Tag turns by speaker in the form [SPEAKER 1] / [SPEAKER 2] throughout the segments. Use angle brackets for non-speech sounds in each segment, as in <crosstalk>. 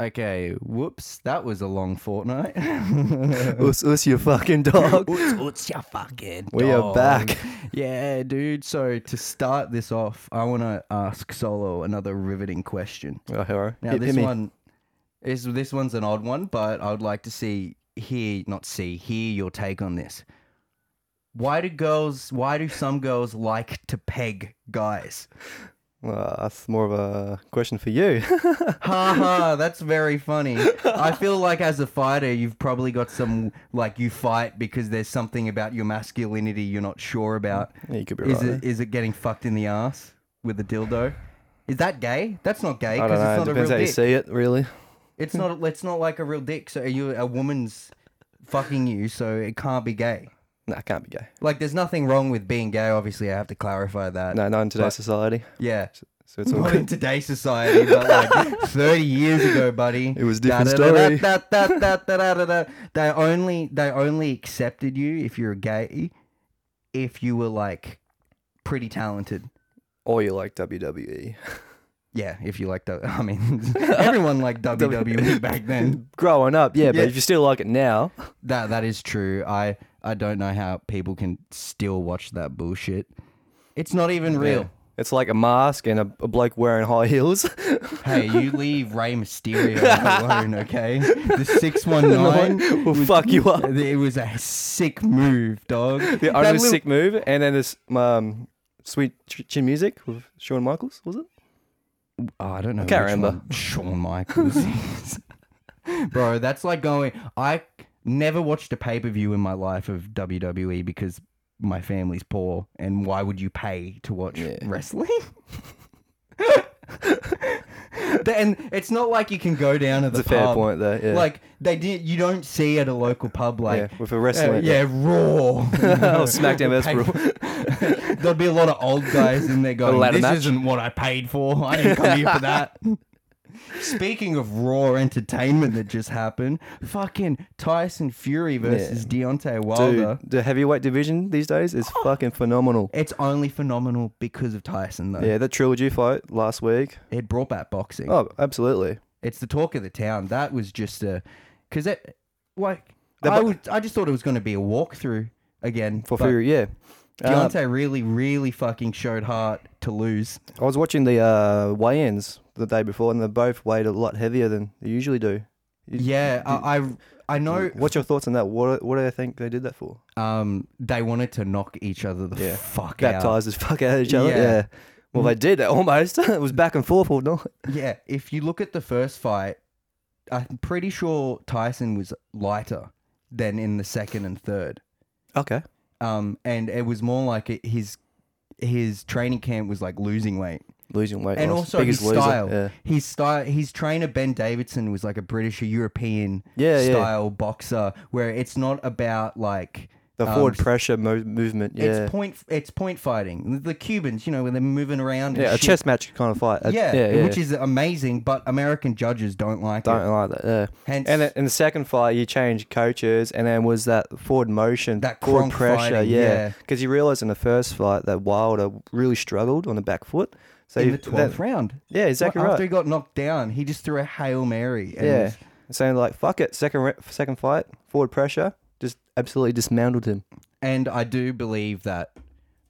[SPEAKER 1] Okay, whoops, that was a long fortnight. <laughs>
[SPEAKER 2] Us, us, you fucking dog.
[SPEAKER 1] what's your fucking
[SPEAKER 2] We are
[SPEAKER 1] dog.
[SPEAKER 2] <laughs> back.
[SPEAKER 1] Yeah, dude. So to start this off, I want to ask Solo another riveting question.
[SPEAKER 2] Oh, hello.
[SPEAKER 1] Now
[SPEAKER 2] Hit- hit
[SPEAKER 1] this
[SPEAKER 2] me.
[SPEAKER 1] one is this one's an odd one, but I would like to see hear not see hear your take on this. Why do girls? Why do some girls like to peg guys?
[SPEAKER 2] Well, that's more of a question for you. <laughs>
[SPEAKER 1] Ha ha, that's very funny. I feel like as a fighter, you've probably got some like you fight because there's something about your masculinity you're not sure about.
[SPEAKER 2] Yeah, you could be
[SPEAKER 1] Is
[SPEAKER 2] right.
[SPEAKER 1] it is it getting fucked in the ass with a dildo? Is that gay? That's not gay
[SPEAKER 2] I
[SPEAKER 1] because it's not a real
[SPEAKER 2] don't know. It depends how you
[SPEAKER 1] dick.
[SPEAKER 2] see it, really.
[SPEAKER 1] It's not it's not like a real dick. So are you a woman's fucking you, so it can't be gay.
[SPEAKER 2] Nah, it can't be gay.
[SPEAKER 1] Like there's nothing wrong with being gay. Obviously, I have to clarify that.
[SPEAKER 2] No, not in today's
[SPEAKER 1] But-
[SPEAKER 2] society.
[SPEAKER 1] Yeah.
[SPEAKER 2] So it's all
[SPEAKER 1] Not
[SPEAKER 2] good.
[SPEAKER 1] in today's society, but like 30 years ago, buddy.
[SPEAKER 2] It was a different
[SPEAKER 1] Da-da-da-da,
[SPEAKER 2] story.
[SPEAKER 1] da-da-da-da-da-da. They only they only accepted you if you're gay, if you were like pretty talented.
[SPEAKER 2] Or you like E. WWE.
[SPEAKER 1] Yeah, if you like that. <laughs> I mean, everyone
[SPEAKER 2] <laughs>
[SPEAKER 1] liked WWE back then.
[SPEAKER 2] Growing up, yeah,
[SPEAKER 1] Yeah.
[SPEAKER 2] but if you still like it now,
[SPEAKER 1] That that is true. I I don't know how people can still watch that bullshit. It's not even real.
[SPEAKER 2] it's like a mask and a, a bloke wearing high heels. <laughs>
[SPEAKER 1] Hey, you leave Rey Mysterio <laughs> alone, okay? The
[SPEAKER 2] <laughs>
[SPEAKER 1] 619
[SPEAKER 2] will fuck you up.
[SPEAKER 1] It was a sick move, dog.
[SPEAKER 2] The
[SPEAKER 1] That
[SPEAKER 2] only
[SPEAKER 1] little-
[SPEAKER 2] sick move, and then this um, sweet ch- chin music with Shawn Michaels, was it?
[SPEAKER 1] Oh, I don't know.
[SPEAKER 2] can't
[SPEAKER 1] which
[SPEAKER 2] remember.
[SPEAKER 1] one Shawn Michaels. is. <laughs> Bro, that's like going. I never watched a pay per view in my life of WWE because my family's poor, and why would you pay to watch
[SPEAKER 2] Yeah.
[SPEAKER 1] wrestling? <laughs> and it's not like you can go down to the
[SPEAKER 2] That's a fair
[SPEAKER 1] pub.
[SPEAKER 2] point there. Yeah.
[SPEAKER 1] Um, Like they did, you don't see at a local pub
[SPEAKER 2] yeah,
[SPEAKER 1] like
[SPEAKER 2] with a
[SPEAKER 1] yeah,
[SPEAKER 2] wrestling.
[SPEAKER 1] yeah raw.
[SPEAKER 2] <laughs> Oh, SmackDown versus
[SPEAKER 1] Raw. <laughs> There'll be a lot of old guys in there going,
[SPEAKER 2] ladder
[SPEAKER 1] "This
[SPEAKER 2] match."
[SPEAKER 1] isn't what I paid for. I didn't come here for
[SPEAKER 2] <laughs>
[SPEAKER 1] that." Speaking of raw entertainment that just happened, fucking Tyson Fury versus Deontay Wilder.
[SPEAKER 2] Dude, the heavyweight division these days is
[SPEAKER 1] Oh.
[SPEAKER 2] fucking phenomenal.
[SPEAKER 1] It's only phenomenal because of Tyson, though.
[SPEAKER 2] Yeah, that trilogy fight last week.
[SPEAKER 1] It brought back boxing.
[SPEAKER 2] Oh, absolutely.
[SPEAKER 1] It's the talk of the town. That was just a because it like
[SPEAKER 2] The
[SPEAKER 1] I
[SPEAKER 2] bu-
[SPEAKER 1] would I just thought it was going to be a walkthrough again
[SPEAKER 2] For
[SPEAKER 1] but
[SPEAKER 2] Fury, yeah. Uh,
[SPEAKER 1] Deontay really, really fucking showed heart to lose.
[SPEAKER 2] I was watching the uh, weigh-ins the day before, and they both weighed a lot heavier than they usually do.
[SPEAKER 1] Yeah, I, I I know.
[SPEAKER 2] What's your thoughts on that? What What do they think they did that for?
[SPEAKER 1] Um, they wanted to knock each other the
[SPEAKER 2] Yeah.
[SPEAKER 1] fuck out.
[SPEAKER 2] Baptized as fuck out of each other.
[SPEAKER 1] Yeah. Mm.
[SPEAKER 2] Yeah. Well, they did almost. <laughs> it was back and forth all night.
[SPEAKER 1] Yeah, if you look at the first fight, I'm pretty sure Tyson was lighter than in the second and third.
[SPEAKER 2] Okay.
[SPEAKER 1] Um, and it was more like it, his his training camp was like losing weight.
[SPEAKER 2] Losing weight.
[SPEAKER 1] and
[SPEAKER 2] loss.
[SPEAKER 1] also his
[SPEAKER 2] Biggest loser.
[SPEAKER 1] style.
[SPEAKER 2] Yeah.
[SPEAKER 1] His style. His trainer Ben Davidson was like a British, a European
[SPEAKER 2] Yeah, yeah.
[SPEAKER 1] style boxer, where it's not about like
[SPEAKER 2] The
[SPEAKER 1] um,
[SPEAKER 2] forward pressure mo- movement. Yeah.
[SPEAKER 1] It's point. It's point fighting. The Cubans, you know, when they're moving around. And
[SPEAKER 2] yeah, a
[SPEAKER 1] shit.
[SPEAKER 2] chess match kind of fight. Uh,
[SPEAKER 1] Yeah,
[SPEAKER 2] yeah,
[SPEAKER 1] which is amazing, but American judges don't like it.
[SPEAKER 2] Don't like that. Yeah.
[SPEAKER 1] Hence,
[SPEAKER 2] And then in the second fight, you changed coaches, and then was that forward motion,
[SPEAKER 1] That Kronk
[SPEAKER 2] forward pressure,
[SPEAKER 1] fighting, yeah.
[SPEAKER 2] yeah. Because you realised in the first fight that Wilder really struggled on the back foot. So
[SPEAKER 1] in
[SPEAKER 2] you-
[SPEAKER 1] the
[SPEAKER 2] that-
[SPEAKER 1] twelfth round,
[SPEAKER 2] yeah, exactly
[SPEAKER 1] after
[SPEAKER 2] right.
[SPEAKER 1] he got knocked down, he just threw a hail mary. And
[SPEAKER 2] yeah, so like fuck it, second re- second fight, forward pressure, just absolutely dismantled him.
[SPEAKER 1] and I do believe that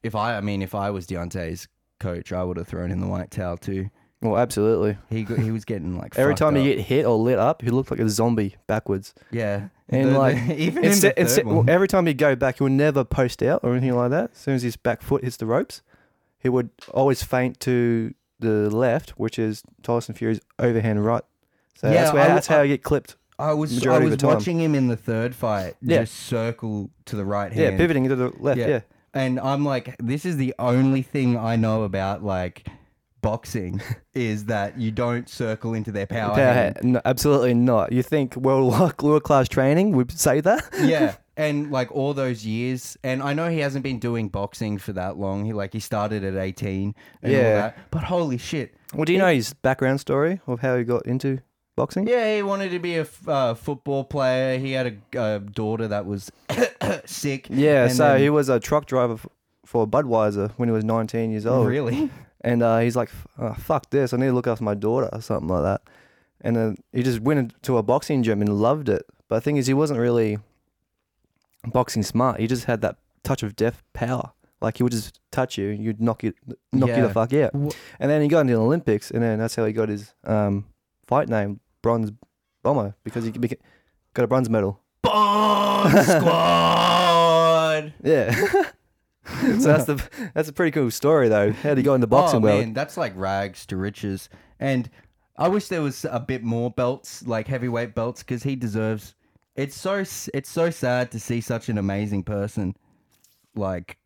[SPEAKER 1] if I, I mean, if I was Deontay's coach, I would have thrown in the white towel too.
[SPEAKER 2] Well, absolutely.
[SPEAKER 1] He got, he was getting like
[SPEAKER 2] Every
[SPEAKER 1] fucked
[SPEAKER 2] time
[SPEAKER 1] up.
[SPEAKER 2] he get hit or lit up, he looked like a zombie backwards.
[SPEAKER 1] yeah,
[SPEAKER 2] And
[SPEAKER 1] The-
[SPEAKER 2] like
[SPEAKER 1] <laughs> even in
[SPEAKER 2] instead,
[SPEAKER 1] the
[SPEAKER 2] instead-
[SPEAKER 1] third one.
[SPEAKER 2] every time he'd go back, he would never post out or anything like that. As soon as his back foot hits the ropes, he would always feint to the left, which is Tyson Fury's overhand right. So
[SPEAKER 1] Yeah,
[SPEAKER 2] that's where
[SPEAKER 1] I-
[SPEAKER 2] that's how
[SPEAKER 1] I-
[SPEAKER 2] he get clipped.
[SPEAKER 1] I was I
[SPEAKER 2] majority of
[SPEAKER 1] was
[SPEAKER 2] the time.
[SPEAKER 1] watching him in the third fight,
[SPEAKER 2] Yeah.
[SPEAKER 1] just circle to the right
[SPEAKER 2] Yeah,
[SPEAKER 1] hand.
[SPEAKER 2] pivoting to the left.
[SPEAKER 1] Yeah.
[SPEAKER 2] Yeah.
[SPEAKER 1] and I'm like, this is the only thing I know about like
[SPEAKER 2] <laughs>
[SPEAKER 1] boxing is that you don't circle into their power.
[SPEAKER 2] Yeah,
[SPEAKER 1] hand.
[SPEAKER 2] no, absolutely not. You think <laughs> world world class training would say that?
[SPEAKER 1] <laughs> yeah. And like all those years, and I know he hasn't been doing boxing for that long. He like he started at eighteen and all
[SPEAKER 2] Yeah.
[SPEAKER 1] that. But holy shit!
[SPEAKER 2] Well, do you know his background story of how he got into boxing?
[SPEAKER 1] Yeah, he wanted to be a f- uh, football player. He had a uh, daughter that was <coughs> sick.
[SPEAKER 2] Yeah,
[SPEAKER 1] and
[SPEAKER 2] so
[SPEAKER 1] then-
[SPEAKER 2] he was a truck driver f- for Budweiser when he was 19 years old.
[SPEAKER 1] really <laughs>
[SPEAKER 2] And uh, he's like, "F- uh, fuck this, I need to look after my daughter or something like that. and then he just went into a boxing gym and loved it. But the thing is, he wasn't really boxing smart. He just had that touch of death power. Like he would just touch you, and you'd knock you, knock you
[SPEAKER 1] Yeah.
[SPEAKER 2] the fuck out.
[SPEAKER 1] Wha-
[SPEAKER 2] And then he got into the Olympics, and then that's how he got his um, fight name, Bronze Bomber, because he beca- got a bronze medal.
[SPEAKER 1] Bomb Squad.
[SPEAKER 2] Yeah. so that's the that's a pretty cool story though. How he got into <laughs> boxing
[SPEAKER 1] oh,
[SPEAKER 2] world?
[SPEAKER 1] man, that's like rags to riches. And I wish there was a bit more belts, like heavyweight belts, because he deserves. It's so s- it's so sad to see such an amazing person, like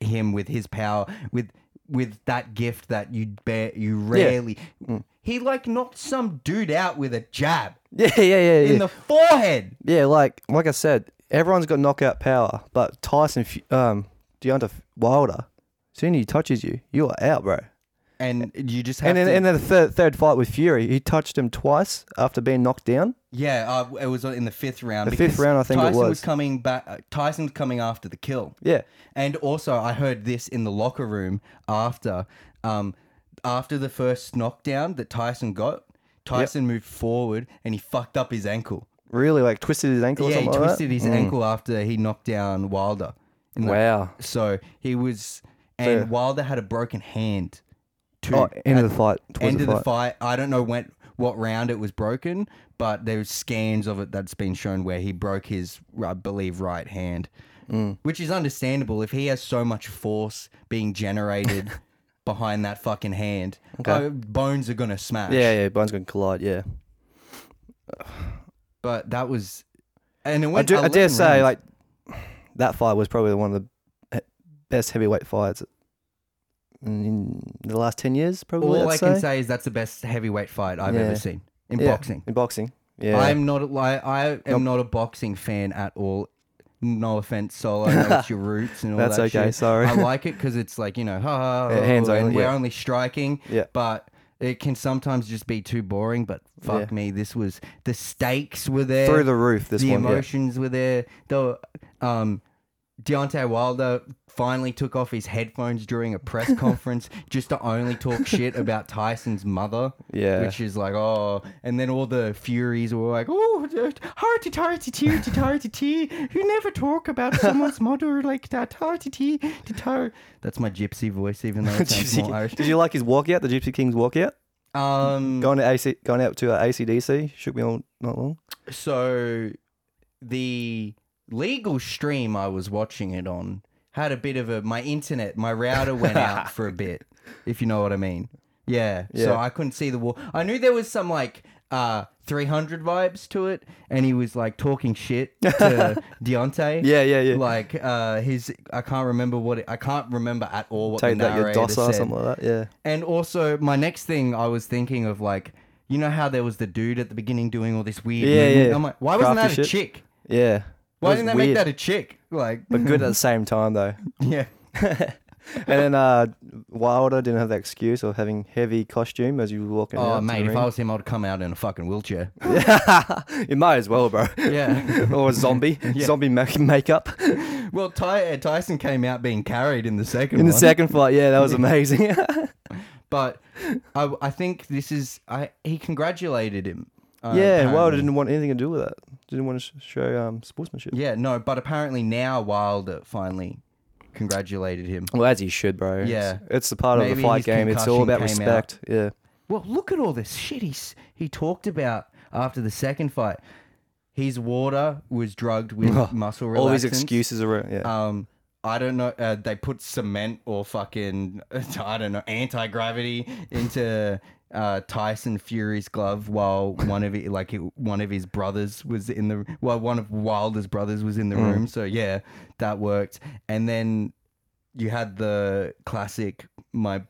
[SPEAKER 1] him with his power, with with that gift that you bear, you rarely.
[SPEAKER 2] Mm.
[SPEAKER 1] He like knocked some dude out with a jab
[SPEAKER 2] <laughs> Yeah, yeah, yeah, yeah.
[SPEAKER 1] in the forehead.
[SPEAKER 2] yeah, like like I said, everyone's got knockout power, but Tyson, Fu- um, Deontay Wilder, soon he touches you, you are out, bro.
[SPEAKER 1] And you just have
[SPEAKER 2] And then,
[SPEAKER 1] to,
[SPEAKER 2] and then the third, third fight with Fury, he touched him twice after being knocked down.
[SPEAKER 1] yeah, uh, it was in the fifth round.
[SPEAKER 2] The fifth
[SPEAKER 1] because
[SPEAKER 2] round, I think it
[SPEAKER 1] Tyson
[SPEAKER 2] was.
[SPEAKER 1] coming back. Uh, Tyson's coming after the kill.
[SPEAKER 2] Yeah,
[SPEAKER 1] And also, I heard this in the locker room after, um, after the first knockdown that Tyson got. Tyson moved forward and he fucked up his ankle.
[SPEAKER 2] really, like twisted his ankle or
[SPEAKER 1] yeah, he
[SPEAKER 2] something like Mm.
[SPEAKER 1] twisted his ankle after he knocked down Wilder. in
[SPEAKER 2] that.
[SPEAKER 1] the-
[SPEAKER 2] Wow.
[SPEAKER 1] So he was, and
[SPEAKER 2] So-
[SPEAKER 1] Wilder had a broken hand. Too.
[SPEAKER 2] Oh, end of the fight. Towards
[SPEAKER 1] end
[SPEAKER 2] the
[SPEAKER 1] of the
[SPEAKER 2] fight.
[SPEAKER 1] fight. I don't know when, what round it was broken, but there's scans of it that's been shown where he broke his, I believe, right hand,
[SPEAKER 2] Mm.
[SPEAKER 1] which is understandable if he has so much force being
[SPEAKER 2] <laughs>
[SPEAKER 1] generated behind that fucking hand. uh, bones are gonna smash.
[SPEAKER 2] Yeah, yeah, bones gonna collide. Yeah,
[SPEAKER 1] but that was, and it
[SPEAKER 2] I,
[SPEAKER 1] went.
[SPEAKER 2] do, I dare
[SPEAKER 1] 11
[SPEAKER 2] say,
[SPEAKER 1] rounds.
[SPEAKER 2] like that fight was probably one of the he- best heavyweight fights in the last ten years. Probably,
[SPEAKER 1] all
[SPEAKER 2] I'd
[SPEAKER 1] I can say is that's the best heavyweight fight I've
[SPEAKER 2] Yeah.
[SPEAKER 1] ever seen in
[SPEAKER 2] Yeah,
[SPEAKER 1] boxing.
[SPEAKER 2] In boxing, yeah.
[SPEAKER 1] I'm not a- like I am not a boxing fan at all. No offense, solo.
[SPEAKER 2] <laughs>
[SPEAKER 1] I know it's your roots and all
[SPEAKER 2] That's
[SPEAKER 1] that
[SPEAKER 2] okay,
[SPEAKER 1] shit.
[SPEAKER 2] sorry.
[SPEAKER 1] I like it because it's like you know, ha ha.
[SPEAKER 2] Yeah, hands
[SPEAKER 1] oh, and
[SPEAKER 2] only,
[SPEAKER 1] We're
[SPEAKER 2] yeah.
[SPEAKER 1] only striking.
[SPEAKER 2] Yeah.
[SPEAKER 1] But it can sometimes just be too boring. But fuck
[SPEAKER 2] Yeah.
[SPEAKER 1] me, this was the stakes were there.
[SPEAKER 2] through the roof. This
[SPEAKER 1] the
[SPEAKER 2] one, yeah.
[SPEAKER 1] emotions were there. The um, Deontay Wilder finally took off his headphones during a
[SPEAKER 2] <laughs>
[SPEAKER 1] press conference just to only talk shit about Tyson's mother.
[SPEAKER 2] Yeah.
[SPEAKER 1] Which is like, oh. And then all the Furies were like, oh, hearty, tarty, tearty, tarty, tee. You never talk
[SPEAKER 2] <laughs>
[SPEAKER 1] about someone's mother like that. Hearty, tee, tee, tar. That's my gypsy voice, even though
[SPEAKER 2] <laughs>
[SPEAKER 1] it sounds
[SPEAKER 2] Gypsy King.
[SPEAKER 1] more Irish.
[SPEAKER 2] Did you like his walkout, the Gypsy King's walkout?
[SPEAKER 1] Um,
[SPEAKER 2] Going to AC, going out to uh, ACDC shook me all not long.
[SPEAKER 1] so the legal stream I was watching it on had a bit of a my internet my router went
[SPEAKER 2] <laughs>
[SPEAKER 1] out for a bit, if you know what I mean. Yeah, So
[SPEAKER 2] Yeah.
[SPEAKER 1] I couldn't see the wall. I knew there was some like uh 300 vibes to it, and he was like talking
[SPEAKER 2] <laughs>
[SPEAKER 1] shit to Deontay.
[SPEAKER 2] Yeah, yeah, yeah.
[SPEAKER 1] Like uh his I can't remember what it, I can't remember at all what
[SPEAKER 2] Take
[SPEAKER 1] the
[SPEAKER 2] that, your
[SPEAKER 1] narrator
[SPEAKER 2] DOSA or
[SPEAKER 1] said.
[SPEAKER 2] something like that. Yeah.
[SPEAKER 1] And also, my next thing I was thinking of like, you know how there was the dude at the beginning doing all this weird.
[SPEAKER 2] Yeah,
[SPEAKER 1] movement?
[SPEAKER 2] yeah.
[SPEAKER 1] I'm like, why wasn't
[SPEAKER 2] Crafty
[SPEAKER 1] that a
[SPEAKER 2] shit.
[SPEAKER 1] chick?
[SPEAKER 2] Yeah.
[SPEAKER 1] Why
[SPEAKER 2] It was
[SPEAKER 1] didn't they make
[SPEAKER 2] weird,
[SPEAKER 1] that a chick? Like,
[SPEAKER 2] But good at the same time though.
[SPEAKER 1] <laughs>
[SPEAKER 2] <laughs>
[SPEAKER 1] yeah,
[SPEAKER 2] And then uh, Wilder didn't have that excuse of having heavy costume as you were walking out.
[SPEAKER 1] Oh
[SPEAKER 2] to the
[SPEAKER 1] mate, if
[SPEAKER 2] ring.
[SPEAKER 1] I was him, I'd come out in a fucking
[SPEAKER 2] <laughs>
[SPEAKER 1] wheelchair.
[SPEAKER 2] you might as well, bro. <laughs>
[SPEAKER 1] Yeah. <laughs>
[SPEAKER 2] or a zombie, zombie make- makeup.
[SPEAKER 1] well, Ty- uh, Tyson came out being carried in the second
[SPEAKER 2] In the
[SPEAKER 1] one,
[SPEAKER 2] second fight,
[SPEAKER 1] <laughs>
[SPEAKER 2] yeah, that was amazing. <laughs>
[SPEAKER 1] but I, I think this is I. He congratulated him. uh,
[SPEAKER 2] yeah, Wilder
[SPEAKER 1] apparently.
[SPEAKER 2] didn't want anything to do with that. Didn't want to sh- show um, sportsmanship.
[SPEAKER 1] Yeah, no, but apparently now Wilder finally congratulated him.
[SPEAKER 2] Well, as he should, bro. It's-
[SPEAKER 1] Yeah.
[SPEAKER 2] It's, the part of
[SPEAKER 1] Maybe
[SPEAKER 2] the fight
[SPEAKER 1] his
[SPEAKER 2] game. It's all
[SPEAKER 1] concussion
[SPEAKER 2] about
[SPEAKER 1] came
[SPEAKER 2] respect. Yeah.
[SPEAKER 1] Well, look at all this shit he's, he talked about after the second fight. His water was drugged with muscle relaxants.
[SPEAKER 2] <laughs> All these excuses are yeah.
[SPEAKER 1] Um, I don't know. Uh, they put cement or fucking <laughs> I don't know anti gravity into uh, Tyson Fury's glove while one of it, like it, one of his brothers was in the well, one of Wilder's brothers was
[SPEAKER 2] Hmm.
[SPEAKER 1] in the room. So yeah, that worked. And then you had the classic. My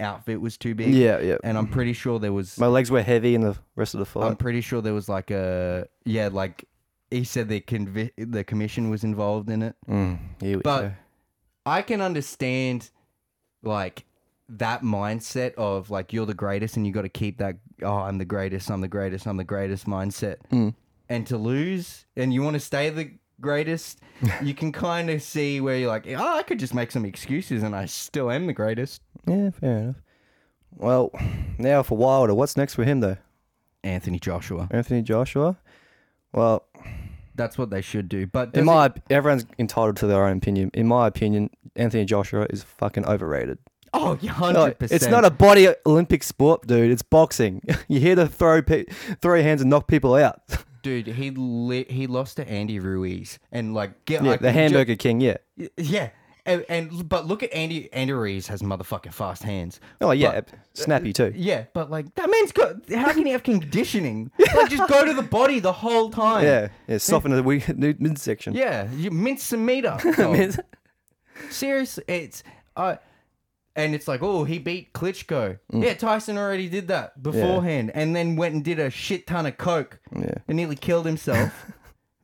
[SPEAKER 1] outfit was too big.
[SPEAKER 2] yeah, yeah.
[SPEAKER 1] and I'm pretty sure there was.
[SPEAKER 2] My legs were heavy in the rest of the fight.
[SPEAKER 1] I'm pretty sure there was like a yeah, like he said the convi- the commission was involved in it.
[SPEAKER 2] Mm, here we
[SPEAKER 1] Um, But
[SPEAKER 2] go.
[SPEAKER 1] I can understand like that mindset of like you're the greatest and you got to keep that oh I'm the greatest I'm the greatest I'm the greatest mindset
[SPEAKER 2] Mm.
[SPEAKER 1] and to lose and you want to stay the
[SPEAKER 2] <laughs>
[SPEAKER 1] greatest you can kind of see where you're like oh I could just make some excuses and I still am the greatest
[SPEAKER 2] Yeah, fair enough. Well, now for Wilder, what's next for him though?
[SPEAKER 1] Anthony Joshua.
[SPEAKER 2] Anthony Joshua. Well,
[SPEAKER 1] That's what they should do. But does
[SPEAKER 2] in
[SPEAKER 1] it-
[SPEAKER 2] my everyone's entitled to their own opinion. In my opinion, Anthony Joshua is fucking overrated.
[SPEAKER 1] oh, hundred
[SPEAKER 2] Like,
[SPEAKER 1] percent.
[SPEAKER 2] It's not a body Olympic sport, dude. It's boxing. <laughs> You're here to throw pe- throw hands and knock people out. <laughs>
[SPEAKER 1] dude. He li- he lost to Andy Ruiz and like get
[SPEAKER 2] Yeah,
[SPEAKER 1] like,
[SPEAKER 2] the Hamburger King. Yeah.
[SPEAKER 1] ju- yeah, and, and but look at Andy Andy Ruiz has motherfucking fast hands.
[SPEAKER 2] Oh yeah,
[SPEAKER 1] But-
[SPEAKER 2] snappy too.
[SPEAKER 1] Yeah, but like that man's got. How can he have
[SPEAKER 2] <laughs>
[SPEAKER 1] conditioning? like just go to the body the whole time.
[SPEAKER 2] Yeah, yeah. Soften <laughs> the Oh, weak nude midsection.
[SPEAKER 1] yeah. You Oh, mince and meter.
[SPEAKER 2] <laughs> Mid-
[SPEAKER 1] Seriously, it's uh, and it's like, oh, he beat Klitschko.
[SPEAKER 2] Mm.
[SPEAKER 1] Yeah, Tyson already did that beforehand, and then went and did a shit ton of coke
[SPEAKER 2] yeah.
[SPEAKER 1] and nearly killed
[SPEAKER 2] <laughs>
[SPEAKER 1] himself.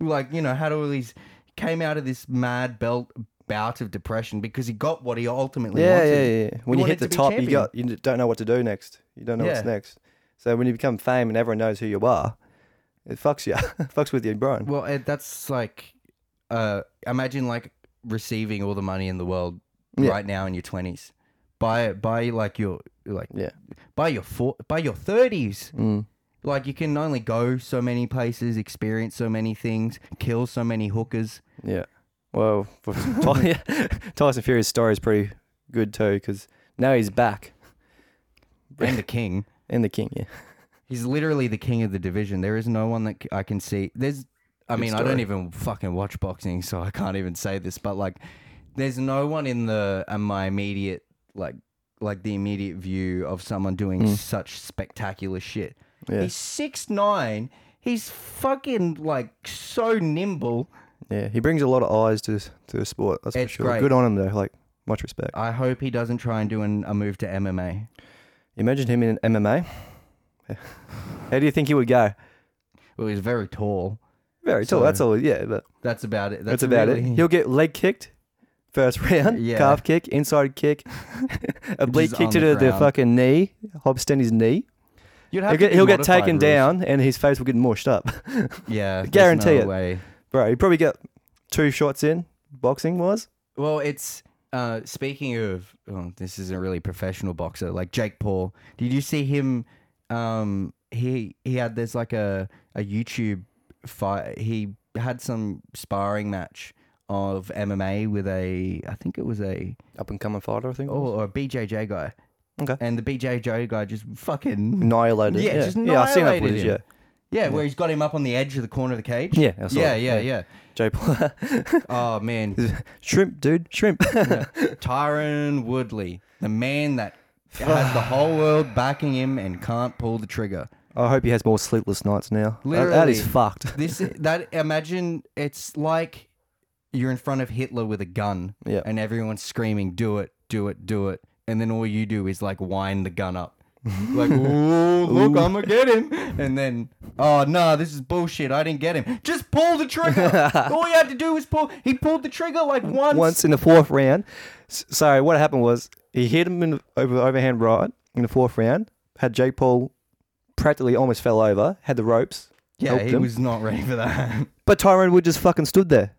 [SPEAKER 1] like, you know, had all these came out of this mad belt bout of depression because he got what he ultimately
[SPEAKER 2] Yeah,
[SPEAKER 1] wanted.
[SPEAKER 2] yeah, yeah. When you
[SPEAKER 1] wanted
[SPEAKER 2] hit the
[SPEAKER 1] to be
[SPEAKER 2] top, you
[SPEAKER 1] champion.
[SPEAKER 2] got you don't know what to do next. You don't know
[SPEAKER 1] Yeah.
[SPEAKER 2] what's next. So when you become fame and everyone knows who you are, it fucks you. <laughs> it fucks with your brain.
[SPEAKER 1] Well, Ed, that's like, uh, imagine like receiving all the money in the world
[SPEAKER 2] Yeah.
[SPEAKER 1] right now in your twenties. By by, like your like
[SPEAKER 2] Yeah.
[SPEAKER 1] by your four, by your thirties,
[SPEAKER 2] Mm.
[SPEAKER 1] like you can only go so many places, experience so many things, kill so many hookers.
[SPEAKER 2] Yeah.
[SPEAKER 1] <laughs>
[SPEAKER 2] Well, for- <laughs> Ty- Tyson Fury's story is pretty good too because now he's back
[SPEAKER 1] And the king,
[SPEAKER 2] and the king. Yeah.
[SPEAKER 1] he's literally the king of the division. There is no one that c- I can see. There's, I
[SPEAKER 2] Good
[SPEAKER 1] mean, I
[SPEAKER 2] story.
[SPEAKER 1] don't even fucking watch boxing, so I can't even say this. But like, there's no one in the in my immediate like like the immediate view of someone doing such spectacular shit.
[SPEAKER 2] Hmm. Yeah.
[SPEAKER 1] He's six nine. He's fucking like so nimble.
[SPEAKER 2] yeah. He brings a lot of eyes to to the sport. That's
[SPEAKER 1] It's
[SPEAKER 2] for sure.
[SPEAKER 1] great.
[SPEAKER 2] Good on him though. Like much respect.
[SPEAKER 1] I hope he doesn't try and do an, a move to MMA.
[SPEAKER 2] Imagine him in an MMA. How do you think he would go?
[SPEAKER 1] Well, he's very tall.
[SPEAKER 2] Very tall.
[SPEAKER 1] So-
[SPEAKER 2] that's all. Yeah, but
[SPEAKER 1] That's about it.
[SPEAKER 2] That's, about
[SPEAKER 1] really-
[SPEAKER 2] it. He'll get leg kicked first round,
[SPEAKER 1] <laughs> Yeah.
[SPEAKER 2] calf kick, inside
[SPEAKER 1] <laughs>
[SPEAKER 2] kick, oblique
[SPEAKER 1] Just
[SPEAKER 2] kick
[SPEAKER 1] on
[SPEAKER 2] to
[SPEAKER 1] the
[SPEAKER 2] the, the
[SPEAKER 1] ground.
[SPEAKER 2] fucking knee, Hobston his knee.
[SPEAKER 1] You'd have
[SPEAKER 2] He'll
[SPEAKER 1] to
[SPEAKER 2] get,
[SPEAKER 1] do
[SPEAKER 2] he'll get
[SPEAKER 1] modified
[SPEAKER 2] taken
[SPEAKER 1] rules.
[SPEAKER 2] down and his face will get mushed up. <laughs>
[SPEAKER 1] Yeah, there's
[SPEAKER 2] Guarantee
[SPEAKER 1] no
[SPEAKER 2] it.
[SPEAKER 1] Way.
[SPEAKER 2] Bro, he probably got two shots in, boxing wise.
[SPEAKER 1] Well, it's uh, speaking of oh, this isn't really a professional boxer like Jake Paul. Did you see him? Um, he he had there's like a a YouTube fight. He had some sparring match of MMA with a I think it was a
[SPEAKER 2] Up and coming fighter, I think.
[SPEAKER 1] oh or a BJJ guy.
[SPEAKER 2] Okay.
[SPEAKER 1] And the BJJ guy just fucking <laughs>
[SPEAKER 2] Annihilated.
[SPEAKER 1] Yeah, just
[SPEAKER 2] yeah, I've seen that
[SPEAKER 1] annihilated
[SPEAKER 2] footage, yeah.
[SPEAKER 1] him. yeah, where he's got him up on the edge of the corner of the cage.
[SPEAKER 2] Yeah, I saw
[SPEAKER 1] Yeah,
[SPEAKER 2] it,
[SPEAKER 1] yeah,
[SPEAKER 2] yeah.
[SPEAKER 1] yeah.
[SPEAKER 2] Jay Paul.
[SPEAKER 1] <laughs> Oh
[SPEAKER 2] <laughs>
[SPEAKER 1] man,
[SPEAKER 2] shrimp, dude,
[SPEAKER 1] <laughs>
[SPEAKER 2] shrimp.
[SPEAKER 1] Tyron Woodley, the man that has the whole world backing him and can't pull the trigger.
[SPEAKER 2] I hope he has more sleepless nights now. That- that is
[SPEAKER 1] Literally.
[SPEAKER 2] fucked.
[SPEAKER 1] This that imagine it's like you're in front of Hitler with a gun
[SPEAKER 2] Yeah.
[SPEAKER 1] and everyone's screaming, "Do it, do it, do it," and then all you do is like wind the gun
[SPEAKER 2] <laughs>
[SPEAKER 1] up. like, ooh, look, I'm gonna get him. And then, oh, no, this is bullshit. I didn't get him. Just pull the
[SPEAKER 2] <laughs>
[SPEAKER 1] trigger. All you had to do was pull. He pulled the trigger like once.
[SPEAKER 2] once in the fourth round. S- So what happened was he hit him in the over, overhand right in the fourth round. Had Jake Paul practically almost fell over. Had the ropes.
[SPEAKER 1] yeah,
[SPEAKER 2] helped
[SPEAKER 1] he
[SPEAKER 2] him.
[SPEAKER 1] was not ready for that.
[SPEAKER 2] But Tyrone Wood just fucking stood there.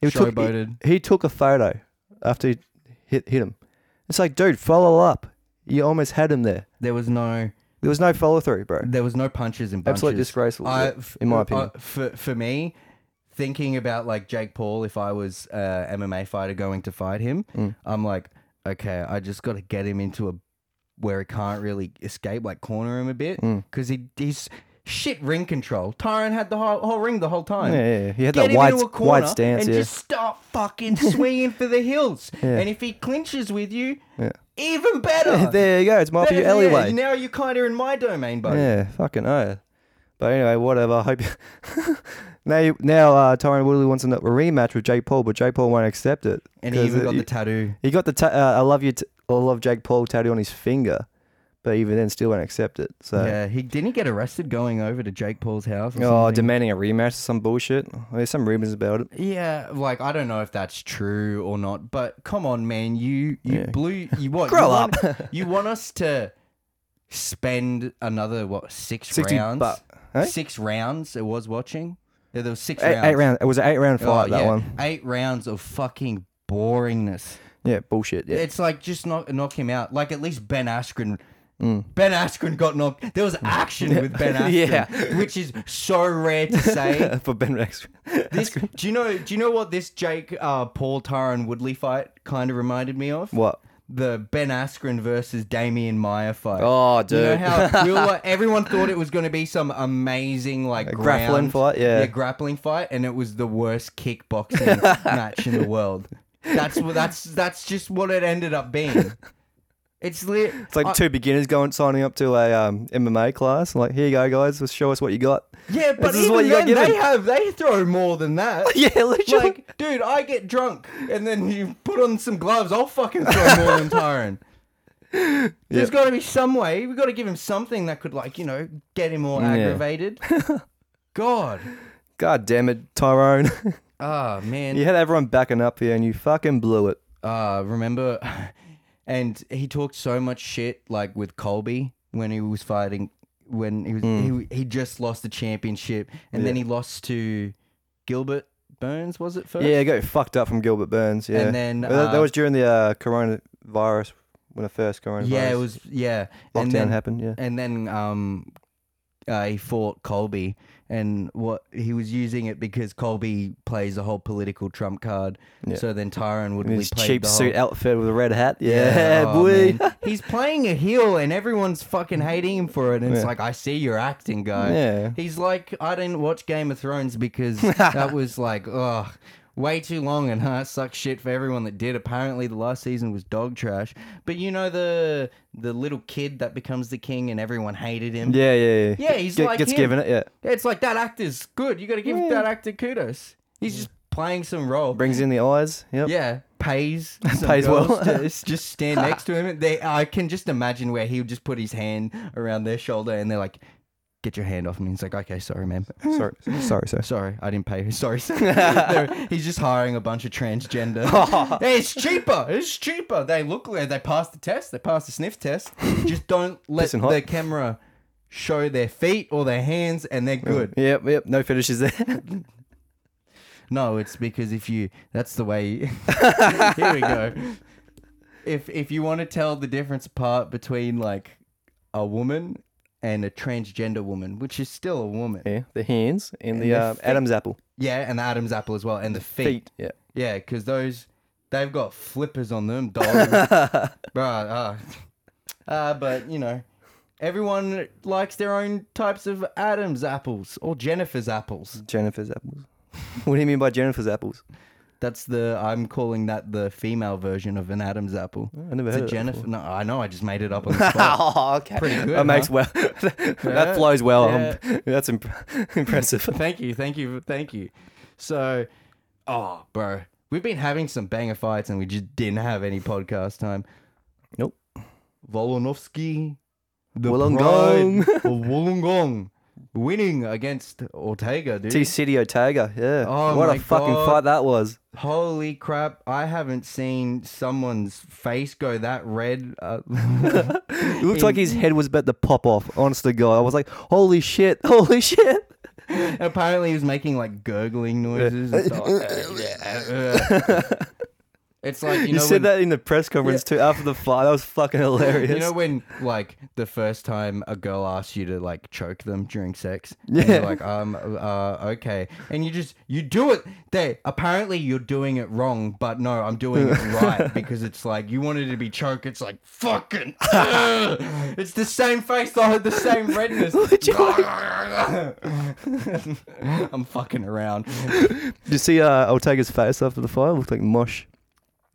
[SPEAKER 2] He took, he,
[SPEAKER 1] Showboated.
[SPEAKER 2] he took a photo after he hit hit him. It's like, dude, follow up. You almost had him there.
[SPEAKER 1] There was no.
[SPEAKER 2] There was no follow through, bro.
[SPEAKER 1] There was no punches and bunches.
[SPEAKER 2] Absolutely disgraceful,
[SPEAKER 1] I-
[SPEAKER 2] yeah,
[SPEAKER 1] f-
[SPEAKER 2] in my
[SPEAKER 1] uh,
[SPEAKER 2] opinion.
[SPEAKER 1] for for me, thinking about like Jake Paul, if I was a MMA fighter going to fight him,
[SPEAKER 2] Mm.
[SPEAKER 1] I'm like, okay, I just got to get him into a where he can't really escape, like corner him a bit,
[SPEAKER 2] Mm.
[SPEAKER 1] because he he's shit ring control. Tyron had the whole, whole ring the whole time.
[SPEAKER 2] Yeah, yeah, yeah. He had
[SPEAKER 1] Get
[SPEAKER 2] that
[SPEAKER 1] him
[SPEAKER 2] wide,
[SPEAKER 1] into a corner
[SPEAKER 2] wide stance.
[SPEAKER 1] and
[SPEAKER 2] Yeah.
[SPEAKER 1] just start fucking swinging for the hills.
[SPEAKER 2] <laughs> Yeah.
[SPEAKER 1] And if he clinches with you,
[SPEAKER 2] Yeah.
[SPEAKER 1] even
[SPEAKER 2] <laughs>
[SPEAKER 1] better.
[SPEAKER 2] <laughs> there you go. It's my for your
[SPEAKER 1] There's-
[SPEAKER 2] alleyway.
[SPEAKER 1] Yeah, now you're kind of in my domain, buddy.
[SPEAKER 2] Yeah, fucking oh. But anyway, whatever. I hope <laughs> you. now, you, now uh, Tyron Woodley wants a rematch with Jake Paul, but Jake Paul won't accept it.
[SPEAKER 1] And he
[SPEAKER 2] 'Cause
[SPEAKER 1] even
[SPEAKER 2] it-
[SPEAKER 1] got the
[SPEAKER 2] he-
[SPEAKER 1] tattoo.
[SPEAKER 2] he got the ta- uh, I love you. T- I love Jake Paul tattoo on his finger, but even then, still won't accept it. So.
[SPEAKER 1] Yeah, he didn't he get arrested going over to Jake Paul's house. Or
[SPEAKER 2] Uh, Oh,
[SPEAKER 1] something?
[SPEAKER 2] demanding a rematch or some bullshit. There's some rumors about it.
[SPEAKER 1] yeah. Like I don't know if that's true or not, but come on, man, you you
[SPEAKER 2] Yeah.
[SPEAKER 1] blew you
[SPEAKER 2] <laughs>
[SPEAKER 1] what?
[SPEAKER 2] Grow
[SPEAKER 1] you Want, you want us to spend another what six
[SPEAKER 2] 60
[SPEAKER 1] rounds?
[SPEAKER 2] bu- eh?
[SPEAKER 1] Six rounds. It was watching. Yeah, there was six
[SPEAKER 2] Eight,
[SPEAKER 1] rounds.
[SPEAKER 2] eight round. It was an eight round
[SPEAKER 1] Oh,
[SPEAKER 2] fight that
[SPEAKER 1] yeah,
[SPEAKER 2] one.
[SPEAKER 1] Eight rounds of fucking boringness.
[SPEAKER 2] Yeah, bullshit. Yeah. <laughs>
[SPEAKER 1] It's like just knock knock him out. Like at least Ben Askren
[SPEAKER 2] Mm.
[SPEAKER 1] Ben Askren got knocked. There was action with Ben Askren,
[SPEAKER 2] <laughs> Yeah.
[SPEAKER 1] which is so rare to
[SPEAKER 2] <laughs>
[SPEAKER 1] say.
[SPEAKER 2] for Ben Rex.
[SPEAKER 1] This, do you know? Do you know what this Jake uh, Paul Tyron Woodley fight kind of reminded me of?
[SPEAKER 2] What?
[SPEAKER 1] The Ben Askren versus Damian Maya fight.
[SPEAKER 2] Oh, dude.
[SPEAKER 1] You know how we were
[SPEAKER 2] <laughs>
[SPEAKER 1] like, everyone thought it was going to be some amazing like
[SPEAKER 2] grappling
[SPEAKER 1] ground-
[SPEAKER 2] fight, yeah.
[SPEAKER 1] grappling fight, and it was the worst kickboxing
[SPEAKER 2] <laughs>
[SPEAKER 1] match in the world. That's what that's that's just what it ended up being. It's lit.
[SPEAKER 2] it's like two beginners going signing up to a um, MMA class. Like, here you go, guys. Let's show us what you got.
[SPEAKER 1] yeah, but
[SPEAKER 2] is
[SPEAKER 1] even
[SPEAKER 2] what you got
[SPEAKER 1] then they
[SPEAKER 2] given.
[SPEAKER 1] have they throw more than
[SPEAKER 2] <laughs>
[SPEAKER 1] that. <laughs>
[SPEAKER 2] yeah, literally.
[SPEAKER 1] Like, dude, I get drunk and then you put on some gloves. I'll fucking throw more than
[SPEAKER 2] <laughs>
[SPEAKER 1] Tyron. There's got to be some way. We've got to give him something that could, like, you know, get him more
[SPEAKER 2] Yeah. <laughs>
[SPEAKER 1] aggravated. God.
[SPEAKER 2] God damn it, Tyrone. <laughs>
[SPEAKER 1] Ah, man.
[SPEAKER 2] you had everyone backing up here and you fucking blew it.
[SPEAKER 1] uh, remember, <laughs> and he talked so much shit like with Colby when he was fighting when he was
[SPEAKER 2] Hmm.
[SPEAKER 1] he, he just lost the championship and then he lost to Gilbert Burns was it first?
[SPEAKER 2] Yeah, it got fucked up from Gilbert Burns. Yeah.
[SPEAKER 1] And then,
[SPEAKER 2] But that, that
[SPEAKER 1] uh,
[SPEAKER 2] was during the uh, coronavirus, when the first coronavirus
[SPEAKER 1] yeah, it was yeah.
[SPEAKER 2] lockdown
[SPEAKER 1] and then
[SPEAKER 2] happened. Yeah.
[SPEAKER 1] and then um, uh, he fought Colby, and what he was using it because Colby plays the whole political trump card.
[SPEAKER 2] Yeah.
[SPEAKER 1] So then Tyron would
[SPEAKER 2] In his
[SPEAKER 1] played
[SPEAKER 2] cheap
[SPEAKER 1] the whole-
[SPEAKER 2] suit outfit with a red hat. <laughs> Yeah,
[SPEAKER 1] oh,
[SPEAKER 2] boy.
[SPEAKER 1] man. <laughs> He's playing a heel, and everyone's fucking hating him for it. And it's
[SPEAKER 2] Yeah.
[SPEAKER 1] like, I see you're acting, guy.
[SPEAKER 2] Yeah.
[SPEAKER 1] He's like, I didn't watch Game of Thrones
[SPEAKER 2] <laughs>
[SPEAKER 1] because that was like, ugh. Way too long and huh, sucks shit for everyone that did. Apparently, the last season was dog trash. But you know the the little kid that becomes the king and everyone hated him.
[SPEAKER 2] Yeah, yeah, yeah.
[SPEAKER 1] Yeah, he's
[SPEAKER 2] Get-
[SPEAKER 1] like
[SPEAKER 2] gets
[SPEAKER 1] him.
[SPEAKER 2] given it. Yeah,
[SPEAKER 1] It's like that actor's good. You got to give
[SPEAKER 2] Yeah.
[SPEAKER 1] that actor kudos. He's just playing some role.
[SPEAKER 2] brings in the eyes. Yep.
[SPEAKER 1] Yeah, pays some
[SPEAKER 2] <laughs> Pays
[SPEAKER 1] girls
[SPEAKER 2] well.
[SPEAKER 1] to s- just stand next to him. They, I can just imagine where he would just put his hand around their shoulder and they're like, "Get your hand off me." He's like, "Okay, sorry, man.
[SPEAKER 2] <laughs> Sorry, sorry,
[SPEAKER 1] <laughs>
[SPEAKER 2] sir.
[SPEAKER 1] Sorry, I didn't pay. <laughs> Sorry." sir." They're- he's just hiring a bunch of transgender.
[SPEAKER 2] <laughs>
[SPEAKER 1] Hey, it's cheaper. It's cheaper. They look like they pass the test. They pass the sniff test. Just
[SPEAKER 2] <laughs>
[SPEAKER 1] don't let
[SPEAKER 2] Pissing hot.
[SPEAKER 1] the camera show their feet or their hands, and they're good.
[SPEAKER 2] Yep, yep. No finishes there. <laughs>
[SPEAKER 1] No, it's because if you that's the way <laughs> Here we go. If if you want to tell the difference apart between like a woman and a transgender woman, which is still a woman.
[SPEAKER 2] yeah, the hands and,
[SPEAKER 1] And
[SPEAKER 2] the,
[SPEAKER 1] the
[SPEAKER 2] um,
[SPEAKER 1] feet.
[SPEAKER 2] Adam's apple.
[SPEAKER 1] Yeah, and the Adam's apple as well and the feet.
[SPEAKER 2] Yeah.
[SPEAKER 1] Yeah, cuz those they've got flippers on them, dog. right. Uh, uh, but, you know, everyone likes their own types of Adam's apples or Jennifer's apples.
[SPEAKER 2] Jennifer's apples. <laughs> what do you mean by Jennifer's apples?
[SPEAKER 1] That's the I'm calling that the female version of an Adam's apple.
[SPEAKER 2] Oh, I never
[SPEAKER 1] Is
[SPEAKER 2] heard
[SPEAKER 1] it
[SPEAKER 2] of that
[SPEAKER 1] Jennifer? No, I know. I just made it up
[SPEAKER 2] <laughs>
[SPEAKER 1] on the spot.
[SPEAKER 2] Oh, okay.
[SPEAKER 1] Pretty good,
[SPEAKER 2] That
[SPEAKER 1] huh?
[SPEAKER 2] makes well. <laughs>
[SPEAKER 1] Yeah.
[SPEAKER 2] that flows well. Um, <laughs> that's imp-
[SPEAKER 1] <laughs>
[SPEAKER 2] impressive.
[SPEAKER 1] thank you, thank you, thank you. So, oh, bro, we've been having some banger fights, and we just didn't have any podcast time.
[SPEAKER 2] Nope.
[SPEAKER 1] Volonovsky, the
[SPEAKER 2] Wollongong. <laughs>
[SPEAKER 1] pride of Wollongong, winning against Ortega, dude.
[SPEAKER 2] T City Otaga. Yeah.
[SPEAKER 1] Oh
[SPEAKER 2] what
[SPEAKER 1] my
[SPEAKER 2] a fucking
[SPEAKER 1] God.
[SPEAKER 2] fight that was.
[SPEAKER 1] Holy crap! I haven't seen someone's face go that red. Uh,
[SPEAKER 2] It looked like his head was about to pop off. Honest to God, I was like, "Holy shit! <laughs> Holy shit!"
[SPEAKER 1] Apparently, he was making like gurgling noises. and
[SPEAKER 2] <laughs>
[SPEAKER 1] stuff. it's like you,
[SPEAKER 2] You,
[SPEAKER 1] know when,
[SPEAKER 2] said that in the press conference too after the fight. That was fucking
[SPEAKER 1] <laughs>
[SPEAKER 2] hilarious.
[SPEAKER 1] You know when like the first time a girl asks you to like choke them during sex, and
[SPEAKER 2] Yeah.
[SPEAKER 1] you're like um uh okay, and you just you do it. They apparently you're doing it wrong, but no, I'm doing it
[SPEAKER 2] <laughs>
[SPEAKER 1] right because it's like you wanted to be choked. It's like fucking. ugh. it's the same face, though, the same
[SPEAKER 2] <laughs>
[SPEAKER 1] redness. <laughs> I'm fucking around.
[SPEAKER 2] Did you see uh, Ortega's face after the fight? It looked like mush.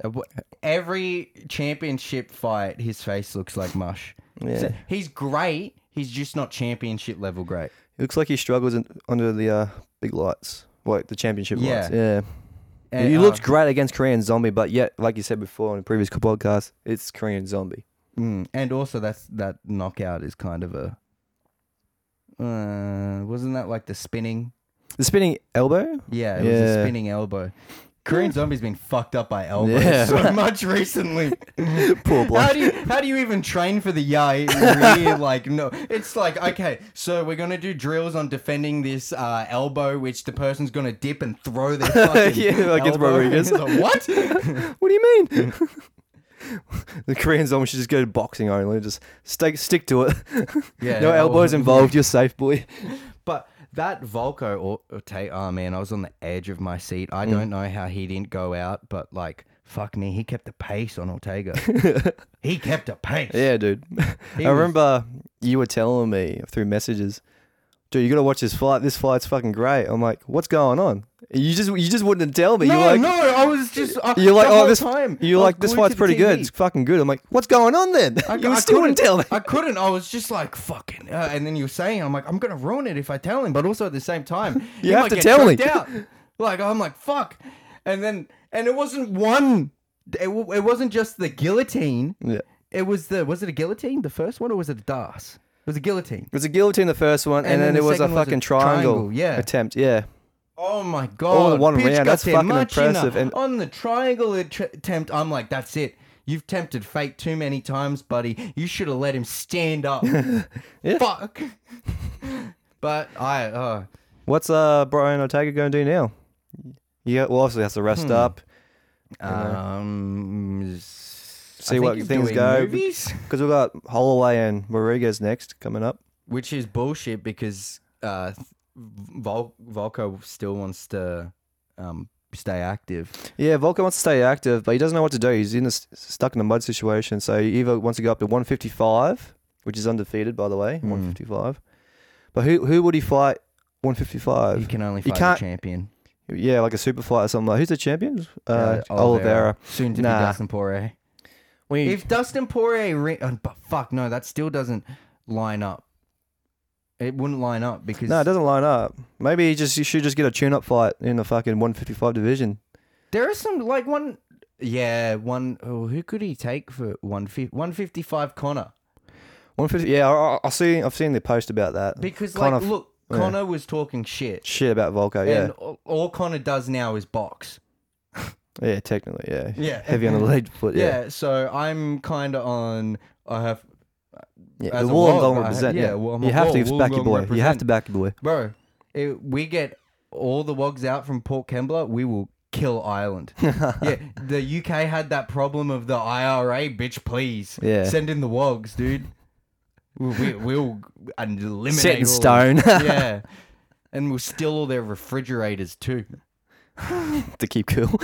[SPEAKER 1] Uh, wh- Every championship fight, his face looks like mush.
[SPEAKER 2] Yeah.
[SPEAKER 1] So he's great. He's just not championship level great.
[SPEAKER 2] It looks like he struggles in, under the uh, big lights, like the championship
[SPEAKER 1] Yeah.
[SPEAKER 2] lights. Yeah.
[SPEAKER 1] And,
[SPEAKER 2] he
[SPEAKER 1] uh,
[SPEAKER 2] looked great against Korean Zombie, but yet, like you said before on a previous co- podcast, it's Korean Zombie.
[SPEAKER 1] mm, and also that's that knockout is kind of a. Uh, wasn't that like the spinning?
[SPEAKER 2] The spinning elbow?
[SPEAKER 1] Yeah, it was a
[SPEAKER 2] Yeah.
[SPEAKER 1] spinning elbow. Korean Zombie's been fucked up by elbows
[SPEAKER 2] Yeah.
[SPEAKER 1] so much
[SPEAKER 2] <laughs>
[SPEAKER 1] recently.
[SPEAKER 2] Poor
[SPEAKER 1] How
[SPEAKER 2] bloke.
[SPEAKER 1] do you how do you even train for the yai?
[SPEAKER 2] <laughs>
[SPEAKER 1] Really, like no, it's like okay, so we're gonna do drills on defending this uh, elbow, which the person's gonna dip
[SPEAKER 2] <laughs>
[SPEAKER 1] and throw their fucking
[SPEAKER 2] Yeah, like it's
[SPEAKER 1] <laughs> elbow.
[SPEAKER 2] Rodriguez.
[SPEAKER 1] It's like, what?
[SPEAKER 2] what do you mean? <laughs> the Korean zombie should just go to boxing only. Just stick stick to it.
[SPEAKER 1] <laughs> Yeah,
[SPEAKER 2] <laughs> no
[SPEAKER 1] I
[SPEAKER 2] elbows
[SPEAKER 1] wasn't-
[SPEAKER 2] involved. You're safe, boy.
[SPEAKER 1] But that Volko or, or Tate, oh man, I was on the edge of my seat. I
[SPEAKER 2] Mm.
[SPEAKER 1] don't know how he didn't go out, but like, fuck me, he kept the pace on
[SPEAKER 2] <laughs>
[SPEAKER 1] Ortega. he kept a pace.
[SPEAKER 2] Yeah, <laughs> dude.
[SPEAKER 1] He
[SPEAKER 2] I
[SPEAKER 1] was-
[SPEAKER 2] remember you were telling me through messages, dude, you gotta watch this fight. This fight's fucking great. I'm like, what's going on? You just you just wouldn't tell me.
[SPEAKER 1] No,
[SPEAKER 2] you're like,
[SPEAKER 1] no, I was just. I,
[SPEAKER 2] You're like,
[SPEAKER 1] the
[SPEAKER 2] oh,
[SPEAKER 1] whole
[SPEAKER 2] this.
[SPEAKER 1] time.
[SPEAKER 2] You're
[SPEAKER 1] I was
[SPEAKER 2] like, this
[SPEAKER 1] glued
[SPEAKER 2] fight's
[SPEAKER 1] to the
[SPEAKER 2] pretty good.
[SPEAKER 1] TV.
[SPEAKER 2] It's fucking good. I'm like, what's going on then?
[SPEAKER 1] I,
[SPEAKER 2] <laughs> you
[SPEAKER 1] I
[SPEAKER 2] still
[SPEAKER 1] couldn't-
[SPEAKER 2] wouldn't tell me.
[SPEAKER 1] I couldn't. I was just like, fucking. Uh, and then you were saying, I'm like, I'm gonna ruin it if I tell him. But also at the same
[SPEAKER 2] <laughs>
[SPEAKER 1] time, he
[SPEAKER 2] have
[SPEAKER 1] might
[SPEAKER 2] to
[SPEAKER 1] get
[SPEAKER 2] tell
[SPEAKER 1] choked
[SPEAKER 2] him. <laughs>
[SPEAKER 1] Out. Like I'm like, fuck. And then and it wasn't one. It, w- it wasn't just the guillotine.
[SPEAKER 2] Yeah.
[SPEAKER 1] It was the was it a guillotine the first one or was it a das? It was a guillotine.
[SPEAKER 2] It was a guillotine the first one, and,
[SPEAKER 1] And then
[SPEAKER 2] then,
[SPEAKER 1] the
[SPEAKER 2] it was a
[SPEAKER 1] second was a
[SPEAKER 2] fucking triangle,
[SPEAKER 1] triangle, yeah.
[SPEAKER 2] attempt. Yeah,
[SPEAKER 1] Oh my god!
[SPEAKER 2] All in one
[SPEAKER 1] Bitch
[SPEAKER 2] round,
[SPEAKER 1] got
[SPEAKER 2] that's
[SPEAKER 1] their
[SPEAKER 2] fucking
[SPEAKER 1] much in a-
[SPEAKER 2] impressive, and-
[SPEAKER 1] on the triangle att- attempt, I'm like, that's it. You've tempted fate too many times, buddy. You should have let him stand
[SPEAKER 2] <laughs>
[SPEAKER 1] up. Fuck. but I, uh,
[SPEAKER 2] What's uh Brian Ortega going to do now? Yeah, well, obviously has to rest up
[SPEAKER 1] um, s-
[SPEAKER 2] See
[SPEAKER 1] I think
[SPEAKER 2] what
[SPEAKER 1] he's
[SPEAKER 2] things
[SPEAKER 1] doing
[SPEAKER 2] go. <laughs>
[SPEAKER 1] Movies,
[SPEAKER 2] because we've got Holloway and Rodriguez next coming up.
[SPEAKER 1] which is bullshit because uh, Vol- Volko still wants to um stay active.
[SPEAKER 2] Yeah, Volker wants to stay active, but he doesn't know what to do. He's in a, stuck in a mud situation. So he either wants to go up to 155, which is undefeated by the way, 155. But who who would he fight?
[SPEAKER 1] He
[SPEAKER 2] 155.
[SPEAKER 1] can only
[SPEAKER 2] You
[SPEAKER 1] fight
[SPEAKER 2] can't-
[SPEAKER 1] the champion.
[SPEAKER 2] Yeah, like a super fight or something. Like, who's the champion? Uh,
[SPEAKER 1] Uh,
[SPEAKER 2] Oliveira.
[SPEAKER 1] soon to
[SPEAKER 2] Nah.
[SPEAKER 1] be Dustin Poirier.
[SPEAKER 2] We-
[SPEAKER 1] If Dustin Poirier, re- oh, but fuck no, that still doesn't line up. It wouldn't line up because
[SPEAKER 2] no, it doesn't line up. Maybe he just he should just get a tune-up fight in the fucking 155 division.
[SPEAKER 1] there are some like one, yeah, one. Oh, who could he take for one fifty one fifty five Connor?
[SPEAKER 2] 150. Yeah, I, I- I see. I've seen the post about that.
[SPEAKER 1] Because
[SPEAKER 2] Conor
[SPEAKER 1] like,
[SPEAKER 2] f-
[SPEAKER 1] look,
[SPEAKER 2] yeah.
[SPEAKER 1] Connor was talking shit,
[SPEAKER 2] shit about Volko.
[SPEAKER 1] and
[SPEAKER 2] Yeah,
[SPEAKER 1] all, all Connor does now is box.
[SPEAKER 2] yeah, technically, yeah,
[SPEAKER 1] Yeah,
[SPEAKER 2] heavy on the lead foot. Yeah,
[SPEAKER 1] Yeah, so I'm kind of on. I have,
[SPEAKER 2] yeah.
[SPEAKER 1] As
[SPEAKER 2] the
[SPEAKER 1] a
[SPEAKER 2] wall and
[SPEAKER 1] wall
[SPEAKER 2] long
[SPEAKER 1] guy,
[SPEAKER 2] represent.
[SPEAKER 1] yeah,
[SPEAKER 2] Yeah,
[SPEAKER 1] well, I'm
[SPEAKER 2] you
[SPEAKER 1] a
[SPEAKER 2] have
[SPEAKER 1] wall,
[SPEAKER 2] to
[SPEAKER 1] wall
[SPEAKER 2] back your
[SPEAKER 1] long
[SPEAKER 2] boy. You have
[SPEAKER 1] represent.
[SPEAKER 2] to back your boy.
[SPEAKER 1] bro. It, we get all the wogs out from Port Kembla. We will kill
[SPEAKER 2] <laughs>
[SPEAKER 1] Ireland. yeah, the UK had that problem of the IRA, bitch, please.
[SPEAKER 2] Yeah.
[SPEAKER 1] Send in the wogs, dude. We, we, we'll eliminate
[SPEAKER 2] Set in
[SPEAKER 1] all-
[SPEAKER 2] stone <laughs>
[SPEAKER 1] yeah. And we'll steal all their refrigerators too.
[SPEAKER 2] to keep cool.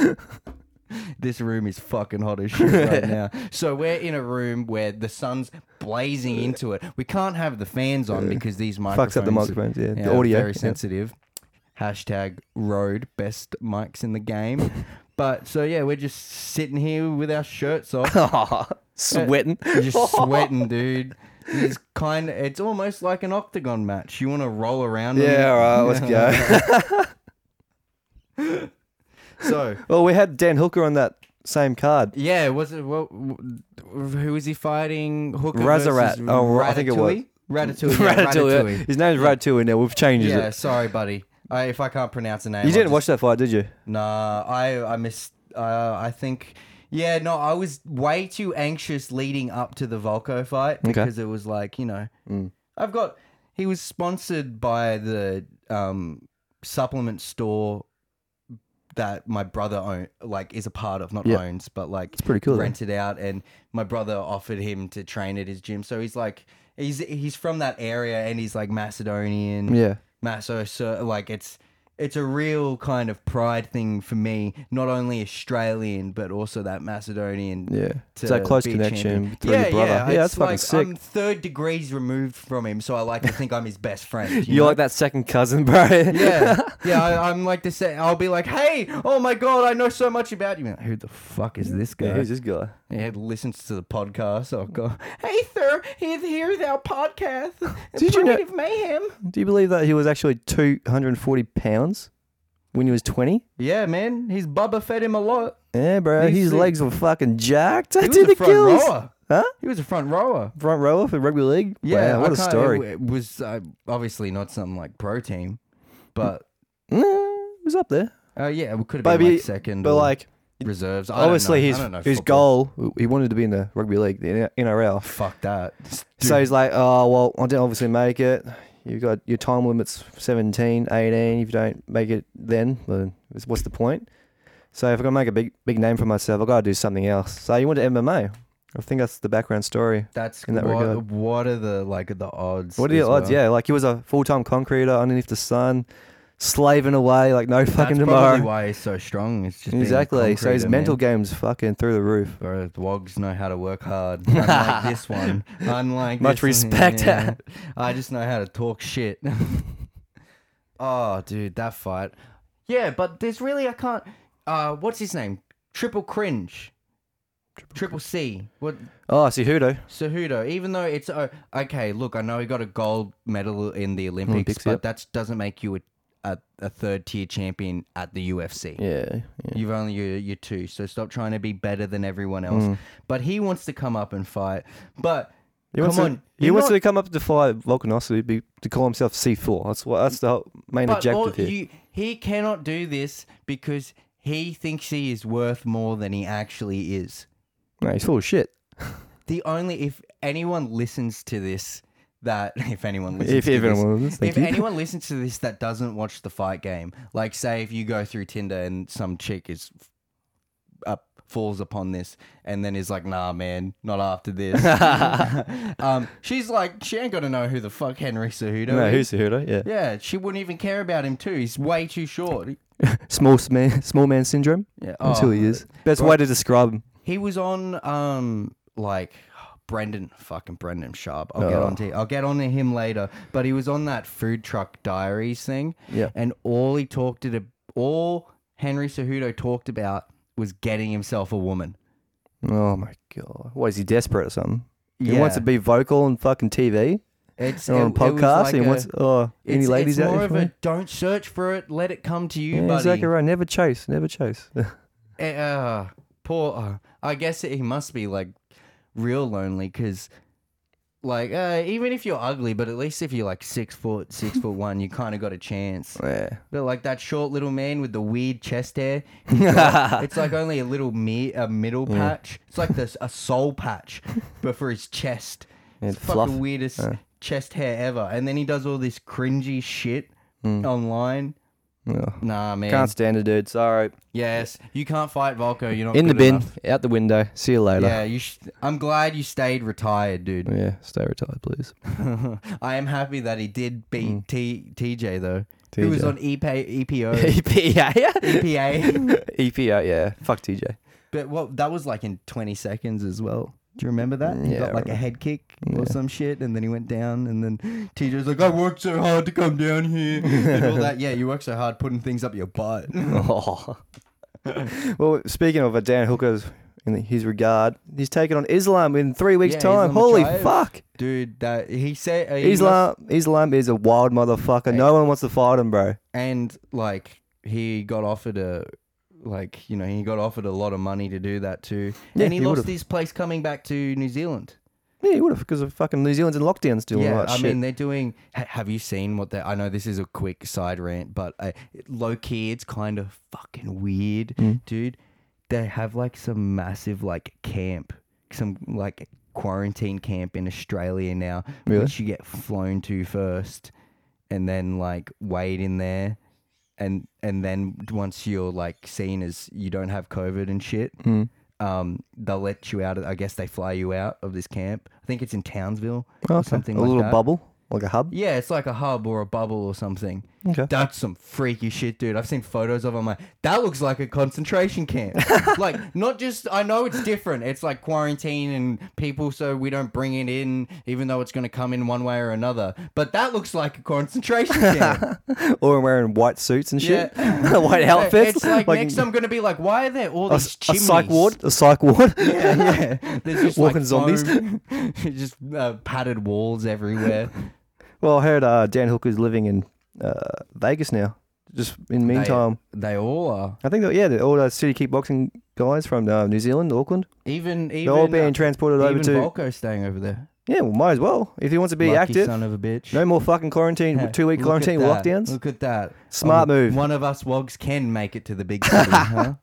[SPEAKER 1] This room is fucking hot
[SPEAKER 2] <laughs>
[SPEAKER 1] as shit right now. So we're in a room where the sun's blazing into it. We can't have the fans on because these microphones
[SPEAKER 2] Fucks up the microphones. Yeah,
[SPEAKER 1] yeah,
[SPEAKER 2] the audio.
[SPEAKER 1] very
[SPEAKER 2] yeah.
[SPEAKER 1] sensitive. Hashtag road best mics in the game.
[SPEAKER 2] <laughs>
[SPEAKER 1] But so yeah, we're just sitting here with our shirts off,
[SPEAKER 2] <laughs>
[SPEAKER 1] <laughs>
[SPEAKER 2] Sweating.
[SPEAKER 1] We're just sweating, dude. It's kind of it's almost like an octagon match. You want to roll around? on
[SPEAKER 2] Yeah,
[SPEAKER 1] <laughs> it?
[SPEAKER 2] all right, let's
[SPEAKER 1] <laughs>
[SPEAKER 2] go.
[SPEAKER 1] So
[SPEAKER 2] well, we had Dan Hooker on that same card.
[SPEAKER 1] yeah, was it well, who was he fighting? Hooker
[SPEAKER 2] Razarat.
[SPEAKER 1] versus
[SPEAKER 2] Oh, I think it was.
[SPEAKER 1] Ratatouille?
[SPEAKER 2] <laughs>
[SPEAKER 1] Ratatouille. Yeah,
[SPEAKER 2] Ratatouille.
[SPEAKER 1] Ratatouille.
[SPEAKER 2] His name's Ratatouille now. We've changed
[SPEAKER 1] Yeah,
[SPEAKER 2] it.
[SPEAKER 1] sorry, buddy. I, if I can't pronounce the name,
[SPEAKER 2] You
[SPEAKER 1] I'll
[SPEAKER 2] didn't
[SPEAKER 1] just
[SPEAKER 2] watch that fight, did you?
[SPEAKER 1] Nah, I I miss. Uh, I think. Yeah, no, I was way too anxious leading up to the Volko fight because it was like you know,
[SPEAKER 2] Mm.
[SPEAKER 1] I've got. He was sponsored by the um, supplement store that my brother own like is a part of, not
[SPEAKER 2] Yeah.
[SPEAKER 1] owns, but like
[SPEAKER 2] pretty cool, though.
[SPEAKER 1] Rented out, and my brother offered him to train at his gym. So he's like, he's he's from that area, and he's like Macedonian.
[SPEAKER 2] Yeah.
[SPEAKER 1] Maso, so like it's it's a real kind of pride thing for me, not only Australian but also that Macedonian.
[SPEAKER 2] Yeah.
[SPEAKER 1] to
[SPEAKER 2] It's that close
[SPEAKER 1] be a
[SPEAKER 2] connection
[SPEAKER 1] champion.
[SPEAKER 2] through your brother. Yeah,
[SPEAKER 1] it's
[SPEAKER 2] that's fucking
[SPEAKER 1] like
[SPEAKER 2] sick.
[SPEAKER 1] I'm third degrees removed from him, so I like to think I'm his best friend.
[SPEAKER 2] You're like that second cousin, bro.
[SPEAKER 1] yeah, yeah. I, I'm like to say, I'll be like, "Hey, oh my god, I know so much about you." Like, Who the fuck is this guy?
[SPEAKER 2] <laughs> Yeah, who's this guy?
[SPEAKER 1] Yeah, listens to the podcast. Oh god, hey sir, here's here's our podcast.
[SPEAKER 2] Did you know-
[SPEAKER 1] Primitive mayhem?
[SPEAKER 2] Do you believe that he was actually 240 pounds when he was 20?
[SPEAKER 1] Yeah, man, his Bubba fed him a lot.
[SPEAKER 2] Yeah, bro.
[SPEAKER 1] He's
[SPEAKER 2] his
[SPEAKER 1] sick.
[SPEAKER 2] legs were fucking jacked. I
[SPEAKER 1] He was a
[SPEAKER 2] did the
[SPEAKER 1] front
[SPEAKER 2] kills.
[SPEAKER 1] rower.
[SPEAKER 2] Huh?
[SPEAKER 1] He was a front rower.
[SPEAKER 2] Front rower for rugby league.
[SPEAKER 1] Yeah,
[SPEAKER 2] Wow, what
[SPEAKER 1] a
[SPEAKER 2] a story.
[SPEAKER 1] It, was uh, obviously not something like pro team, but
[SPEAKER 2] Mm, he was up there,
[SPEAKER 1] uh, yeah, we could have
[SPEAKER 2] But
[SPEAKER 1] been
[SPEAKER 2] be-
[SPEAKER 1] like second.
[SPEAKER 2] but
[SPEAKER 1] or
[SPEAKER 2] like
[SPEAKER 1] reserves. I don't
[SPEAKER 2] obviously
[SPEAKER 1] know. I
[SPEAKER 2] his
[SPEAKER 1] don't know
[SPEAKER 2] his
[SPEAKER 1] football.
[SPEAKER 2] goal, he wanted to be in the rugby league, the NRL.
[SPEAKER 1] Fuck that.
[SPEAKER 2] <laughs> So he's like, oh well, I didn't obviously make it. You got your time limits 17, 18. If you don't make it, then well, it's- what's the point? So if I'm gonna make a big big name for myself, I gotta do something else. So you went to MMA. I think that's the background story.
[SPEAKER 1] That's
[SPEAKER 2] In that
[SPEAKER 1] what,
[SPEAKER 2] regard.
[SPEAKER 1] what are the like the odds?
[SPEAKER 2] What are your
[SPEAKER 1] as
[SPEAKER 2] odds?
[SPEAKER 1] well?
[SPEAKER 2] Yeah, like he was a full time concreter underneath the sun, slaving away like no fucking
[SPEAKER 1] That's
[SPEAKER 2] tomorrow.
[SPEAKER 1] probably why he's so strong. It's just being a
[SPEAKER 2] Exactly. So his
[SPEAKER 1] concreter,
[SPEAKER 2] mental
[SPEAKER 1] man.
[SPEAKER 2] game's fucking through the roof.
[SPEAKER 1] Bro, the wogs know how to work hard. Unlike
[SPEAKER 2] <laughs>
[SPEAKER 1] this one. Unlike
[SPEAKER 2] Much
[SPEAKER 1] this one,
[SPEAKER 2] respect. <laughs>
[SPEAKER 1] yeah. I just know how to talk shit. <laughs> oh, dude, that fight. Yeah, but there's really I can't. Uh, what's his name? Triple cringe. Triple, C. What
[SPEAKER 2] Oh, I see Hudo.
[SPEAKER 1] Cejudo? Even though it's oh, okay. Look, I know he got a gold medal in the Olympics,
[SPEAKER 2] Olympics,
[SPEAKER 1] but
[SPEAKER 2] yep.
[SPEAKER 1] that doesn't make you a, a, a third tier champion at the UFC.
[SPEAKER 2] Yeah. yeah.
[SPEAKER 1] You've only you're, you're two, so stop trying to be better than everyone else.
[SPEAKER 2] Mm.
[SPEAKER 1] But he wants to come up and fight. But
[SPEAKER 2] He
[SPEAKER 1] come
[SPEAKER 2] wants,
[SPEAKER 1] on,
[SPEAKER 2] to, he
[SPEAKER 1] you're
[SPEAKER 2] wants
[SPEAKER 1] not-
[SPEAKER 2] to come up to fight Volkanovski be, to call himself C4. That's what that's the whole main
[SPEAKER 1] but all-
[SPEAKER 2] objective here.
[SPEAKER 1] you- he cannot do this because he thinks he is worth more than he actually is.
[SPEAKER 2] No, he's full of shit.
[SPEAKER 1] The only if anyone listens to this, that <laughs> if anyone listens
[SPEAKER 2] If
[SPEAKER 1] to this,
[SPEAKER 2] everyone was, thank
[SPEAKER 1] if
[SPEAKER 2] you.
[SPEAKER 1] anyone listens to this that doesn't watch the fight game, like say if you go through Tinder and some chick is up falls upon this and then is like, nah, man, not after this.
[SPEAKER 2] <laughs>
[SPEAKER 1] um, she's like, she ain't gonna know who the fuck Henry Cejudo
[SPEAKER 2] no,
[SPEAKER 1] is.
[SPEAKER 2] who's Cejudo? Yeah.
[SPEAKER 1] yeah, she wouldn't even care about him too. He's way too short.
[SPEAKER 2] Small s- man, small man syndrome.
[SPEAKER 1] Yeah,
[SPEAKER 2] That's who he
[SPEAKER 1] oh,
[SPEAKER 2] is. Best
[SPEAKER 1] bro.
[SPEAKER 2] way to describe him.
[SPEAKER 1] He was on um like Brendan fucking Brendan Sharp. I'll get
[SPEAKER 2] Oh.
[SPEAKER 1] on to I'll get on to him later. But he was on that food truck diaries thing.
[SPEAKER 2] Yeah.
[SPEAKER 1] And all he talked to all Henry Cejudo talked about was getting himself a woman.
[SPEAKER 2] Oh my god. What is he desperate or something? He
[SPEAKER 1] Yeah.
[SPEAKER 2] wants to be vocal on fucking TV
[SPEAKER 1] It's
[SPEAKER 2] and
[SPEAKER 1] it-
[SPEAKER 2] on
[SPEAKER 1] it was
[SPEAKER 2] podcasts.
[SPEAKER 1] like
[SPEAKER 2] he
[SPEAKER 1] a-
[SPEAKER 2] wants oh
[SPEAKER 1] it's,
[SPEAKER 2] any
[SPEAKER 1] it's
[SPEAKER 2] ladies out
[SPEAKER 1] more
[SPEAKER 2] there?
[SPEAKER 1] of
[SPEAKER 2] for me?
[SPEAKER 1] a don't search for it, let it come to you,
[SPEAKER 2] yeah,
[SPEAKER 1] buddy.
[SPEAKER 2] exactly right. Never chase. Never chase. <laughs>
[SPEAKER 1] Eh, uh, poor. Uh, I guess he must be like real lonely because, like, uh, even if you're ugly, but at least if you're like six foot,
[SPEAKER 2] <laughs>
[SPEAKER 1] six foot one, you kind of got a chance.
[SPEAKER 2] yeah.
[SPEAKER 1] But like that short little man with the weird chest
[SPEAKER 2] <laughs>
[SPEAKER 1] hair,
[SPEAKER 2] yeah.
[SPEAKER 1] it's like only a little me a middle patch. It's like this a soul patch,
[SPEAKER 2] <laughs>
[SPEAKER 1] but for his chest.
[SPEAKER 2] And
[SPEAKER 1] It's the
[SPEAKER 2] fluff.
[SPEAKER 1] fucking weirdest chest hair ever. And then he does all this cringy shit online. Nah, man.
[SPEAKER 2] Hmm. Can't stand it, dude. Sorry.
[SPEAKER 1] Yes, you can't fight Volko. You're not
[SPEAKER 2] In the
[SPEAKER 1] good
[SPEAKER 2] bin,
[SPEAKER 1] enough.
[SPEAKER 2] out the window. See you later.
[SPEAKER 1] Yeah, you. Sh- I'm glad you stayed retired,
[SPEAKER 2] <laughs>
[SPEAKER 1] dude.
[SPEAKER 2] Yeah, stay
[SPEAKER 1] <laughs>
[SPEAKER 2] retired, please.
[SPEAKER 1] I am happy that he did beat T- TJ though, who was
[SPEAKER 2] TJ.
[SPEAKER 1] on E EP-
[SPEAKER 2] <laughs>
[SPEAKER 1] EPO, <laughs>
[SPEAKER 2] EPA,
[SPEAKER 1] EPA.
[SPEAKER 2] EPA, yeah. Fuck TJ.
[SPEAKER 1] but what that was like in 20 seconds as well. Do you remember that? He
[SPEAKER 2] Yeah, I
[SPEAKER 1] got like a head kick or some shit, and then he went down, and then TJ was like, "I worked so hard to come down here." and all that. Yeah, you work so hard putting things up your butt. <laughs>
[SPEAKER 2] Oh. <laughs> well, speaking of a Dan Hooker's in his regard, he's taking on Islam in three weeks'
[SPEAKER 1] Yeah,
[SPEAKER 2] time.
[SPEAKER 1] Islam
[SPEAKER 2] Holy
[SPEAKER 1] Machaev.
[SPEAKER 2] fuck!
[SPEAKER 1] Dude, that he said uh, he must-
[SPEAKER 2] Islam, Islam is a wild motherfucker. No one wants to fight him, bro.
[SPEAKER 1] and like he got offered a like you know he got offered a lot of money to do that too
[SPEAKER 2] Yeah,
[SPEAKER 1] and he,
[SPEAKER 2] he
[SPEAKER 1] lost
[SPEAKER 2] would've.
[SPEAKER 1] his place coming back to new zealand
[SPEAKER 2] Yeah, he would have because of fucking New Zealand's in lockdown still. and all
[SPEAKER 1] yeah
[SPEAKER 2] that
[SPEAKER 1] i
[SPEAKER 2] shit.
[SPEAKER 1] mean they're doing ha- have you seen what they i know this is a quick side rant but uh, low key it's kind of fucking weird
[SPEAKER 2] Hmm.
[SPEAKER 1] dude they have like some massive like camp some like quarantine camp in australia now
[SPEAKER 2] Really?
[SPEAKER 1] which you get flown to first and then like wait in there and and then once you're like seen as you don't have COVID and shit,
[SPEAKER 2] Hmm.
[SPEAKER 1] um, they'll let you out. Of, I guess they fly you out of this camp. I think it's in Townsville or
[SPEAKER 2] Okay.
[SPEAKER 1] something.
[SPEAKER 2] a
[SPEAKER 1] like uh,
[SPEAKER 2] little
[SPEAKER 1] that.
[SPEAKER 2] bubble, like a hub.
[SPEAKER 1] Yeah, it's like a hub or a bubble or something.
[SPEAKER 2] Okay.
[SPEAKER 1] That's some freaky shit, dude. I've seen photos of. it, I'm like, that looks like a concentration
[SPEAKER 2] <laughs>
[SPEAKER 1] camp. like, not just. I know it's different. It's like quarantine and people, so we don't bring it in, even though it's going to come in one way or another. But that looks like a
[SPEAKER 2] <laughs>
[SPEAKER 1] concentration camp.
[SPEAKER 2] Or wearing white suits and shit, <laughs>
[SPEAKER 1] Yeah.
[SPEAKER 2] white
[SPEAKER 1] Yeah,
[SPEAKER 2] outfits.
[SPEAKER 1] It's like,
[SPEAKER 2] <laughs>
[SPEAKER 1] next I'm gonna be like, why are there all
[SPEAKER 2] a,
[SPEAKER 1] these
[SPEAKER 2] s- a
[SPEAKER 1] chimneys?
[SPEAKER 2] psych ward, a psych ward.
[SPEAKER 1] <laughs> Yeah, yeah. There's just
[SPEAKER 2] Walking
[SPEAKER 1] like
[SPEAKER 2] zombies.
[SPEAKER 1] foam, <laughs> just uh, padded walls everywhere.
[SPEAKER 2] <laughs> Well, I heard uh, Dan Hooker's living in uh, Vegas now. Just in the <laughs> meantime,
[SPEAKER 1] they, they all are.
[SPEAKER 2] I think that yeah, the, all those city kickboxing guys from uh, New Zealand, Auckland,
[SPEAKER 1] Even even
[SPEAKER 2] they're all being transported
[SPEAKER 1] uh,
[SPEAKER 2] over
[SPEAKER 1] even
[SPEAKER 2] to.
[SPEAKER 1] Volko staying over there.
[SPEAKER 2] Yeah, well, might as well if he wants to be
[SPEAKER 1] Lucky
[SPEAKER 2] active.
[SPEAKER 1] son of a bitch.
[SPEAKER 2] No more fucking quarantine,
[SPEAKER 1] Yeah,
[SPEAKER 2] two week
[SPEAKER 1] look at
[SPEAKER 2] quarantine
[SPEAKER 1] that.
[SPEAKER 2] lockdowns.
[SPEAKER 1] Look at that. Um,
[SPEAKER 2] Smart move.
[SPEAKER 1] One of us wogs can make it to the
[SPEAKER 2] <laughs>
[SPEAKER 1] big city, huh?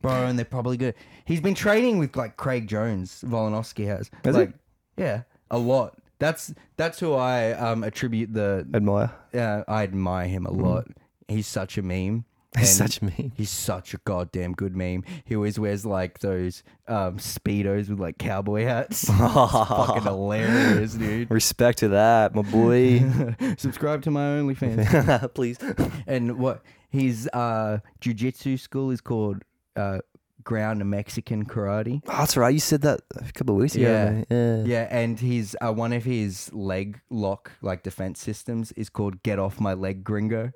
[SPEAKER 1] Bro, and they're probably good. He's been training with like Craig Jones, Volonovsky has.
[SPEAKER 2] Has he?
[SPEAKER 1] like, Yeah, a lot. That's that's who I um attribute the
[SPEAKER 2] Admire.
[SPEAKER 1] uh, I admire him a lot. <laughs> He's such a meme.
[SPEAKER 2] Hmm. He's
[SPEAKER 1] And-
[SPEAKER 2] such a meme.
[SPEAKER 1] He's such a goddamn good meme. He always wears like those um, speedos with like cowboy
[SPEAKER 2] <laughs>
[SPEAKER 1] hats. It's fucking hilarious, dude. <laughs>
[SPEAKER 2] Respect to that, my boy. <laughs>
[SPEAKER 1] Subscribe to my OnlyFans.
[SPEAKER 2] Please. Ah,
[SPEAKER 1] and what his uh, jujitsu school is called uh, Ground Mexican Karate.
[SPEAKER 2] Oh, that's right. You said that a couple of weeks ago.
[SPEAKER 1] Yeah.
[SPEAKER 2] mate. Yeah.
[SPEAKER 1] Yeah, and his uh, one of his leg lock like defense systems is called "Get off my leg,
[SPEAKER 2] <laughs>
[SPEAKER 1] Gringo."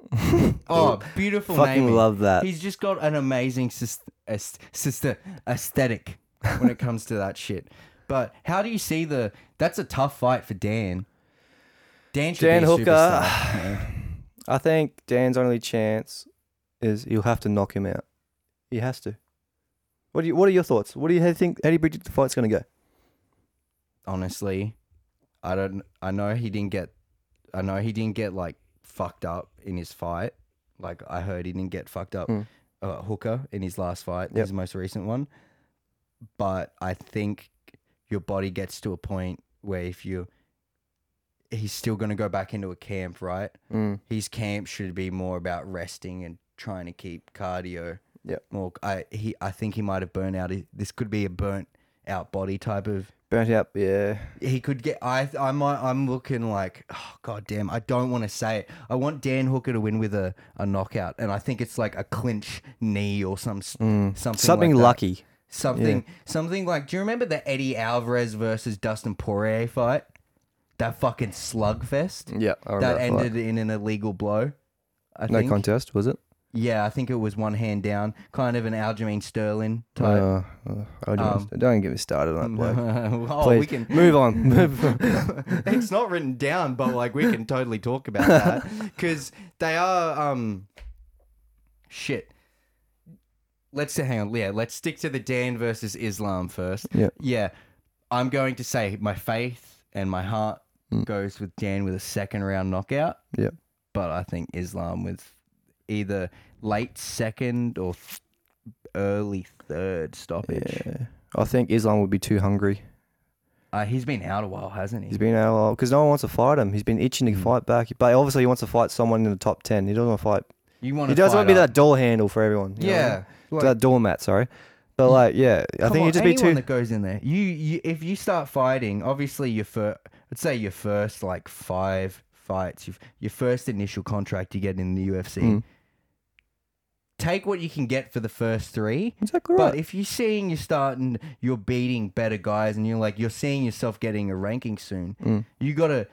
[SPEAKER 1] oh, beautiful
[SPEAKER 2] Fucking
[SPEAKER 1] naming.
[SPEAKER 2] love that.
[SPEAKER 1] He's just got an amazing sis- aes- sister aesthetic when it comes to that shit. But how do you see the? That's a tough fight for Dan. Dan should
[SPEAKER 2] Dan
[SPEAKER 1] be a
[SPEAKER 2] Hooker.
[SPEAKER 1] superstar, man.
[SPEAKER 2] I think Dan's only chance is you'll have to knock him out. He has to. What do you? What are your thoughts? What do you how do you think? How do you predict the fight's going to go?
[SPEAKER 1] Honestly, I don't. I know he didn't get. I know he didn't get like fucked up in his fight. Like I heard he didn't get fucked up.
[SPEAKER 2] Hmm.
[SPEAKER 1] Uh, Hooker in his last fight,
[SPEAKER 2] Yep.
[SPEAKER 1] his most recent one. But I think your body gets to a point where if you, he's still going to go back into a camp, right?
[SPEAKER 2] Mm.
[SPEAKER 1] his camp should be more about resting and trying to keep cardio.
[SPEAKER 2] Yep.
[SPEAKER 1] More, I he I think he might have burnt out. He- This could be a burnt out body type of.
[SPEAKER 2] Burnt out. Yeah.
[SPEAKER 1] He could get. I I might. I'm looking like. Oh god damn. I don't want to say it. I want Dan Hooker to win with a, a knockout, and I think it's like a clinch knee or some s-
[SPEAKER 2] Mm.
[SPEAKER 1] something
[SPEAKER 2] Something
[SPEAKER 1] like that.
[SPEAKER 2] lucky.
[SPEAKER 1] Something something like. Do you remember the Eddie Alvarez versus Dustin Poirier fight? That fucking slugfest
[SPEAKER 2] Yeah. I
[SPEAKER 1] that
[SPEAKER 2] remember fight.
[SPEAKER 1] ended in an illegal blow. I
[SPEAKER 2] No
[SPEAKER 1] think.
[SPEAKER 2] contest, was it?
[SPEAKER 1] Yeah, I think it was one hand down, kind of an Aljamain Sterling type.
[SPEAKER 2] Uh, uh, I don't,
[SPEAKER 1] Um,
[SPEAKER 2] don't get me started on that
[SPEAKER 1] <laughs>
[SPEAKER 2] bloke.
[SPEAKER 1] oh,
[SPEAKER 2] Please
[SPEAKER 1] we can. <laughs>
[SPEAKER 2] move on. Move on.
[SPEAKER 1] it's not written down, but like we can totally talk about that
[SPEAKER 2] <laughs>
[SPEAKER 1] because they are um shit. Let's hang on, yeah. Let's stick to the Dan versus Islam first.
[SPEAKER 2] Yep.
[SPEAKER 1] Yeah, I'm going to say my faith and my heart
[SPEAKER 2] Mm.
[SPEAKER 1] goes with Dan with a second round knockout.
[SPEAKER 2] Yep.
[SPEAKER 1] but I think Islam with either late second or th- early third stoppage.
[SPEAKER 2] Yeah. I think Islam would be too hungry.
[SPEAKER 1] Uh, he's been out a while, hasn't he?
[SPEAKER 2] He's been out because no one wants to fight him. He's been itching to
[SPEAKER 1] Mm.
[SPEAKER 2] fight back, but obviously he wants to fight someone in the top ten. He doesn't want to fight.
[SPEAKER 1] you want
[SPEAKER 2] He doesn't want to be that door handle for everyone. you know what I mean?
[SPEAKER 1] Yeah, like,
[SPEAKER 2] that doormat. Sorry, but like, yeah, I
[SPEAKER 1] come
[SPEAKER 2] think
[SPEAKER 1] on,
[SPEAKER 2] it'd just be
[SPEAKER 1] anyone
[SPEAKER 2] too.
[SPEAKER 1] that goes in there. You, you if you start fighting, obviously your first, I'd say your first like five fights, your, your first initial contract you get in the UFC.
[SPEAKER 2] Mm.
[SPEAKER 1] Take what you can get for the first three.
[SPEAKER 2] Exactly
[SPEAKER 1] But
[SPEAKER 2] right.
[SPEAKER 1] if you're seeing you're starting, you're beating better guys, and you're like you're seeing yourself getting a ranking soon,
[SPEAKER 2] Mm.
[SPEAKER 1] you gotta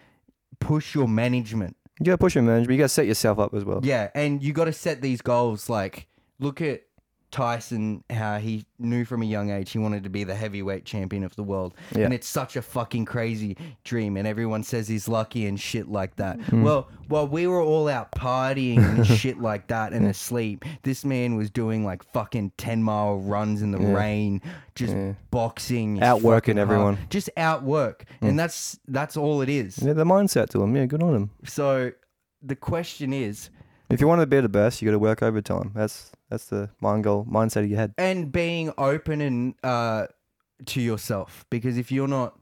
[SPEAKER 1] push your management.
[SPEAKER 2] You gotta push him, man. But you gotta set yourself up as well.
[SPEAKER 1] Yeah, and you gotta set these goals. Like, look at Tyson, how he knew from a young age he wanted to be the heavyweight champion of the world,
[SPEAKER 2] Yeah.
[SPEAKER 1] and it's such a fucking crazy dream. And everyone says he's lucky and shit like that.
[SPEAKER 2] Hmm.
[SPEAKER 1] Well, while we were all out partying
[SPEAKER 2] <laughs>
[SPEAKER 1] and shit like that and asleep, this man was doing like fucking ten mile runs in the rain, just
[SPEAKER 2] Yeah.
[SPEAKER 1] boxing, his
[SPEAKER 2] Outworking
[SPEAKER 1] fucking heart-
[SPEAKER 2] everyone. Hmm.
[SPEAKER 1] just outwork, and that's that's all it is.
[SPEAKER 2] Yeah, the mindset to him. Yeah, good on him.
[SPEAKER 1] So the question is.
[SPEAKER 2] If you want to be the best, you gotta work overtime. That's that's the mind goal mindset you had.
[SPEAKER 1] and being open and uh to yourself because if you're not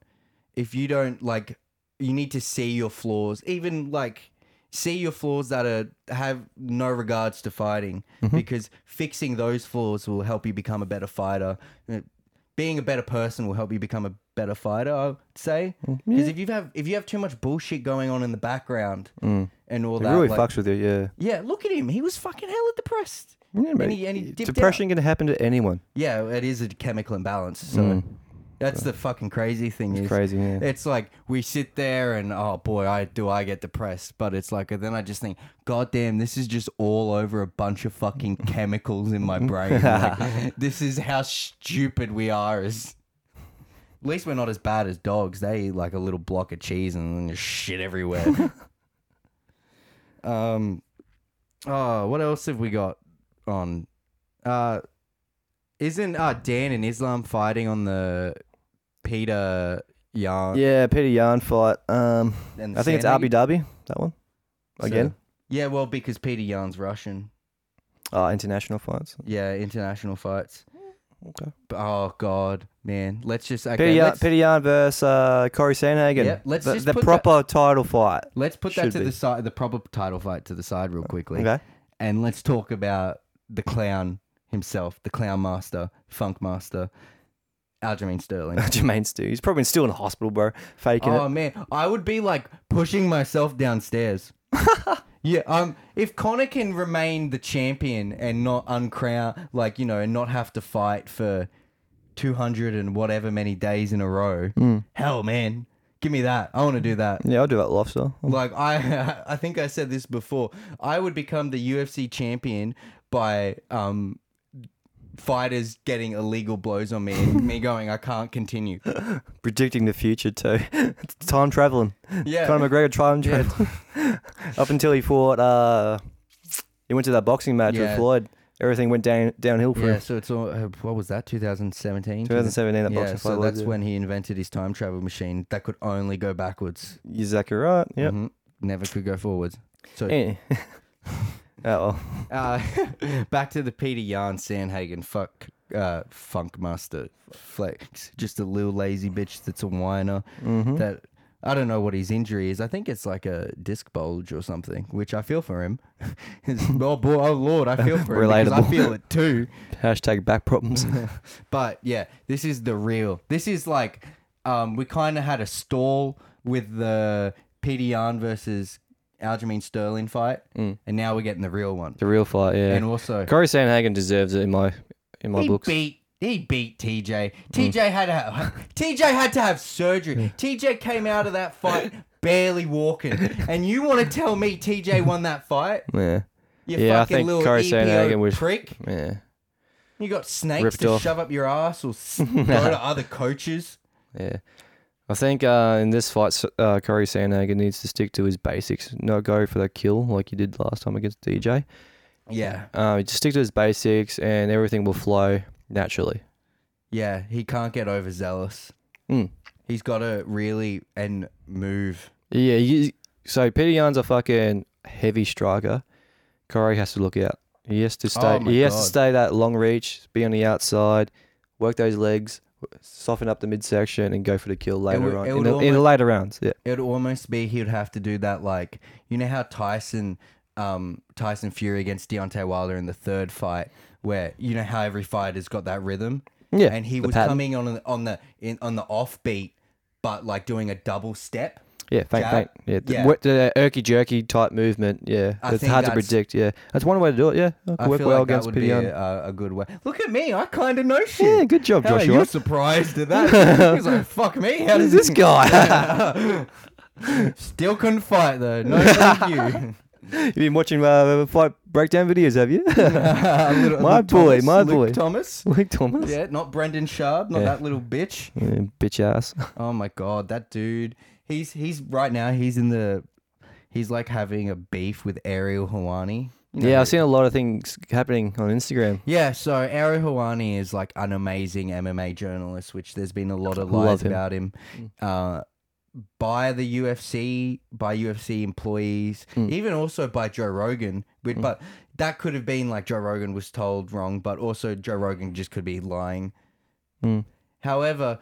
[SPEAKER 1] if you don't like you need to see your flaws even like see your flaws that are have no regards to fighting
[SPEAKER 2] Mm-hmm.
[SPEAKER 1] because fixing those flaws will help you become a better fighter Uh, being a better person will help you become a better fighter i'd say because
[SPEAKER 2] Mm-hmm.
[SPEAKER 1] if you have if you have too much bullshit going on in the background and all
[SPEAKER 2] It
[SPEAKER 1] that
[SPEAKER 2] Mm. really
[SPEAKER 1] like-
[SPEAKER 2] fucks with you. Yeah.
[SPEAKER 1] yeah look at him he was fucking hella depressed
[SPEAKER 2] Yeah, mate.
[SPEAKER 1] he- and he dipped out.
[SPEAKER 2] Depression can happen to anyone.
[SPEAKER 1] yeah, it is a chemical imbalance. So that's the fucking crazy thing. is
[SPEAKER 2] Crazy. Yeah.
[SPEAKER 1] It's like we sit there and oh boy, I do I get depressed. But it's like then I just think, God damn, this is just all over a bunch of fucking chemicals in my brain. Like, this is how stupid we are as at least we're not as bad as dogs. They eat like a little block of cheese and then there's shit everywhere. um, oh, what else have we got on? Uh, isn't uh Dan and Islam fighting on the Peter Yarn?
[SPEAKER 2] yeah, Peter Yarn fight. Um,
[SPEAKER 1] and the
[SPEAKER 2] I think it's Abu
[SPEAKER 1] Sandhagen?
[SPEAKER 2] Dhabi. That one.
[SPEAKER 1] So-
[SPEAKER 2] Again.
[SPEAKER 1] yeah, well, because Peter Yarn's Russian.
[SPEAKER 2] uh, international fights.
[SPEAKER 1] Yeah, international fights.
[SPEAKER 2] Okay.
[SPEAKER 1] But, oh God, man, let's just okay.
[SPEAKER 2] Peter, Yarn,
[SPEAKER 1] let's,
[SPEAKER 2] Peter Yarn versus uh, Corey Sandhagen.
[SPEAKER 1] Yep, let's
[SPEAKER 2] the,
[SPEAKER 1] just
[SPEAKER 2] the
[SPEAKER 1] put that-
[SPEAKER 2] proper title fight.
[SPEAKER 1] let's put that
[SPEAKER 2] should
[SPEAKER 1] to
[SPEAKER 2] be.
[SPEAKER 1] the side, the proper title fight to the side, real quickly.
[SPEAKER 2] Okay. <laughs>
[SPEAKER 1] and let's talk about the clown himself, the clown master, funk master, Aljamain Sterling.
[SPEAKER 2] Jermaine Stu. He's probably still in the hospital, bro. Faking
[SPEAKER 1] oh man, I would be like pushing myself downstairs. yeah, um, if Connor can remain the champion and not uncrown, like you know, and not have to fight for two hundred and whatever many days in a row, hell, man, give me that. I want to do that.
[SPEAKER 2] it. Yeah, I'll do that lifestyle.
[SPEAKER 1] Like I, <laughs> I think I said this before. I would become the UFC champion by um, fighters getting illegal blows on me and me going, I can't continue.
[SPEAKER 2] Predicting the future too. <laughs> It's time traveling.
[SPEAKER 1] Yeah.
[SPEAKER 2] Conor McGregor time
[SPEAKER 1] Yeah.
[SPEAKER 2] traveling. <laughs> Up until he fought, uh, he went to that boxing match
[SPEAKER 1] Yeah.
[SPEAKER 2] with Floyd. Everything went down downhill for
[SPEAKER 1] Yeah,
[SPEAKER 2] him.
[SPEAKER 1] so it's all. uh, What was that? 2017.
[SPEAKER 2] 2017, that
[SPEAKER 1] Yeah,
[SPEAKER 2] boxing fight.
[SPEAKER 1] so
[SPEAKER 2] was,
[SPEAKER 1] that's
[SPEAKER 2] yeah.
[SPEAKER 1] when he invented his time travel machine that could only go backwards.
[SPEAKER 2] You're exactly right. Yep.
[SPEAKER 1] Mhm. Never could go forwards. So
[SPEAKER 2] Yeah. <laughs> oh well.
[SPEAKER 1] uh, <laughs> back to the Peter Yarn Sandhagen fuck uh, funk master flex. Just a little lazy bitch that's a whiner. <laughs>
[SPEAKER 2] Mm-hmm.
[SPEAKER 1] That I don't know what his injury is. I think it's like a disc bulge or something, which I feel for him. <laughs> It's- oh boy, oh lord, I feel for him because I
[SPEAKER 2] Relatable.
[SPEAKER 1] feel it too.
[SPEAKER 2] Hashtag back problems.
[SPEAKER 1] But yeah, this is the real. This is like um, we kind of had a stall with the Peter Yarn versus Aljamain Sterling fight, and now we're getting the real one.
[SPEAKER 2] Mm. the real fight. Yeah.
[SPEAKER 1] And also,
[SPEAKER 2] Corey Sanhagen deserves it in my in my
[SPEAKER 1] he
[SPEAKER 2] books. Mm.
[SPEAKER 1] beat he beat TJ. TJ had to have, TJ had to have surgery. TJ came out of that fight barely
[SPEAKER 2] <laughs>
[SPEAKER 1] walking, and you want to tell me TJ won that fight?
[SPEAKER 2] Yeah.
[SPEAKER 1] You
[SPEAKER 2] Yeah, I
[SPEAKER 1] fucking
[SPEAKER 2] think
[SPEAKER 1] little
[SPEAKER 2] Corey
[SPEAKER 1] EPO
[SPEAKER 2] Sandhagen was-
[SPEAKER 1] prick.
[SPEAKER 2] Yeah.
[SPEAKER 1] You got snakes
[SPEAKER 2] Ripped
[SPEAKER 1] to
[SPEAKER 2] off.
[SPEAKER 1] shove up your ass or
[SPEAKER 2] <laughs>
[SPEAKER 1] s- go to other coaches.
[SPEAKER 2] Yeah. I think uh, in this fight, S- uh, Corey Sandhagen needs to stick to his basics. Not go for the kill like he did last time against DJ.
[SPEAKER 1] Yeah,
[SPEAKER 2] Uh, just stick to his basics, and everything will flow naturally.
[SPEAKER 1] yeah. He can't get overzealous.
[SPEAKER 2] Mm.
[SPEAKER 1] He's got to really and move.
[SPEAKER 2] Yeah. You, so Peter Yarn's a fucking heavy striker. Corey has to look out. He has to stay.
[SPEAKER 1] Oh my
[SPEAKER 2] he has to
[SPEAKER 1] God.
[SPEAKER 2] stay that long reach, be on the outside, work those legs, soften up the midsection, and go for the kill later
[SPEAKER 1] would-
[SPEAKER 2] on
[SPEAKER 1] it
[SPEAKER 2] in
[SPEAKER 1] would
[SPEAKER 2] the, in the
[SPEAKER 1] almo-
[SPEAKER 2] later rounds. Yeah.
[SPEAKER 1] It'd almost be he'd have to do that like you know how Tyson um Tyson Fury against Deontay Wilder in the third fight where you know how every fighter's got that rhythm.
[SPEAKER 2] Yeah,
[SPEAKER 1] And he
[SPEAKER 2] the
[SPEAKER 1] was
[SPEAKER 2] pattern.
[SPEAKER 1] coming on the- on the in on the offbeat but like doing a double step.
[SPEAKER 2] Yeah, faint,
[SPEAKER 1] jab.
[SPEAKER 2] faint. Yeah, the,
[SPEAKER 1] Yeah.
[SPEAKER 2] what- the irky jerky type movement. Yeah,
[SPEAKER 1] I
[SPEAKER 2] it's
[SPEAKER 1] think
[SPEAKER 2] hard to
[SPEAKER 1] that's-
[SPEAKER 2] predict. Yeah, that's one way to do it. Yeah, that could
[SPEAKER 1] I
[SPEAKER 2] work
[SPEAKER 1] feel
[SPEAKER 2] well
[SPEAKER 1] like that
[SPEAKER 2] against
[SPEAKER 1] would be
[SPEAKER 2] Pidion.
[SPEAKER 1] a, a- a good way. Look at me, I kind of know shit.
[SPEAKER 2] Yeah, good job,
[SPEAKER 1] How are
[SPEAKER 2] Joshua.
[SPEAKER 1] you surprised at
[SPEAKER 2] <laughs>
[SPEAKER 1] that? He's like, "Fuck me, how
[SPEAKER 2] Who <laughs>
[SPEAKER 1] does
[SPEAKER 2] is
[SPEAKER 1] <laughs>
[SPEAKER 2] this guy?
[SPEAKER 1] Still couldn't fight though. No, thank you. <laughs>
[SPEAKER 2] You've been watching uh, fight breakdown videos, have you? <laughs>
[SPEAKER 1] A little-
[SPEAKER 2] My
[SPEAKER 1] Luke
[SPEAKER 2] boy,
[SPEAKER 1] Thomas,
[SPEAKER 2] my
[SPEAKER 1] Luke
[SPEAKER 2] boy.
[SPEAKER 1] Thomas.
[SPEAKER 2] Luke Thomas. <laughs>
[SPEAKER 1] Yeah, not Brendan Sharp, not
[SPEAKER 2] Yeah.
[SPEAKER 1] that little bitch.
[SPEAKER 2] Yeah,
[SPEAKER 1] <laughs>
[SPEAKER 2] bitch ass.
[SPEAKER 1] Oh my god, that dude. He's he's right now. He's in the. He's like having a beef with Ariel Hawani. You know
[SPEAKER 2] Yeah,
[SPEAKER 1] who-
[SPEAKER 2] I've seen a lot of things happening on Instagram.
[SPEAKER 1] Yeah, so Ariel Hawani is like an amazing MMA journalist, which there's been a lot of
[SPEAKER 2] Love
[SPEAKER 1] lies
[SPEAKER 2] him.
[SPEAKER 1] about him. Uh, by the UFC, by UFC employees,
[SPEAKER 2] Mm.
[SPEAKER 1] even also by Joe Rogan. But, but that could have been like Joe Rogan was told wrong, but also Joe Rogan just could be lying.
[SPEAKER 2] Mm.
[SPEAKER 1] However,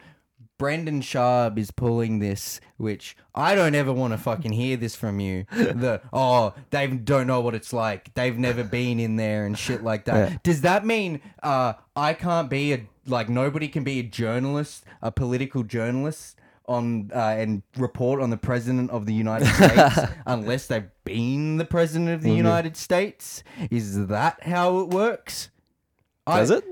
[SPEAKER 1] Brendan Sharb is pulling this, which I don't ever want to fucking hear this from
[SPEAKER 2] <laughs>
[SPEAKER 1] you. The oh, they don't know what it's like. They've never been in there and shit like that. Does that mean uh, I can't be a like nobody can be a journalist, a political journalist on uh, and report on the president of the
[SPEAKER 2] <laughs>
[SPEAKER 1] United States unless they've been the president
[SPEAKER 2] Mm-hmm.
[SPEAKER 1] of the United States? Is that how it works?
[SPEAKER 2] Does
[SPEAKER 1] I,
[SPEAKER 2] it?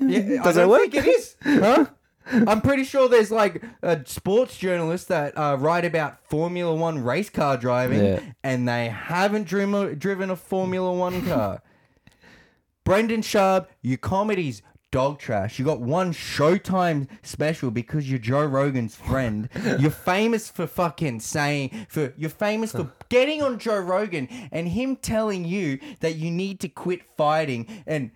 [SPEAKER 1] yeah,
[SPEAKER 2] <laughs> Does
[SPEAKER 1] I
[SPEAKER 2] it
[SPEAKER 1] don't
[SPEAKER 2] work?
[SPEAKER 1] Think it is. Huh? I'm pretty sure there's like uh, sports journalists that uh, write about Formula One race car driving,
[SPEAKER 2] Yeah.
[SPEAKER 1] and they haven't dream- driven a Formula One car. Brendan Sharp, your comedy's dog trash. You got one Showtime special because you're Joe Rogan's
[SPEAKER 2] <laughs>
[SPEAKER 1] friend. you're famous for fucking saying for you're famous
[SPEAKER 2] <laughs>
[SPEAKER 1] for getting on Joe Rogan and him telling you that you need to quit fighting and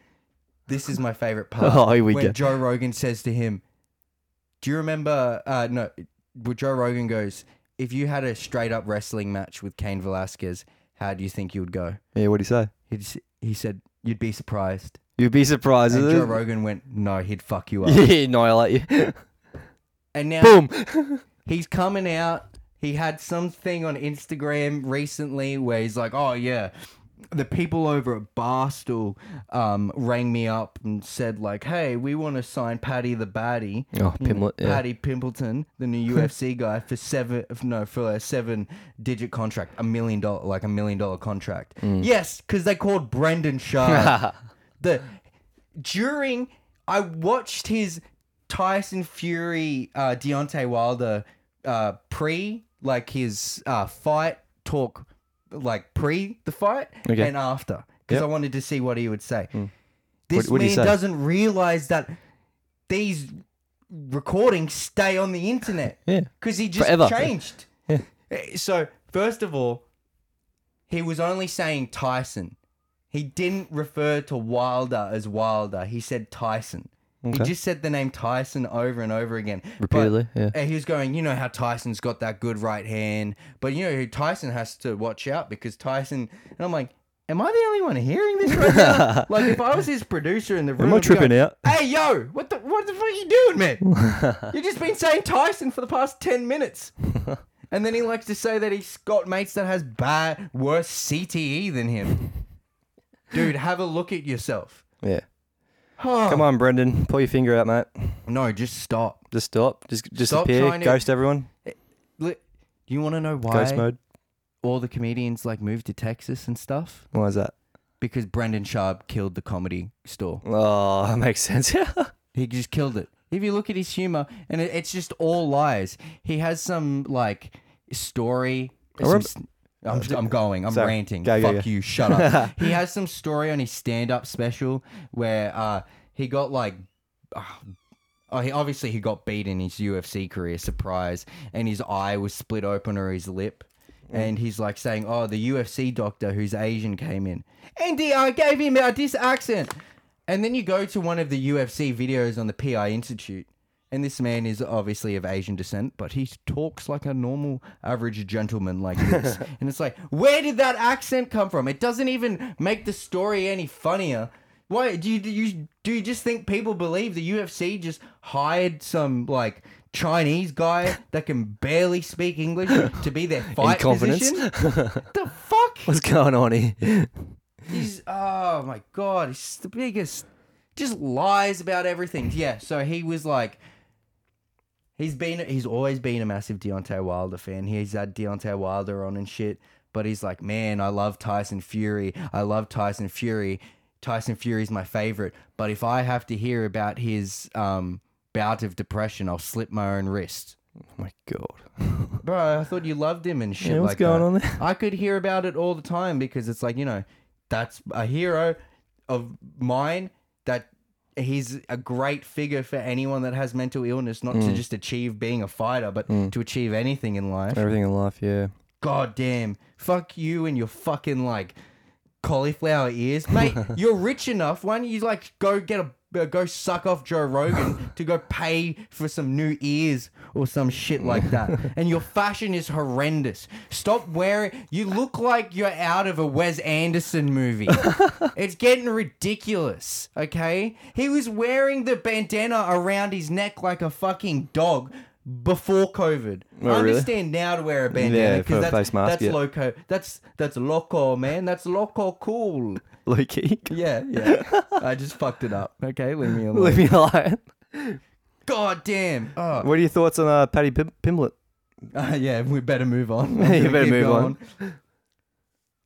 [SPEAKER 1] this is my favorite part.
[SPEAKER 2] <laughs> Oh, here we
[SPEAKER 1] when
[SPEAKER 2] go.
[SPEAKER 1] Joe Rogan says to him, "Do you remember?" Uh, no, well, Joe Rogan goes, "If you had a straight up wrestling match with Kane Velasquez, how do you think you would go?"
[SPEAKER 2] Yeah, what do you say?
[SPEAKER 1] He s- he said, "You'd be surprised."
[SPEAKER 2] You'd be surprised.
[SPEAKER 1] And Joe
[SPEAKER 2] isn't it?
[SPEAKER 1] Rogan went, "No, he'd fuck you up."
[SPEAKER 2] <laughs> Yeah, annihilate you. <laughs>
[SPEAKER 1] And now <laughs>
[SPEAKER 2] Boom.
[SPEAKER 1] he's coming out. He had something on Instagram recently where he's like, "Oh yeah, the people over at Barstool um, rang me up and said like, "Hey, we want to sign Paddy the Baddie,
[SPEAKER 2] Oh,
[SPEAKER 1] you know,
[SPEAKER 2] Pimlet. Yeah.
[SPEAKER 1] Paddy Pimpleton, the
[SPEAKER 2] <laughs>
[SPEAKER 1] new UFC guy, for seven no for a seven digit contract, a million dollar like a million dollar contract.
[SPEAKER 2] Mm.
[SPEAKER 1] Yes, because they called Brendan Sharp the during I watched his Tyson Fury uh, Deontay Wilder uh, pre like his uh, fight talk like pre the fight
[SPEAKER 2] Okay. Hmm.
[SPEAKER 1] and after because I wanted to see what he would say. This
[SPEAKER 2] What- what'd he
[SPEAKER 1] man
[SPEAKER 2] say?
[SPEAKER 1] doesn't realize that these recordings stay on the internet
[SPEAKER 2] <laughs> yeah.
[SPEAKER 1] because he just
[SPEAKER 2] Forever.
[SPEAKER 1] changed.
[SPEAKER 2] Yeah.
[SPEAKER 1] <laughs> Eh, So first of all, he was only saying Tyson. He didn't refer to Wilder as Wilder. He said Tyson. He
[SPEAKER 2] Okay.
[SPEAKER 1] just said the name Tyson over and over again. But,
[SPEAKER 2] Repeatedly, yeah.
[SPEAKER 1] eh, he was going, you know how Tyson's got that good right hand, but you know who Tyson has to watch out because Tyson. And I'm like, am I the only one hearing this right
[SPEAKER 2] <laughs>
[SPEAKER 1] now? like if I was his producer in the room,
[SPEAKER 2] Am I
[SPEAKER 1] I'd be going,
[SPEAKER 2] tripping out?
[SPEAKER 1] Hey yo, what the what the fuck are you doing, man?
[SPEAKER 2] <laughs>
[SPEAKER 1] You've just been saying Tyson for the past ten minutes. And then he likes to say that he's got mates that has bad worse CTE than him.
[SPEAKER 2] <laughs>
[SPEAKER 1] Dude, have a look at yourself.
[SPEAKER 2] Yeah.
[SPEAKER 1] Oh,
[SPEAKER 2] <sighs> Come on, Brendan. Pull your finger out, mate.
[SPEAKER 1] No, just stop.
[SPEAKER 2] Just stop. Just
[SPEAKER 1] Stop
[SPEAKER 2] disappear.
[SPEAKER 1] trying to-
[SPEAKER 2] Ghost everyone.
[SPEAKER 1] Li- Do you want to know why
[SPEAKER 2] Ghost mode.
[SPEAKER 1] all the comedians like moved to Texas and stuff?
[SPEAKER 2] Why is that?
[SPEAKER 1] Because Brendan Sharp killed the comedy store.
[SPEAKER 2] Oh, <laughs> that makes sense. Yeah.
[SPEAKER 1] He just killed it. If you look at his humor, and it, it's just all lies. He has some like story. some
[SPEAKER 2] remember-
[SPEAKER 1] s- I'm, I'm going. I'm
[SPEAKER 2] Sorry.
[SPEAKER 1] ranting.
[SPEAKER 2] Go, go,
[SPEAKER 1] Fuck
[SPEAKER 2] go.
[SPEAKER 1] you. Shut up. he has some story on his stand-up special where uh, he got like. ah, Oh, he, obviously he got beat in his UFC career, surprise, and his eye was split open or his lip. And he's like saying, Oh, the UFC doctor who's Asian came in. And he uh, gave him uh, this accent. And then you go to one of the UFC videos on the PI Institute, and this man is obviously of Asian descent, but he talks like a normal average gentleman like this. and it's like, where did that accent come from? It doesn't even make the story any funnier. Why do you do you do you just think people believe the UFC just hired some like Chinese guy that can barely speak English to be their fight
[SPEAKER 2] Incompetence.
[SPEAKER 1] position? the fuck?
[SPEAKER 2] <laughs> What's going on here? <laughs>
[SPEAKER 1] He's oh my god, he's the biggest. Just lies about everything. Yeah, so he was like, he's been, he's always been a massive Deontay Wilder fan. He's had Deontay Wilder on and shit, but he's like, man, I love Tyson Fury. I love Tyson Fury. Tyson Fury's my favorite. But if I have to hear about his um, bout of depression, I'll slip my own wrist.
[SPEAKER 2] Oh my god.
[SPEAKER 1] Bro, I thought you loved him and shit.
[SPEAKER 2] Yeah, what's
[SPEAKER 1] like
[SPEAKER 2] going
[SPEAKER 1] that.
[SPEAKER 2] on there?
[SPEAKER 1] I could hear about it all the time because it's like, you know, that's a hero of mine that he's a great figure for anyone that has mental illness, not to just achieve being a fighter, but to achieve anything in life.
[SPEAKER 2] Everything in life, <laughs> yeah.
[SPEAKER 1] God damn. Fuck you and your fucking like cauliflower ears.
[SPEAKER 2] <laughs>
[SPEAKER 1] Mate, you're rich enough. Why don't you like go get a uh, go suck off Joe
[SPEAKER 2] <laughs>
[SPEAKER 1] Rogan to go pay for some new ears or some shit like
[SPEAKER 2] <laughs>
[SPEAKER 1] that. and your fashion is horrendous. Stop wearing. You look like you're out of a Wes Anderson
[SPEAKER 2] <laughs>
[SPEAKER 1] movie. it's getting ridiculous, okay? He was wearing the bandana around his neck like a fucking dog before COVID.
[SPEAKER 2] Oh,
[SPEAKER 1] I
[SPEAKER 2] really?
[SPEAKER 1] understand now to wear a bandana yeah,
[SPEAKER 2] Yeah, for a
[SPEAKER 1] because that's,
[SPEAKER 2] face mask,
[SPEAKER 1] that's
[SPEAKER 2] yeah.
[SPEAKER 1] loco. That's that's loco, man. That's loco cool.
[SPEAKER 2] Loki. <laughs>
[SPEAKER 1] Yeah, yeah. I just fucked it up. Okay, leave me alone.
[SPEAKER 2] Leave me alone.
[SPEAKER 1] God damn. Oh,
[SPEAKER 2] What are your thoughts on uh, Paddy Pim- Pimlet?
[SPEAKER 1] uh, <laughs> yeah. We better move on.
[SPEAKER 2] <laughs> You better move
[SPEAKER 1] on.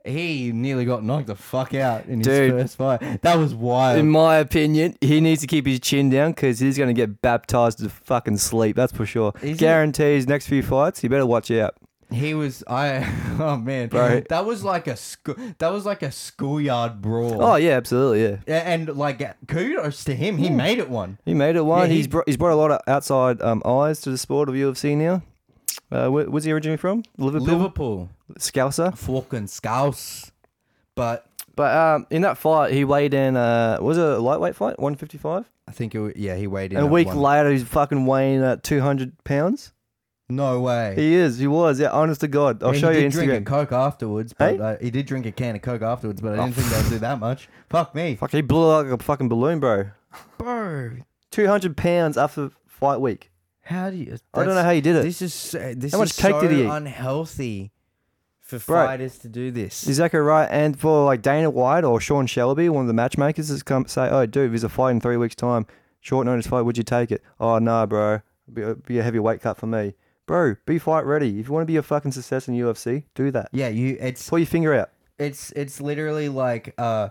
[SPEAKER 1] He nearly got knocked the fuck out in
[SPEAKER 2] Dude.
[SPEAKER 1] his first fight. That was wild.
[SPEAKER 2] In my opinion, he needs to keep his chin down because he's going to get baptized to fucking sleep. That's for sure.
[SPEAKER 1] Is he-
[SPEAKER 2] Guarantees next few fights. You better watch out.
[SPEAKER 1] He was I. <laughs> Oh man,
[SPEAKER 2] Bro.
[SPEAKER 1] That was like a school. That was like a schoolyard brawl.
[SPEAKER 2] Oh yeah, absolutely. Yeah,
[SPEAKER 1] A- and like kudos to him. He made it one.
[SPEAKER 2] he made it one.
[SPEAKER 1] Yeah, he-
[SPEAKER 2] he's brought, he's brought a lot of outside um, eyes to the sport of UFC now. Uh, where, where's he originally from? Liverpool,
[SPEAKER 1] Liverpool.
[SPEAKER 2] Scouser.
[SPEAKER 1] fucking scouse. But
[SPEAKER 2] But um, in that fight, he weighed in. Uh, was it a lightweight fight, one fifty five?
[SPEAKER 1] I think it wa- yeah, he weighed in.
[SPEAKER 2] And a
[SPEAKER 1] at
[SPEAKER 2] week
[SPEAKER 1] one.
[SPEAKER 2] later, he's fucking weighing at two hundred pounds.
[SPEAKER 1] no way.
[SPEAKER 2] He is. He was. Yeah, honest to God. I'll
[SPEAKER 1] Yeah,
[SPEAKER 2] show
[SPEAKER 1] he
[SPEAKER 2] you
[SPEAKER 1] did drink a
[SPEAKER 2] Instagram.
[SPEAKER 1] coke afterwards, but
[SPEAKER 2] Hey? Oh.
[SPEAKER 1] uh, he did drink a can of coke afterwards. But I didn't think that would do that much. Fuck me,
[SPEAKER 2] Fuck, he blew like a fucking balloon, bro.
[SPEAKER 1] bro.
[SPEAKER 2] Two hundred pounds after fight week.
[SPEAKER 1] How do you?
[SPEAKER 2] I don't know how you did it.
[SPEAKER 1] This is so- this
[SPEAKER 2] How much
[SPEAKER 1] is
[SPEAKER 2] cake
[SPEAKER 1] so
[SPEAKER 2] did he eat?
[SPEAKER 1] unhealthy
[SPEAKER 3] for
[SPEAKER 2] Bro.
[SPEAKER 3] fighters to do this.
[SPEAKER 2] Exactly right. And for like Dana White or Sean Shelby, one of the matchmakers, has come say, "Oh, dude, there's a fight in three weeks' time. Short notice fight. Would you take it? Oh, nah, bro. Be a, be a heavy weight cut for me, bro. Be fight ready. If you want to be a fucking success in UFC, do that.
[SPEAKER 1] Yeah, you. It's
[SPEAKER 2] Pull your finger out.
[SPEAKER 1] it's it's literally like uh,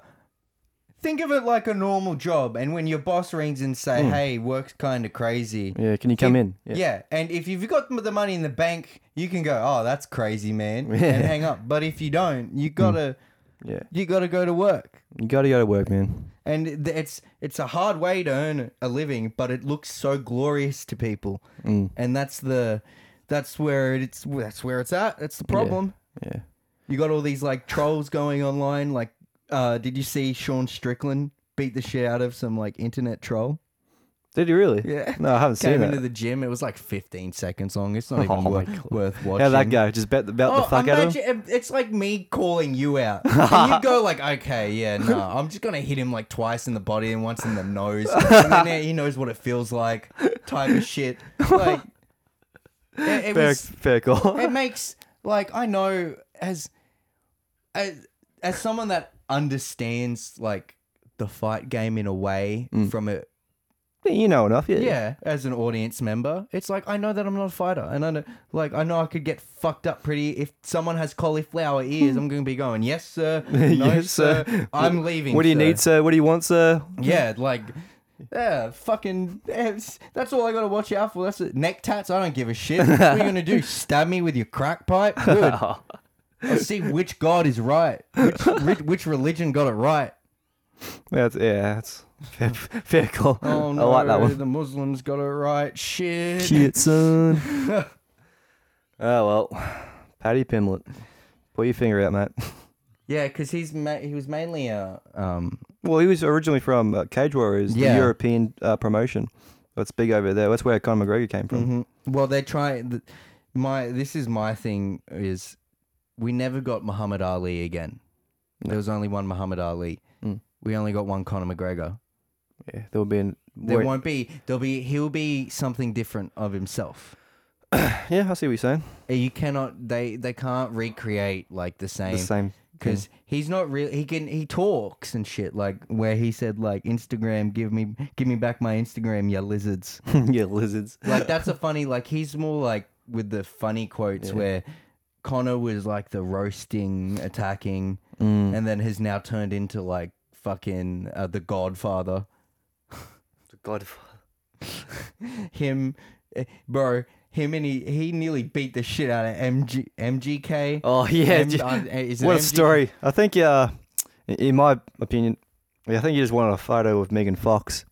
[SPEAKER 1] think of it like a normal job, and when your boss rings and say,
[SPEAKER 2] Hmm.
[SPEAKER 1] "Hey, work's kind of crazy."
[SPEAKER 2] Yeah, can you come
[SPEAKER 1] If-
[SPEAKER 2] in?
[SPEAKER 1] Yeah. and if you've got the money in the bank, you can go, "Oh, that's crazy,
[SPEAKER 2] <laughs>
[SPEAKER 1] man,"
[SPEAKER 2] Yeah.
[SPEAKER 1] and hang up. But if you don't,
[SPEAKER 2] Hmm.
[SPEAKER 1] you gotta
[SPEAKER 2] yeah.
[SPEAKER 1] you gotta go to work,
[SPEAKER 2] You got to go to work, man.
[SPEAKER 1] and th- it's it's a hard way to earn a living, but it looks so glorious to people,
[SPEAKER 2] Hmm.
[SPEAKER 1] and that's the that's where it's that's where it's at. That's the problem.
[SPEAKER 2] Yeah.
[SPEAKER 1] You got all these like trolls going online. Like, uh, did you see Sean Strickland beat the shit out of some like internet troll?
[SPEAKER 2] Did you really?
[SPEAKER 1] Yeah.
[SPEAKER 2] No, I haven't seen
[SPEAKER 1] Came
[SPEAKER 2] that.
[SPEAKER 1] into the gym. It was like 15 seconds long. It's not even
[SPEAKER 2] <laughs> Oh my
[SPEAKER 1] wor-
[SPEAKER 2] God.
[SPEAKER 1] worth watching.
[SPEAKER 2] How'd that go? Just bet the, bet
[SPEAKER 1] Oh,
[SPEAKER 2] the fuck out of him.
[SPEAKER 1] imagine, it- it's like me calling you
[SPEAKER 2] <laughs>
[SPEAKER 1] out. And you go like, okay, yeah, no, I'm just gonna hit him like twice in the body and once in the nose, and then yeah, he knows what it feels like, type of shit. Like, it, it
[SPEAKER 2] Fair,
[SPEAKER 1] was
[SPEAKER 2] fair
[SPEAKER 1] <laughs>
[SPEAKER 2] call.
[SPEAKER 1] it makes like I know as as as someone that understands like the fight game in a way
[SPEAKER 2] Mm.
[SPEAKER 1] from a
[SPEAKER 2] you know enough. Yeah.
[SPEAKER 1] yeah as an audience member it's like I know that I'm not a fighter and I know like I know I could get fucked up pretty if someone has cauliflower ears I'm going to be going yes
[SPEAKER 2] <laughs>
[SPEAKER 1] sir no
[SPEAKER 2] Yes,
[SPEAKER 1] sir,
[SPEAKER 2] sir.
[SPEAKER 1] I'm leaving
[SPEAKER 2] What do you
[SPEAKER 1] sir."
[SPEAKER 2] need, sir? What do you want, sir?
[SPEAKER 1] yeah like yeah, fucking. That's that's all I gotta watch out for. That's it. Neck tats. I don't give a shit. What are you gonna
[SPEAKER 2] <laughs>
[SPEAKER 1] do? Stab me with your crack pipe? Good. Let's see which god is right. Which, which, which religion got it right?
[SPEAKER 2] That's yeah, that's fair, <laughs> fair call.
[SPEAKER 1] Oh no,
[SPEAKER 2] <laughs> I like that one.
[SPEAKER 1] the Muslims got it right. Shit.
[SPEAKER 2] Shit, <laughs> son. oh well, Paddy Pimlet, pull your finger out, mate.
[SPEAKER 1] Yeah, because he's ma- he was mainly a um.
[SPEAKER 2] Well, he was originally from uh, Cage Warriors,
[SPEAKER 1] Yeah.
[SPEAKER 2] the European uh, promotion. That's big over there. That's where Conor McGregor came
[SPEAKER 1] mhm.
[SPEAKER 2] from.
[SPEAKER 1] Well, they're trying. th- My this is my thing is, we never got Muhammad Ali again. There was only one Muhammad Ali.
[SPEAKER 2] Mm.
[SPEAKER 1] We only got one Conor McGregor.
[SPEAKER 2] Yeah, there will be an.
[SPEAKER 1] There
[SPEAKER 2] wait-
[SPEAKER 1] won't be. There'll be. He'll be something different of himself. Eh,
[SPEAKER 2] yeah, I see what you're saying.
[SPEAKER 1] You cannot. They they can't recreate like the same.
[SPEAKER 2] The same.
[SPEAKER 1] because he's not real. He can he talks and shit like where he said like Instagram, give me give me back my Instagram, you lizards.
[SPEAKER 2] <laughs> yeah, lizards.
[SPEAKER 1] Like that's a funny like he's more like with the funny quotes where Connor was like the roasting, attacking,
[SPEAKER 2] Mm.
[SPEAKER 1] and then has now turned into like fucking uh, the Godfather. <laughs>
[SPEAKER 2] Godfather.
[SPEAKER 1] Him, eh, bro. Him and he he nearly beat the shit out of MG MGK.
[SPEAKER 2] <laughs> Oh yeah.
[SPEAKER 1] M-
[SPEAKER 2] ju-
[SPEAKER 1] uh, is it
[SPEAKER 2] <laughs> what a
[SPEAKER 1] MGK?
[SPEAKER 2] story. I think, uh, i- in my opinion, yeah, I think he just wanted a photo of Megan Fox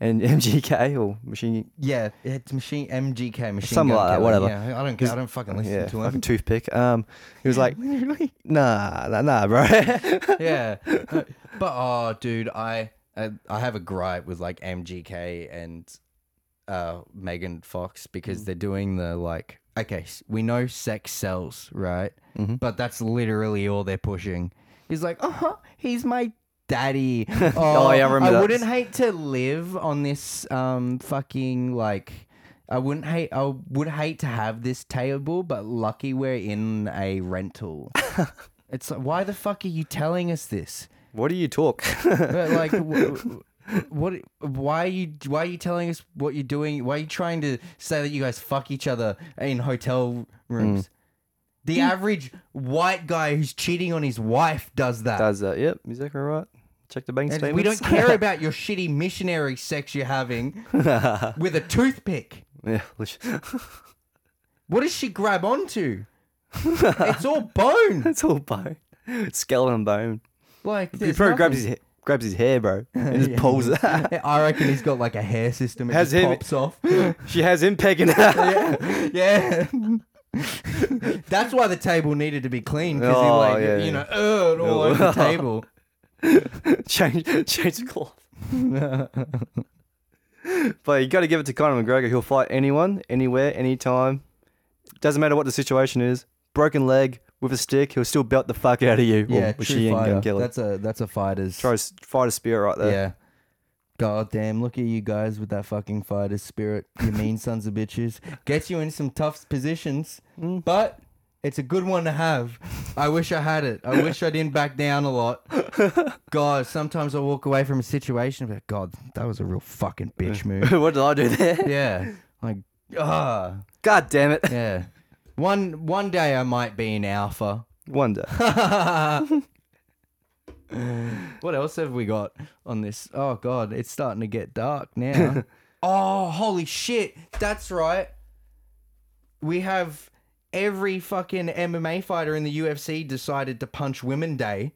[SPEAKER 2] and <laughs> MGK or Machine
[SPEAKER 1] Yeah, it's machine MGK machine.
[SPEAKER 2] Something
[SPEAKER 1] Gun
[SPEAKER 2] like that,
[SPEAKER 1] Kelly,
[SPEAKER 2] whatever.
[SPEAKER 1] Yeah, I don't. care, I don't fucking listen
[SPEAKER 2] yeah,
[SPEAKER 1] to
[SPEAKER 2] fucking
[SPEAKER 1] him.
[SPEAKER 2] toothpick. Um, he was <laughs> like,
[SPEAKER 1] Literally.
[SPEAKER 2] nah, nah, nah, bro. <laughs>
[SPEAKER 1] yeah, <laughs> Uh, but oh, dude, I I, I have a gripe with like MGK and uh Megan Fox
[SPEAKER 2] Mm.
[SPEAKER 1] because they're doing the like. Okay, s- we know sex sells, right?
[SPEAKER 2] Mhm.
[SPEAKER 1] But that's literally all they're pushing. He's like, oh, huh, he's my
[SPEAKER 2] <laughs>
[SPEAKER 1] daddy. Oh,
[SPEAKER 2] yeah, I remember that.
[SPEAKER 1] wouldn't hate to live on this um fucking like. I wouldn't hate. I would hate to have this table, but lucky we're in a rental. It's like, why the fuck are you telling us this?
[SPEAKER 2] what do you <laughs> talk?
[SPEAKER 1] But, like, wh- wh- what? Why are you? Why are you telling us what you're doing? Why are you trying to say that you guys fuck each other in hotel
[SPEAKER 2] Mm.
[SPEAKER 1] rooms? The average white guy who's cheating on his wife does that.
[SPEAKER 2] Does that? Yep, exactly right. Check the bank
[SPEAKER 1] and
[SPEAKER 2] statements.
[SPEAKER 1] we don't care about your shitty missionary sex you're having with a toothpick.
[SPEAKER 2] <laughs> yeah, which- <laughs>
[SPEAKER 1] What does she grab onto? it's all
[SPEAKER 2] <laughs>
[SPEAKER 1] bone.
[SPEAKER 2] it's all bone, skeleton bone.
[SPEAKER 1] Like
[SPEAKER 2] he
[SPEAKER 1] there's
[SPEAKER 2] probably grabs
[SPEAKER 1] nothing.
[SPEAKER 2] his ha- grabs his hair, <laughs> bro, and just pulls
[SPEAKER 1] <laughs>
[SPEAKER 2] it. <laughs>
[SPEAKER 1] I reckon he's got like a hair system. It
[SPEAKER 2] Has
[SPEAKER 1] just
[SPEAKER 2] him-
[SPEAKER 1] pops
[SPEAKER 2] <laughs>
[SPEAKER 1] off.
[SPEAKER 2] she has him pegging. <laughs> oh
[SPEAKER 1] yeah. yeah. <laughs> That's why the table needed to be clean because he
[SPEAKER 2] Oh,
[SPEAKER 1] like
[SPEAKER 2] yeah,
[SPEAKER 1] you
[SPEAKER 2] yeah.
[SPEAKER 1] know urged all over
[SPEAKER 2] <laughs>
[SPEAKER 1] the table.
[SPEAKER 2] change change the cloth. <laughs> but you got to give it to Conor McGregor. He'll fight anyone, anywhere, anytime. Doesn't matter what the situation is. Broken leg with a stick, he'll still belt the fuck out of you. Or
[SPEAKER 1] Yeah, true
[SPEAKER 2] Machine Gun
[SPEAKER 1] fighter.
[SPEAKER 2] Kelly.
[SPEAKER 1] That's a that's a fighter's.
[SPEAKER 2] throws fighter spirit right there.
[SPEAKER 1] yeah. God damn! Look at you guys with that fucking
[SPEAKER 2] <laughs> Mm.
[SPEAKER 1] fighter's spirit. You mean sons of bitches. Gets you in some tough positions, but It's a good one to have. I wish I had it. I wish I didn't back down a
[SPEAKER 2] <laughs>
[SPEAKER 1] lot. God, sometimes I walk away from a situation, but God, that was a real fucking bitch <laughs>
[SPEAKER 2] <laughs>
[SPEAKER 1] move.
[SPEAKER 2] what did I do there?
[SPEAKER 1] yeah. Like, ah,
[SPEAKER 2] God damn it.
[SPEAKER 1] yeah. One one day I might be an alpha. <laughs>
[SPEAKER 2] One day.
[SPEAKER 1] what else have we got on this? Oh god, it's starting to get dark now. oh, holy shit. That's right. We have every fucking MMA fighter in the UFC decided to punch women day.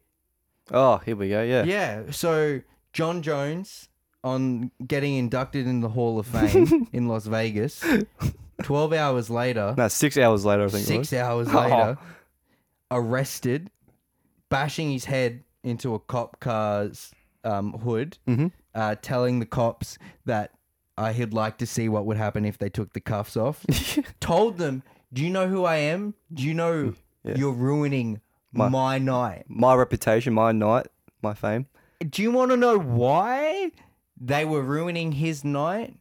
[SPEAKER 2] Oh, here we go. Yeah.
[SPEAKER 1] Yeah, so John Jones on getting inducted in the Hall of Fame in Las Vegas. 12 hours later,
[SPEAKER 2] No, six hours later, I think. it was. <laughs>
[SPEAKER 1] six hours
[SPEAKER 2] Oh.
[SPEAKER 1] later, arrested, bashing his head into a cop car's um, hood,
[SPEAKER 2] Mm-hmm.
[SPEAKER 1] uh, telling the cops that I had like to see what would happen if they took the cuffs
[SPEAKER 2] <laughs>
[SPEAKER 1] off. Told them, "Do you know who I am? Do you
[SPEAKER 2] <laughs>
[SPEAKER 1] know you're ruining my, night?
[SPEAKER 2] My reputation, my night, my fame.
[SPEAKER 1] Do you want to know why they were ruining his night?"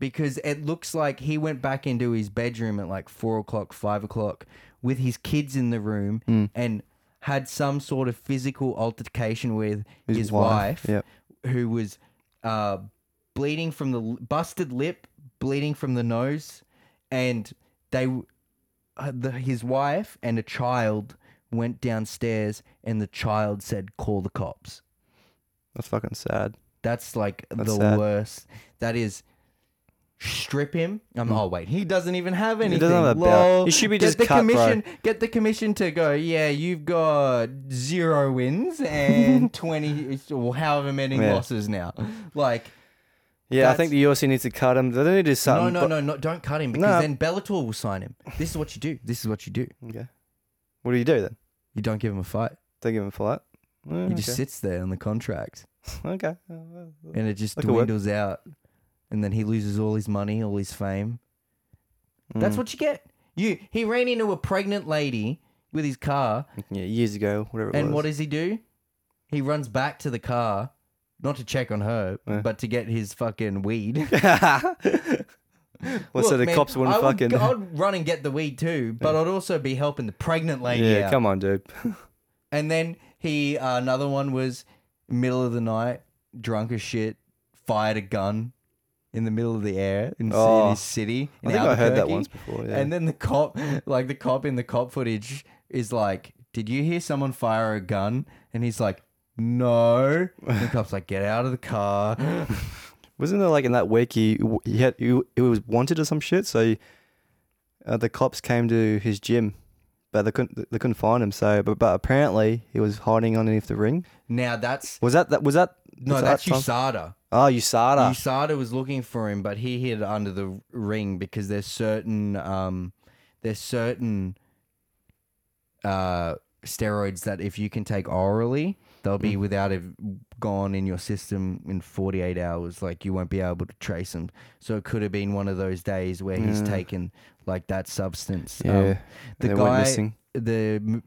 [SPEAKER 1] Because it looks like he went back into his bedroom at like four o'clock, five o'clock, with his kids in the room, and had some sort of physical altercation with his, wife,
[SPEAKER 2] Yep.
[SPEAKER 1] who was uh, bleeding from the l- busted lip, bleeding from the nose, and they, uh, the, his wife and a child went downstairs, and the child said, "Call the cops."
[SPEAKER 2] That's fucking sad.
[SPEAKER 1] That's like the
[SPEAKER 2] sad.
[SPEAKER 1] worst. That is. Strip him. I'm. Oh wait, he doesn't even have anything.
[SPEAKER 2] Mm. doesn't have a belt.
[SPEAKER 1] Lol.
[SPEAKER 2] It should be
[SPEAKER 1] get
[SPEAKER 2] just
[SPEAKER 1] the
[SPEAKER 2] cut, bro.
[SPEAKER 1] commission. Get the commission to go. Yeah, you've got zero wins
[SPEAKER 2] <laughs>
[SPEAKER 1] and twenty or however many
[SPEAKER 2] Yeah.
[SPEAKER 1] losses now. Like
[SPEAKER 2] Yeah, I think
[SPEAKER 1] That's-
[SPEAKER 2] the UFC needs to cut him. They need to do
[SPEAKER 1] No,
[SPEAKER 2] something.
[SPEAKER 1] no,
[SPEAKER 2] but-
[SPEAKER 1] no, no, don't cut him because
[SPEAKER 2] No.
[SPEAKER 1] then Bellator will sign him. This is what you do. This is what you do.
[SPEAKER 2] Okay. What do you do then?
[SPEAKER 1] You don't give him a fight.
[SPEAKER 2] They give him a flight. Yeah,
[SPEAKER 1] He just
[SPEAKER 2] okay.
[SPEAKER 1] sits there on the contract
[SPEAKER 2] okay. Uh, well,
[SPEAKER 1] and it just
[SPEAKER 2] That could work.
[SPEAKER 1] dwindles out. And then he loses all his money, all his fame.
[SPEAKER 2] Mm.
[SPEAKER 1] That's what you get. You he ran into a pregnant lady with his car,
[SPEAKER 2] Yeah, years ago, whatever it
[SPEAKER 1] and
[SPEAKER 2] was.
[SPEAKER 1] what does he do? He runs back to the car, not to check on her,
[SPEAKER 2] Yeah.
[SPEAKER 1] but to get his fucking weed.
[SPEAKER 2] <laughs> well,
[SPEAKER 1] <laughs>
[SPEAKER 2] so
[SPEAKER 1] Look,
[SPEAKER 2] the
[SPEAKER 1] man,
[SPEAKER 2] cops wouldn't
[SPEAKER 1] I would-
[SPEAKER 2] fucking.
[SPEAKER 1] I'd run and get the weed too, but I'd also be helping the pregnant lady
[SPEAKER 2] <laughs> yeah,
[SPEAKER 1] out.
[SPEAKER 2] come on, dude.
[SPEAKER 1] And then he uh, another one was middle of the night, drunk as shit, fired a gun in the middle of the air in, ci- in
[SPEAKER 2] Oh.
[SPEAKER 1] his city.
[SPEAKER 2] I
[SPEAKER 1] in
[SPEAKER 2] think I heard that
[SPEAKER 1] Albuquerque.
[SPEAKER 2] once before. Yeah.
[SPEAKER 1] And then the cop, like the cop in the cop footage, is like, "Did you hear someone fire a gun?" And he's like, "No." And the cop's like, "Get out of the car." <laughs>
[SPEAKER 2] Wasn't there like in that week he he had he, he was wanted or some shit? So he- uh, the cops came to his gym, but they couldn't they couldn't find him. So but, but apparently he was hiding underneath the ring.
[SPEAKER 1] now that's
[SPEAKER 2] Was that that was that?
[SPEAKER 1] no,
[SPEAKER 2] was
[SPEAKER 1] that's
[SPEAKER 2] that time?
[SPEAKER 1] USADA.
[SPEAKER 2] Oh, USADA.
[SPEAKER 1] USADA was looking for him, but he hid under the ring because there's certain um, there's certain uh, steroids that if you can take orally, they'll
[SPEAKER 2] Mm.
[SPEAKER 1] be without it gone in your system in 48 hours. Like you won't be able to trace them. So it could have been one of those days where he's
[SPEAKER 2] Yeah.
[SPEAKER 1] taken like that substance.
[SPEAKER 2] yeah,
[SPEAKER 1] Um, the
[SPEAKER 2] they went
[SPEAKER 1] guy-
[SPEAKER 2] missing.
[SPEAKER 1] the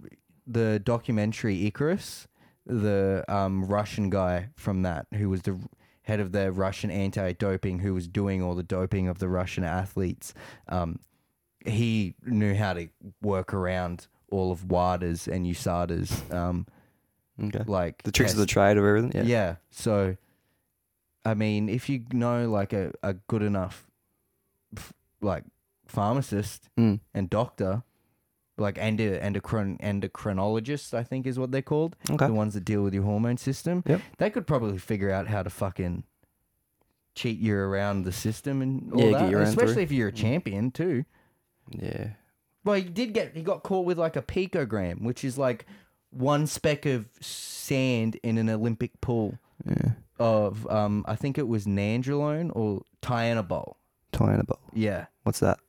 [SPEAKER 1] the documentary Icarus, the um, Russian guy from that who was the head of the Russian anti-doping, who was doing all the doping of the Russian athletes. Um, he knew how to work around all of WADA's and USADA's, um,
[SPEAKER 2] Okay.
[SPEAKER 1] like
[SPEAKER 2] The tricks of the
[SPEAKER 1] tests.
[SPEAKER 2] trade of everything. Yeah.
[SPEAKER 1] yeah. So, I mean, if you know like a, a good enough, f- like pharmacist,
[SPEAKER 2] Mm.
[SPEAKER 1] and doctor, like endo, endocrine, endocrinologist, I think is what they're called.
[SPEAKER 2] Okay.
[SPEAKER 1] The ones that deal with your hormone system.
[SPEAKER 2] Yep.
[SPEAKER 1] They could probably figure out how to fucking cheat you around the system and all
[SPEAKER 2] Yeah, get
[SPEAKER 1] that.
[SPEAKER 2] your own
[SPEAKER 1] Especially
[SPEAKER 2] through.
[SPEAKER 1] if you're a champion too.
[SPEAKER 2] Yeah.
[SPEAKER 1] Well, he did get he got caught with like a picogram, which is like one speck of sand in an Olympic pool
[SPEAKER 2] Yeah.
[SPEAKER 1] of um I think it was nandrolone or Tianabol.
[SPEAKER 2] Tianabol.
[SPEAKER 1] Yeah.
[SPEAKER 2] What's that?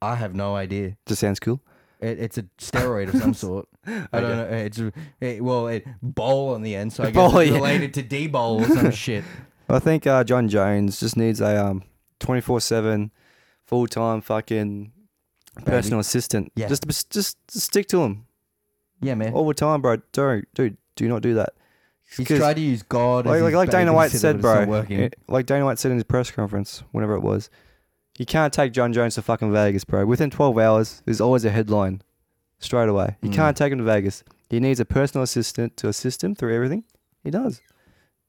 [SPEAKER 1] I have no idea.
[SPEAKER 2] Just
[SPEAKER 1] <laughs>
[SPEAKER 2] sounds cool.
[SPEAKER 1] It, it's a steroid
[SPEAKER 2] <laughs>
[SPEAKER 1] of some sort. I don't know. It's it, well, it bowl on the end,
[SPEAKER 2] <laughs>
[SPEAKER 1] so I guess
[SPEAKER 2] Bowl,
[SPEAKER 1] it's
[SPEAKER 2] yeah.
[SPEAKER 1] related to D bowl or
[SPEAKER 2] <laughs>
[SPEAKER 1] some shit.
[SPEAKER 2] I think uh, John Jones just needs a um, 24/7 full-time fucking personal assistant.
[SPEAKER 1] Yeah.
[SPEAKER 2] Just, just just stick to him
[SPEAKER 1] Yeah, man.
[SPEAKER 2] all the time, bro. Don't dude, do not do that.
[SPEAKER 1] He's
[SPEAKER 2] Oh, 'Cause
[SPEAKER 1] tried to use God.
[SPEAKER 2] like
[SPEAKER 1] as
[SPEAKER 2] like,
[SPEAKER 1] his
[SPEAKER 2] like Dana White
[SPEAKER 1] babysitter,
[SPEAKER 2] said,
[SPEAKER 1] but it's not
[SPEAKER 2] bro.
[SPEAKER 1] working.
[SPEAKER 2] eh, Like Dana White said in his press conference, whenever it was, you can't take John Jones to fucking Vegas, bro. Within 12 hours, there's always a headline. straight away. You
[SPEAKER 1] Mm.
[SPEAKER 2] can't take him to Vegas. He needs a personal assistant to assist him through everything. He does.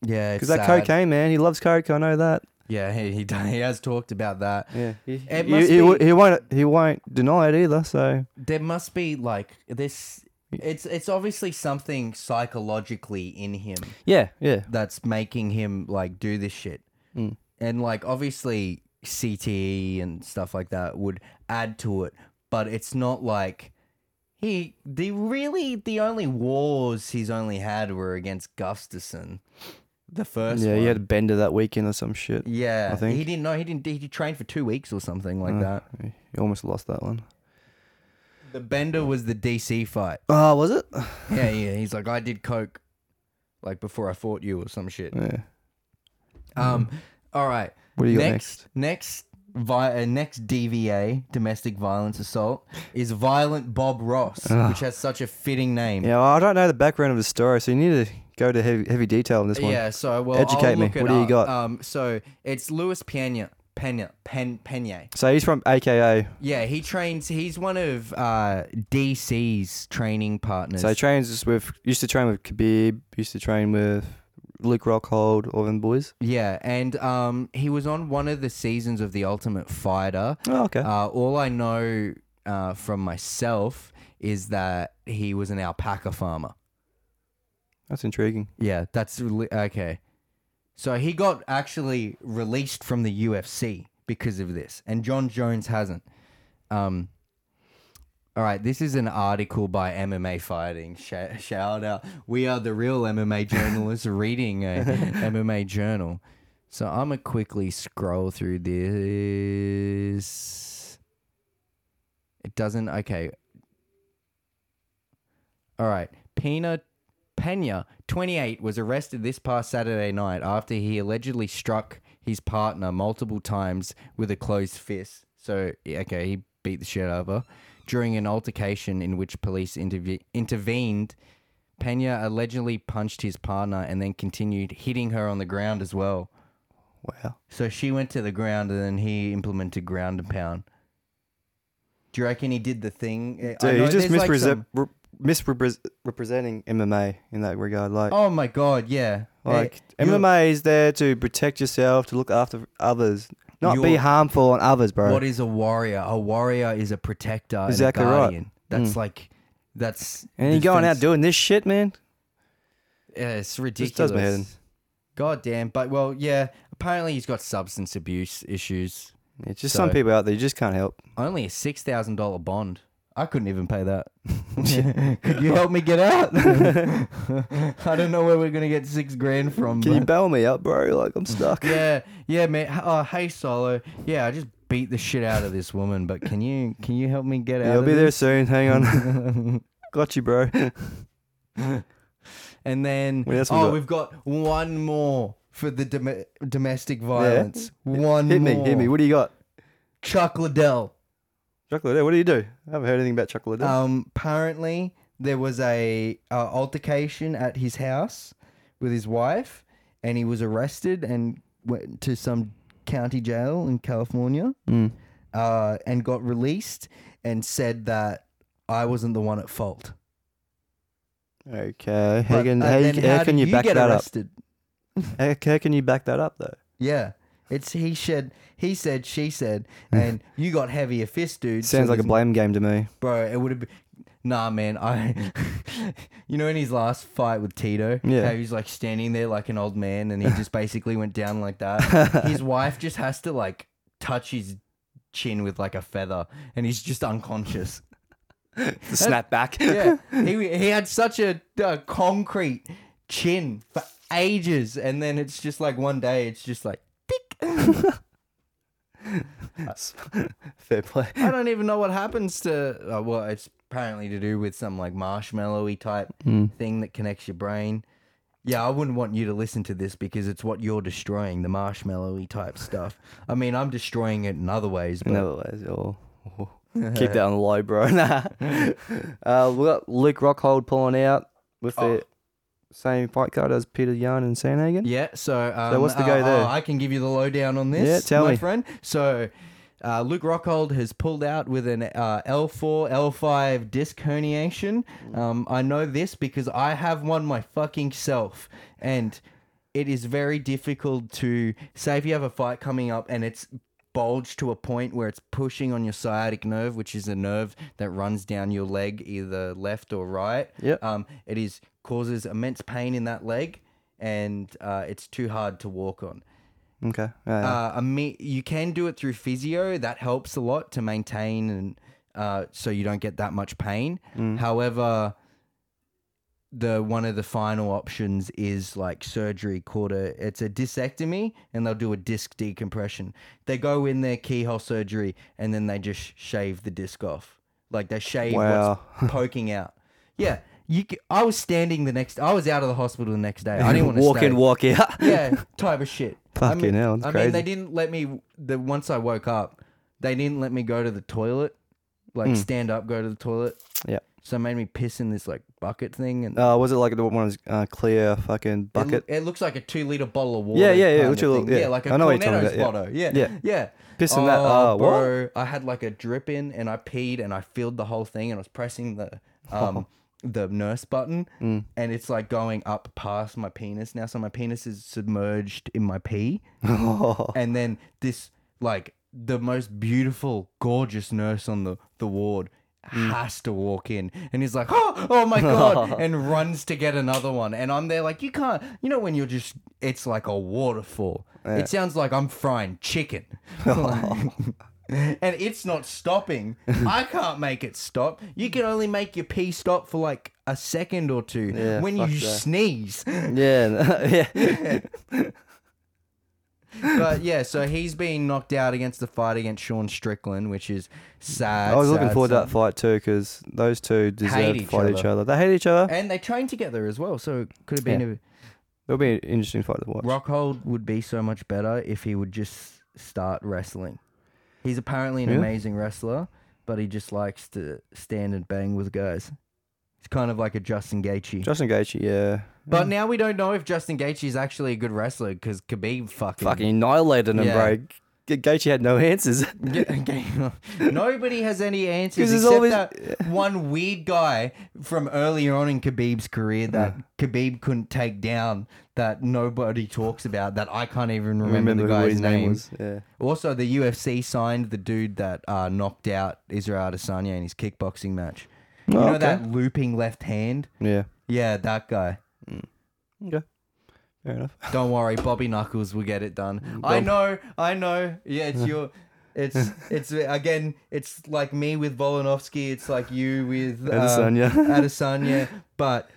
[SPEAKER 1] Yeah, it's
[SPEAKER 2] Because that
[SPEAKER 1] sad.
[SPEAKER 2] cocaine, man, he loves coke. I know that.
[SPEAKER 1] Yeah, he <laughs> he, d- he has talked about that.
[SPEAKER 2] Yeah. He,
[SPEAKER 1] It
[SPEAKER 2] he-
[SPEAKER 1] must
[SPEAKER 2] he w-
[SPEAKER 1] be-
[SPEAKER 2] he won't, he won't deny it either. So,
[SPEAKER 1] There must be like this. It's it's obviously something psychologically in him
[SPEAKER 2] yeah, yeah.
[SPEAKER 1] that's making him like do this shit,
[SPEAKER 2] Mm.
[SPEAKER 1] and like obviously CTE and stuff like that would add to it, but it's not like. He the really the only wars he's only had were against Gustafson, the first
[SPEAKER 2] yeah,
[SPEAKER 1] one.
[SPEAKER 2] he had a bender that weekend or some shit.
[SPEAKER 1] Yeah,
[SPEAKER 2] I think.
[SPEAKER 1] he didn't know. He didn't. He trained for two weeks or something like
[SPEAKER 2] Uh,
[SPEAKER 1] that.
[SPEAKER 2] He almost lost that one.
[SPEAKER 1] The Bender was the DC fight.
[SPEAKER 2] Oh, was it?
[SPEAKER 1] Yeah, yeah. He's like, I did coke, like before I fought you or some shit.
[SPEAKER 2] Yeah.
[SPEAKER 1] Um, all right.
[SPEAKER 2] Mm-hmm. What do you got next?
[SPEAKER 1] next, next, vi- uh, next DVA domestic violence assault is Violent Bob Ross,
[SPEAKER 2] Ugh.
[SPEAKER 1] which has such a fitting name.
[SPEAKER 2] Yeah, well, I don't know the background of his story, so you need to go to heavy, heavy detail on this one.
[SPEAKER 1] Yeah, so well,
[SPEAKER 2] Educate
[SPEAKER 1] I'll
[SPEAKER 2] me.
[SPEAKER 1] look it
[SPEAKER 2] What do you
[SPEAKER 1] up.
[SPEAKER 2] got?
[SPEAKER 1] Um, so it's Louis Pena, Pena, Pen, Pena.
[SPEAKER 2] So he's from AKA.
[SPEAKER 1] Yeah, he trains. He's one of uh, DC's training partners.
[SPEAKER 2] So he trains with used to train with Khabib, used to train with Luke Rockhold, all them boys.
[SPEAKER 1] yeah, and um, he was on one of the seasons of The Ultimate Fighter.
[SPEAKER 2] Oh, okay.
[SPEAKER 1] Uh, all I know uh, from myself is that he was an alpaca farmer.
[SPEAKER 2] That's intriguing.
[SPEAKER 1] Yeah, that's really, okay. So he got actually released from the UFC because of this, and John Jones hasn't. Um, all right, this is an article by MMA Fighting. Sh- shout out. We are the real MMA journalists reading a MMA journal. So I'm going to quickly scroll through this. It doesn't. Okay. All right. Pina Pena, 28, was arrested this past Saturday night after he allegedly struck his partner multiple times with a closed fist. So, yeah, okay, he beat the shit out of her. During an altercation in which police interve- intervened, Pena allegedly punched his partner and then continued hitting her on the ground as well.
[SPEAKER 2] Wow.
[SPEAKER 1] So she went to the ground and then he implemented ground and pound. Do you reckon he did the thing? I
[SPEAKER 2] Dude,
[SPEAKER 1] know
[SPEAKER 2] he's just
[SPEAKER 1] there's, like,
[SPEAKER 2] misrepresent
[SPEAKER 1] some-
[SPEAKER 2] re- misrepresenting MMA in that regard. Like,
[SPEAKER 1] Oh my god, yeah.
[SPEAKER 2] like
[SPEAKER 1] Eh, you-
[SPEAKER 2] MMA is there to protect yourself, to look after others, not be
[SPEAKER 1] You're-
[SPEAKER 2] harmful on others, bro.
[SPEAKER 1] What is a warrior? A warrior is a protector.
[SPEAKER 2] Exactly
[SPEAKER 1] and a
[SPEAKER 2] right.
[SPEAKER 1] guardian. That's
[SPEAKER 2] Mm.
[SPEAKER 1] like, that's.
[SPEAKER 2] and you're going out
[SPEAKER 1] defense-
[SPEAKER 2] doing this shit, man.
[SPEAKER 1] Yeah, it's ridiculous.
[SPEAKER 2] Just does my head in.
[SPEAKER 1] God damn. But, well, yeah, apparently he's got substance abuse issues.
[SPEAKER 2] It's just
[SPEAKER 1] So-
[SPEAKER 2] some people out there you just can't help.
[SPEAKER 1] Only a $6,000 bond. I couldn't even pay
[SPEAKER 2] <laughs>
[SPEAKER 1] that. Could you help me get out? <laughs> I don't know where we're going to get six grand from.
[SPEAKER 2] Can you
[SPEAKER 1] but-
[SPEAKER 2] bail me out, bro? Like I'm
[SPEAKER 1] <laughs>
[SPEAKER 2] stuck.
[SPEAKER 1] yeah, yeah, man. H- Oh, hey, Solo. Yeah, I just beat the shit out of this woman, but can you can you help me get out
[SPEAKER 2] Yeah, I'll
[SPEAKER 1] of
[SPEAKER 2] be
[SPEAKER 1] this?
[SPEAKER 2] there soon. Hang on.
[SPEAKER 1] <laughs>
[SPEAKER 2] Got you, bro.
[SPEAKER 1] And then,
[SPEAKER 2] What else we
[SPEAKER 1] oh,
[SPEAKER 2] got?
[SPEAKER 1] we've got one more for the dom- domestic violence. One
[SPEAKER 2] hit me,
[SPEAKER 1] more.
[SPEAKER 2] hit me. What do you got?
[SPEAKER 1] Chuck Liddell.
[SPEAKER 2] Chuck Liddell, what do you do? I haven't heard anything about Chuck Liddell.
[SPEAKER 1] Um, apparently, there was a uh, altercation at his house with his wife, and he was arrested and went to some county jail in California,
[SPEAKER 2] Mm.
[SPEAKER 1] uh, and got released and said that I wasn't the one at fault.
[SPEAKER 2] Okay. How
[SPEAKER 1] But-
[SPEAKER 2] can,
[SPEAKER 1] and
[SPEAKER 2] how, you-
[SPEAKER 1] then
[SPEAKER 2] how
[SPEAKER 1] how
[SPEAKER 2] can
[SPEAKER 1] did
[SPEAKER 2] you, back
[SPEAKER 1] get
[SPEAKER 2] that
[SPEAKER 1] arrested?
[SPEAKER 2] up? How, how can you back that up though?
[SPEAKER 1] Yeah. It's he said he said she
[SPEAKER 2] <laughs>
[SPEAKER 1] said and you got heavier fist dude. so
[SPEAKER 2] Sounds like a
[SPEAKER 1] there's-
[SPEAKER 2] blame game to me.
[SPEAKER 1] bro, it would have been Nah man, I <laughs> you know in his last fight with Tito,
[SPEAKER 2] Yeah.
[SPEAKER 1] how he's like standing there like an old man and he
[SPEAKER 2] <laughs>
[SPEAKER 1] just basically went down like that. His wife just has to like touch his chin with like a feather and he's just unconscious.
[SPEAKER 2] The snap <laughs> back.
[SPEAKER 1] Yeah. he he had such a, uh concrete chin for ages and then it's just like one day it's just like <laughs>
[SPEAKER 2] Fair play.
[SPEAKER 1] I don't even know what happens to. Uh, well, it's apparently to do with some like marshmallowy type thing that connects your brain. Yeah, I wouldn't want you to listen to this because it's what you're destroying the marshmallowy type stuff. I mean, I'm destroying it in other ways, but
[SPEAKER 2] In other words, oh, oh. keep that on the low, bro. <laughs> Nah. uh, we got Luke Rockhold pulling out with
[SPEAKER 1] Oh.
[SPEAKER 2] the same fight card as Peter Yarn and Sanhagen.
[SPEAKER 1] yeah. So, um,
[SPEAKER 2] what's the
[SPEAKER 1] uh,
[SPEAKER 2] go there?
[SPEAKER 1] oh, I can give you the lowdown on this,
[SPEAKER 2] Yeah, tell
[SPEAKER 1] my
[SPEAKER 2] me.
[SPEAKER 1] friend. So, Uh, Luke Rockhold has pulled out with an uh, L4, L5 disc herniation. Um, I know this because I have one my fucking self. And it is very difficult to say if you have a fight coming up and it's bulged to a point where it's pushing on your sciatic nerve, which is a nerve that runs down your leg, either left or right.
[SPEAKER 2] Yep.
[SPEAKER 1] Um, it is causes immense pain in that leg, and uh, it's too hard to walk on.
[SPEAKER 2] Okay. Yeah, yeah.
[SPEAKER 1] Uh, a me- you can do it through physio. That helps a lot to maintain and uh, so you don't get that much pain.
[SPEAKER 2] Mm.
[SPEAKER 1] However, the one of the final options is like surgery called a it's a disectomy and they'll do a disc decompression. They go in their keyhole surgery and then they just shave the disc off. Like they shave
[SPEAKER 2] Wow. <laughs>
[SPEAKER 1] what's poking out. Yeah. You, c- I was standing the next. I was out of the hospital the next
[SPEAKER 2] <laughs>
[SPEAKER 1] day. I didn't want to
[SPEAKER 2] walk
[SPEAKER 1] stay
[SPEAKER 2] in, walk out. <laughs>
[SPEAKER 1] yeah, type of shit.
[SPEAKER 2] Fucking
[SPEAKER 1] I mean,
[SPEAKER 2] hell, that's
[SPEAKER 1] I mean,
[SPEAKER 2] crazy.
[SPEAKER 1] they didn't let me. The once I woke up, they didn't let me go to the toilet,
[SPEAKER 2] Hmm.
[SPEAKER 1] like stand up, go to the toilet.
[SPEAKER 2] Yep.
[SPEAKER 1] So it made me piss in this like bucket thing, and it
[SPEAKER 2] Uh, was it like the one of those uh, clear fucking
[SPEAKER 1] loo-
[SPEAKER 2] bucket?
[SPEAKER 1] <laughs> It, looks like a two liter bottle of water.
[SPEAKER 2] Yeah, yeah, yeah,
[SPEAKER 1] kind
[SPEAKER 2] which
[SPEAKER 1] of
[SPEAKER 2] will-
[SPEAKER 1] thing.
[SPEAKER 2] yeah.
[SPEAKER 1] like a
[SPEAKER 2] I know what you're talking
[SPEAKER 1] Cornetto's
[SPEAKER 2] about,
[SPEAKER 1] bottle. Yeah,
[SPEAKER 2] Yeah.
[SPEAKER 1] yeah, yeah.
[SPEAKER 2] Pissing that- oh, what?
[SPEAKER 1] bro, I had like a drip in, and I peed, and I filled the whole thing, and I was pressing
[SPEAKER 2] <laughs>
[SPEAKER 1] the um. The nurse button,
[SPEAKER 2] Hmm.
[SPEAKER 1] and it's like going up past my penis now. So my penis is submerged in my pee. <laughs> and then this like the most beautiful gorgeous nurse on the the ward
[SPEAKER 2] Mm.
[SPEAKER 1] has to walk in and he's like oh, oh my
[SPEAKER 2] <laughs>
[SPEAKER 1] god and runs to get another one and i'm there like you can't you know when you're just it's like a waterfall it sounds like i'm frying
[SPEAKER 2] <laughs>
[SPEAKER 1] chicken and it's not stopping
[SPEAKER 2] <laughs>
[SPEAKER 1] i can't make it stop you can only make your pee stop for like a second or two
[SPEAKER 2] Yeah,
[SPEAKER 1] when you
[SPEAKER 2] fuck that.
[SPEAKER 1] sneeze
[SPEAKER 2] yeah, <laughs> yeah.
[SPEAKER 1] but yeah, so he's been knocked out against the fight against Sean Strickland, which is sad.
[SPEAKER 2] I was
[SPEAKER 1] sad,
[SPEAKER 2] looking forward to
[SPEAKER 1] sad.
[SPEAKER 2] that fight too because those two deserve to
[SPEAKER 1] each
[SPEAKER 2] fight each other. They hate each other.
[SPEAKER 1] And they trained together as well, so it could have been
[SPEAKER 2] It'll be an interesting fight to watch.
[SPEAKER 1] a Rockhold would be so much better if he would just start wrestling. He's apparently an
[SPEAKER 2] Really?
[SPEAKER 1] amazing wrestler, but he just likes to stand and bang with guys. He's kind of like a Justin Gaethje.
[SPEAKER 2] Justin Gaethje, yeah,
[SPEAKER 1] but now we don't know if Justin Gaethje is actually a good wrestler because Khabib fucking
[SPEAKER 2] fucking annihilated him,
[SPEAKER 1] Yeah.
[SPEAKER 2] bro. Ga- Gaethje had no answers.
[SPEAKER 1] <laughs> Yeah, okay. Nobody has any answers
[SPEAKER 2] 'Cause there's
[SPEAKER 1] except
[SPEAKER 2] always-
[SPEAKER 1] that one weird guy from earlier on in Khabib's career that Khabib couldn't take down that nobody talks about that I can't even remember,
[SPEAKER 2] Remember
[SPEAKER 1] the
[SPEAKER 2] what
[SPEAKER 1] guy's
[SPEAKER 2] his
[SPEAKER 1] name.
[SPEAKER 2] name was? Yeah.
[SPEAKER 1] Also, the UFC signed the dude that uh, knocked out Israel Adesanya in his kickboxing match. You
[SPEAKER 2] Oh,
[SPEAKER 1] know
[SPEAKER 2] okay.
[SPEAKER 1] that looping left hand?
[SPEAKER 2] Yeah.
[SPEAKER 1] Yeah, that guy.
[SPEAKER 2] Okay. Fair enough.
[SPEAKER 1] Don't worry, Bobby Knuckles will get it done. I know, I know. Yeah,
[SPEAKER 2] <laughs>
[SPEAKER 1] it's your. It's it's again. It's like me with Volonovsky. It's like you with um,
[SPEAKER 2] Adesanya. <laughs>
[SPEAKER 1] Adesanya, but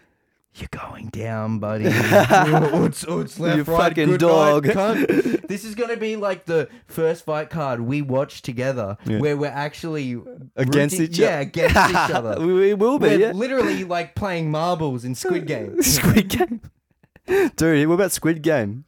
[SPEAKER 1] you're going down,
[SPEAKER 2] <laughs>
[SPEAKER 1] buddy. Oots, oots, left,
[SPEAKER 2] You
[SPEAKER 1] right,
[SPEAKER 2] fucking
[SPEAKER 1] good
[SPEAKER 2] dog.
[SPEAKER 1] night,
[SPEAKER 2] <laughs>
[SPEAKER 1] cunt. This is gonna be like the first fight card we watch together, where we're actually
[SPEAKER 2] Against
[SPEAKER 1] rooting-
[SPEAKER 2] each
[SPEAKER 1] yeah,
[SPEAKER 2] oth-
[SPEAKER 1] against
[SPEAKER 2] <laughs>
[SPEAKER 1] each other.
[SPEAKER 2] we, we will be.
[SPEAKER 1] We're
[SPEAKER 2] yeah.
[SPEAKER 1] literally like playing marbles in
[SPEAKER 2] <laughs>
[SPEAKER 1] Squid <laughs> Game.
[SPEAKER 2] Squid Game. <laughs> Dude, what about Squid Game?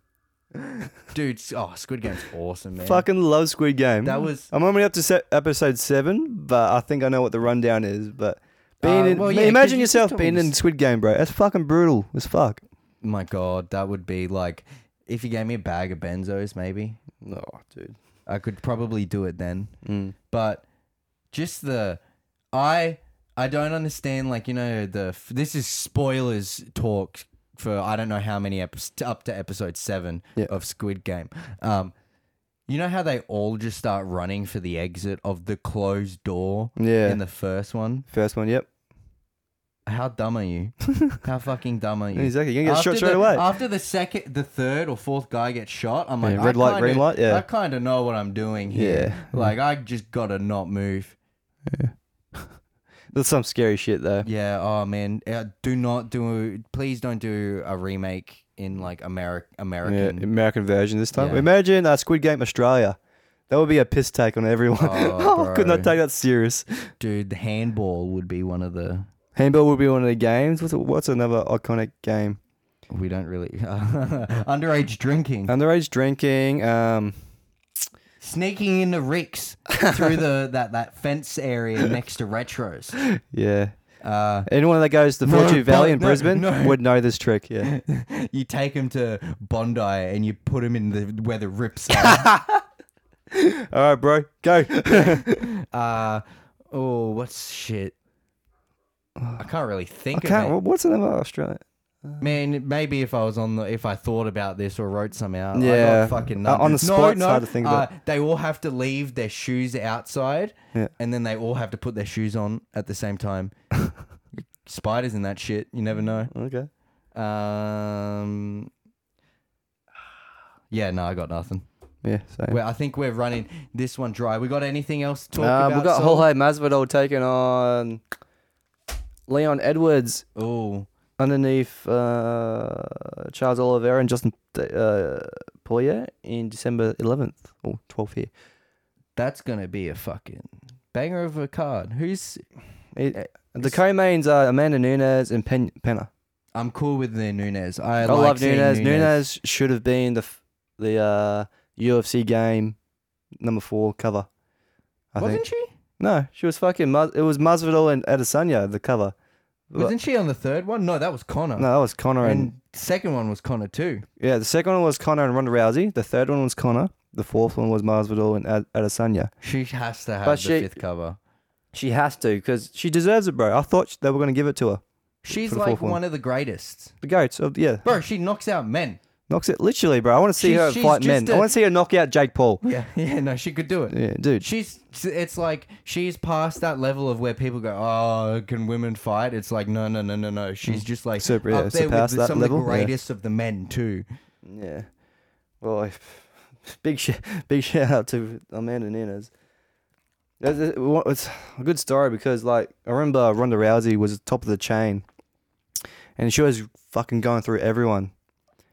[SPEAKER 1] Dude, s- oh, Squid Game's awesome, man.
[SPEAKER 2] Fucking love Squid Game.
[SPEAKER 1] That was-
[SPEAKER 2] I'm only up to se- episode seven, but I think I know what the rundown is. But being
[SPEAKER 1] Uh,
[SPEAKER 2] in,
[SPEAKER 1] well,
[SPEAKER 2] man,
[SPEAKER 1] yeah, 'cause
[SPEAKER 2] imagine
[SPEAKER 1] you just
[SPEAKER 2] yourself
[SPEAKER 1] told me
[SPEAKER 2] being in
[SPEAKER 1] this.
[SPEAKER 2] Squid Game, bro. That's fucking brutal as fuck.
[SPEAKER 1] My God, that would be like if you gave me a bag of benzos, maybe
[SPEAKER 2] No, dude.
[SPEAKER 1] I could probably do it then.
[SPEAKER 2] Mm.
[SPEAKER 1] But just the I I don't understand. Like you know the f- this is spoilers talk for I don't know how many episodes up to episode seven
[SPEAKER 2] Yeah.
[SPEAKER 1] of Squid Game. Um, you know how they all just start running for the exit of the closed door
[SPEAKER 2] Yeah.
[SPEAKER 1] in the first one.
[SPEAKER 2] First one, yep.
[SPEAKER 1] How dumb are
[SPEAKER 2] <laughs>
[SPEAKER 1] you? how fucking dumb are you?
[SPEAKER 2] Exactly. You're gonna get shot
[SPEAKER 1] After
[SPEAKER 2] straight
[SPEAKER 1] the,
[SPEAKER 2] away.
[SPEAKER 1] After the second, the third or fourth guy gets shot, I'm like,
[SPEAKER 2] Yeah, red
[SPEAKER 1] I
[SPEAKER 2] light,
[SPEAKER 1] kinda,
[SPEAKER 2] green light, yeah.
[SPEAKER 1] I kind of know what I'm doing here.
[SPEAKER 2] Yeah.
[SPEAKER 1] Like, I just gotta not move.
[SPEAKER 2] That's some scary shit though.
[SPEAKER 1] Yeah. Oh man, uh, do not do. Please don't do a remake in like Ameri-
[SPEAKER 2] Yeah,
[SPEAKER 1] American.
[SPEAKER 2] American version this time.
[SPEAKER 1] Yeah.
[SPEAKER 2] Imagine uh, Squid Game Australia. That would be a piss take on everyone. <laughs>
[SPEAKER 1] Oh,
[SPEAKER 2] I could not
[SPEAKER 1] bro.
[SPEAKER 2] take that serious.
[SPEAKER 1] Dude, the handball would be one of the.
[SPEAKER 2] Handball would be one of the games. What's, what's another iconic game?
[SPEAKER 1] We don't really <laughs> underage drinking,
[SPEAKER 2] Underage drinking. Um,
[SPEAKER 1] sneaking into Ricks through
[SPEAKER 2] <laughs>
[SPEAKER 1] the that that fence area next to retros.
[SPEAKER 2] yeah.
[SPEAKER 1] Uh,
[SPEAKER 2] Anyone that goes to
[SPEAKER 1] No,
[SPEAKER 2] Fortune Valley in
[SPEAKER 1] no,
[SPEAKER 2] Brisbane
[SPEAKER 1] no.
[SPEAKER 2] would know this trick.
[SPEAKER 1] <laughs>
[SPEAKER 2] Yeah.
[SPEAKER 1] you take him to Bondi and you put him in the where the rips are.
[SPEAKER 2] All right, bro,
[SPEAKER 1] <laughs>
[SPEAKER 2] go.
[SPEAKER 1] Uh, oh, what's shit? I can't really think of
[SPEAKER 2] Can't,
[SPEAKER 1] it.
[SPEAKER 2] wha- what's another Australian?
[SPEAKER 1] Man, maybe if I was on the, if I thought about this or wrote some out, I
[SPEAKER 2] Yeah.
[SPEAKER 1] got fucking
[SPEAKER 2] Uh,
[SPEAKER 1] nothing.
[SPEAKER 2] on
[SPEAKER 1] no,
[SPEAKER 2] the spot's
[SPEAKER 1] no,
[SPEAKER 2] hard to think about.
[SPEAKER 1] uh, They all have to leave their shoes outside,
[SPEAKER 2] Yeah.
[SPEAKER 1] and then they all have to put their shoes on at the same time.
[SPEAKER 2] <laughs>
[SPEAKER 1] Spiders and that shit, you never know.
[SPEAKER 2] Okay.
[SPEAKER 1] Um, yeah, no, I got nothing.
[SPEAKER 2] Yeah, same.
[SPEAKER 1] Well, I think we're running this one dry. We got anything else to talk
[SPEAKER 2] Uh,
[SPEAKER 1] about?
[SPEAKER 2] we got
[SPEAKER 1] Sol?
[SPEAKER 2] Jorge Masvidal taking on Leon Edwards
[SPEAKER 1] Ooh.
[SPEAKER 2] underneath uh, Charles Oliveira and Justin uh, Poirier in December 11th or 12th here.
[SPEAKER 1] That's gonna be a fucking banger of a card. Who's
[SPEAKER 2] It-
[SPEAKER 1] Uh,
[SPEAKER 2] the co-mains are Amanda Nunes and Pen- Penna.
[SPEAKER 1] I'm cool with the Nunez. I,
[SPEAKER 2] I,
[SPEAKER 1] like
[SPEAKER 2] love
[SPEAKER 1] seeing
[SPEAKER 2] Nunes. Nunes. should have been the f- the uh, UFC game number four cover. I
[SPEAKER 1] Wasn't
[SPEAKER 2] think
[SPEAKER 1] she?
[SPEAKER 2] no, she was fucking. Mus- it was Masvidal and Adesanya the cover. But-
[SPEAKER 1] Wasn't she on the third one? No, that was Connor.
[SPEAKER 2] no, that was Connor and
[SPEAKER 1] Oh. and second one was Connor too.
[SPEAKER 2] Yeah, the second one was Connor and Ronda Rousey. The third one was Connor. The fourth one was Masvidal and Ad- Adesanya.
[SPEAKER 1] She has to have
[SPEAKER 2] But
[SPEAKER 1] the
[SPEAKER 2] she-
[SPEAKER 1] fifth cover.
[SPEAKER 2] She has to because she deserves it, bro. I thought sh- they were going to give it to her.
[SPEAKER 1] She's
[SPEAKER 2] for the
[SPEAKER 1] like
[SPEAKER 2] fourth
[SPEAKER 1] one.
[SPEAKER 2] one.
[SPEAKER 1] of the greatest.
[SPEAKER 2] The goats, of, yeah,
[SPEAKER 1] Bro, she knocks out men.
[SPEAKER 2] knocks it literally, bro. I want to see
[SPEAKER 1] She's-
[SPEAKER 2] her
[SPEAKER 1] she's
[SPEAKER 2] fight
[SPEAKER 1] just
[SPEAKER 2] men.
[SPEAKER 1] a-
[SPEAKER 2] I want to see her knock out Jake Paul.
[SPEAKER 1] <laughs> Yeah, yeah, no, she could do it.
[SPEAKER 2] Yeah, dude.
[SPEAKER 1] She's it's like she's past that level of where people go, Oh, can women fight? It's like no no no no no. She's just like
[SPEAKER 2] Mm. Super- yeah,
[SPEAKER 1] up there with
[SPEAKER 2] surpassed
[SPEAKER 1] the,
[SPEAKER 2] that
[SPEAKER 1] some
[SPEAKER 2] level,
[SPEAKER 1] of
[SPEAKER 2] yeah.
[SPEAKER 1] the greatest of the men too.
[SPEAKER 2] Yeah. Well, I, <laughs> big sh- <laughs> big shout out to Amanda Nunes. That's- that- what- It's a good story because, like, I remember Ronda Rousey was top of the chain, and she was fucking going through everyone.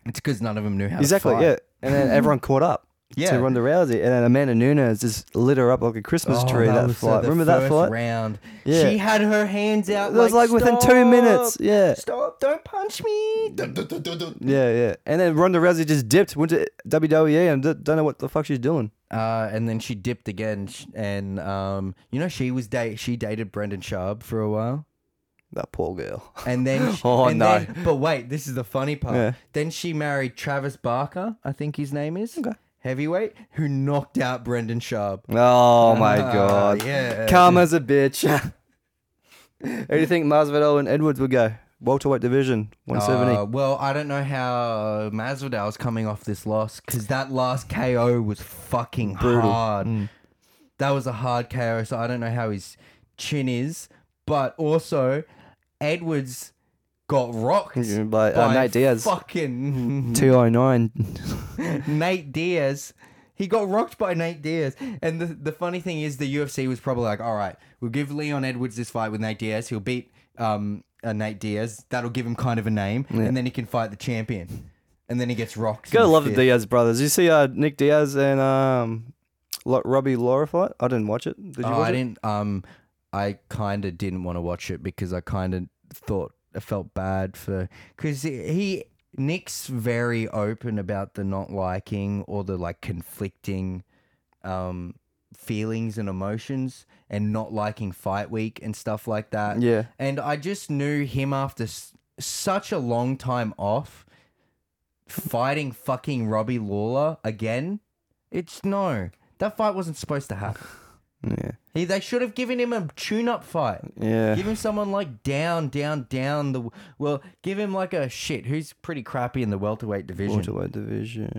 [SPEAKER 1] It's because none of them knew how
[SPEAKER 2] Exactly,
[SPEAKER 1] to fight.
[SPEAKER 2] yeah. And then everyone caught up
[SPEAKER 1] <laughs> Yeah.
[SPEAKER 2] to Ronda Rousey, and then Amanda Nunes just lit her up like a Christmas tree that,
[SPEAKER 1] was, uh,
[SPEAKER 2] fight.
[SPEAKER 1] the
[SPEAKER 2] Remember that
[SPEAKER 1] first
[SPEAKER 2] fight?
[SPEAKER 1] round?
[SPEAKER 2] Yeah.
[SPEAKER 1] She had her hands out.
[SPEAKER 2] It was like, within two minutes.
[SPEAKER 1] "Stop, <laughs>
[SPEAKER 2] Yeah,
[SPEAKER 1] Stop! Don't punch me! Dun, dun, dun, dun, dun.
[SPEAKER 2] yeah, yeah. And then Ronda Rousey just dipped, went to WWE, and d- don't know what the fuck she's doing.
[SPEAKER 1] Uh, and then she dipped again, sh- and um, you know she was date she dated Brendan Sharb for a while,
[SPEAKER 2] That poor girl. <laughs>
[SPEAKER 1] and then she,
[SPEAKER 2] Oh,
[SPEAKER 1] and
[SPEAKER 2] no.
[SPEAKER 1] then- but wait, this is the funny part.
[SPEAKER 2] Yeah.
[SPEAKER 1] Then she married Travis Barker, I think his name is
[SPEAKER 2] Okay.
[SPEAKER 1] heavyweight, who knocked out Brendan Sharb.
[SPEAKER 2] Oh my
[SPEAKER 1] Ah,
[SPEAKER 2] god.
[SPEAKER 1] yeah.
[SPEAKER 2] Karma's a bitch. <laughs> Who do you think Masvidal and Edwards would go? Welterweight division, 170.
[SPEAKER 1] Uh, well, I don't know how Masvidal's coming off this loss because that last KO was fucking
[SPEAKER 2] Brutal. Mm.
[SPEAKER 1] hard. That was a hard KO, so I don't know how his chin is. But also, Edwards got rocked
[SPEAKER 2] Yeah, by, uh, Nate Diaz.
[SPEAKER 1] Fucking <laughs>
[SPEAKER 2] 209.
[SPEAKER 1] Nate Diaz. He got rocked by Nate Diaz. And the, the funny thing is, the UFC was probably like, all right, we'll give Leon Edwards this fight with Nate Diaz. He'll beat um, uh, Nate Diaz. That'll give him kind of a name. And then he can fight the champion. And then he gets rocked.
[SPEAKER 2] Gotta
[SPEAKER 1] in
[SPEAKER 2] love the
[SPEAKER 1] fifth.
[SPEAKER 2] Diaz brothers. You see uh, Nick Diaz and um, Lo- Robbie Laura fight? I didn't watch it. Did you
[SPEAKER 1] Oh,
[SPEAKER 2] watch
[SPEAKER 1] I
[SPEAKER 2] it?
[SPEAKER 1] didn't. Um, I kind of didn't want to watch it because I kind of thought I felt bad for because he Nick's very open about the not liking or the like conflicting, um, feelings and emotions and not liking fight week and stuff like that.
[SPEAKER 2] Yeah.
[SPEAKER 1] And I just knew him after s- such a long time off fighting fucking Robbie Lawler again. It's no. That fight wasn't supposed to happen.
[SPEAKER 2] Yeah.
[SPEAKER 1] He, they should have given him a tune-up fight.
[SPEAKER 2] Yeah.
[SPEAKER 1] Give him someone like down, down, down the. Well, give him like a shit who's pretty crappy in the welterweight division.
[SPEAKER 2] Welterweight division.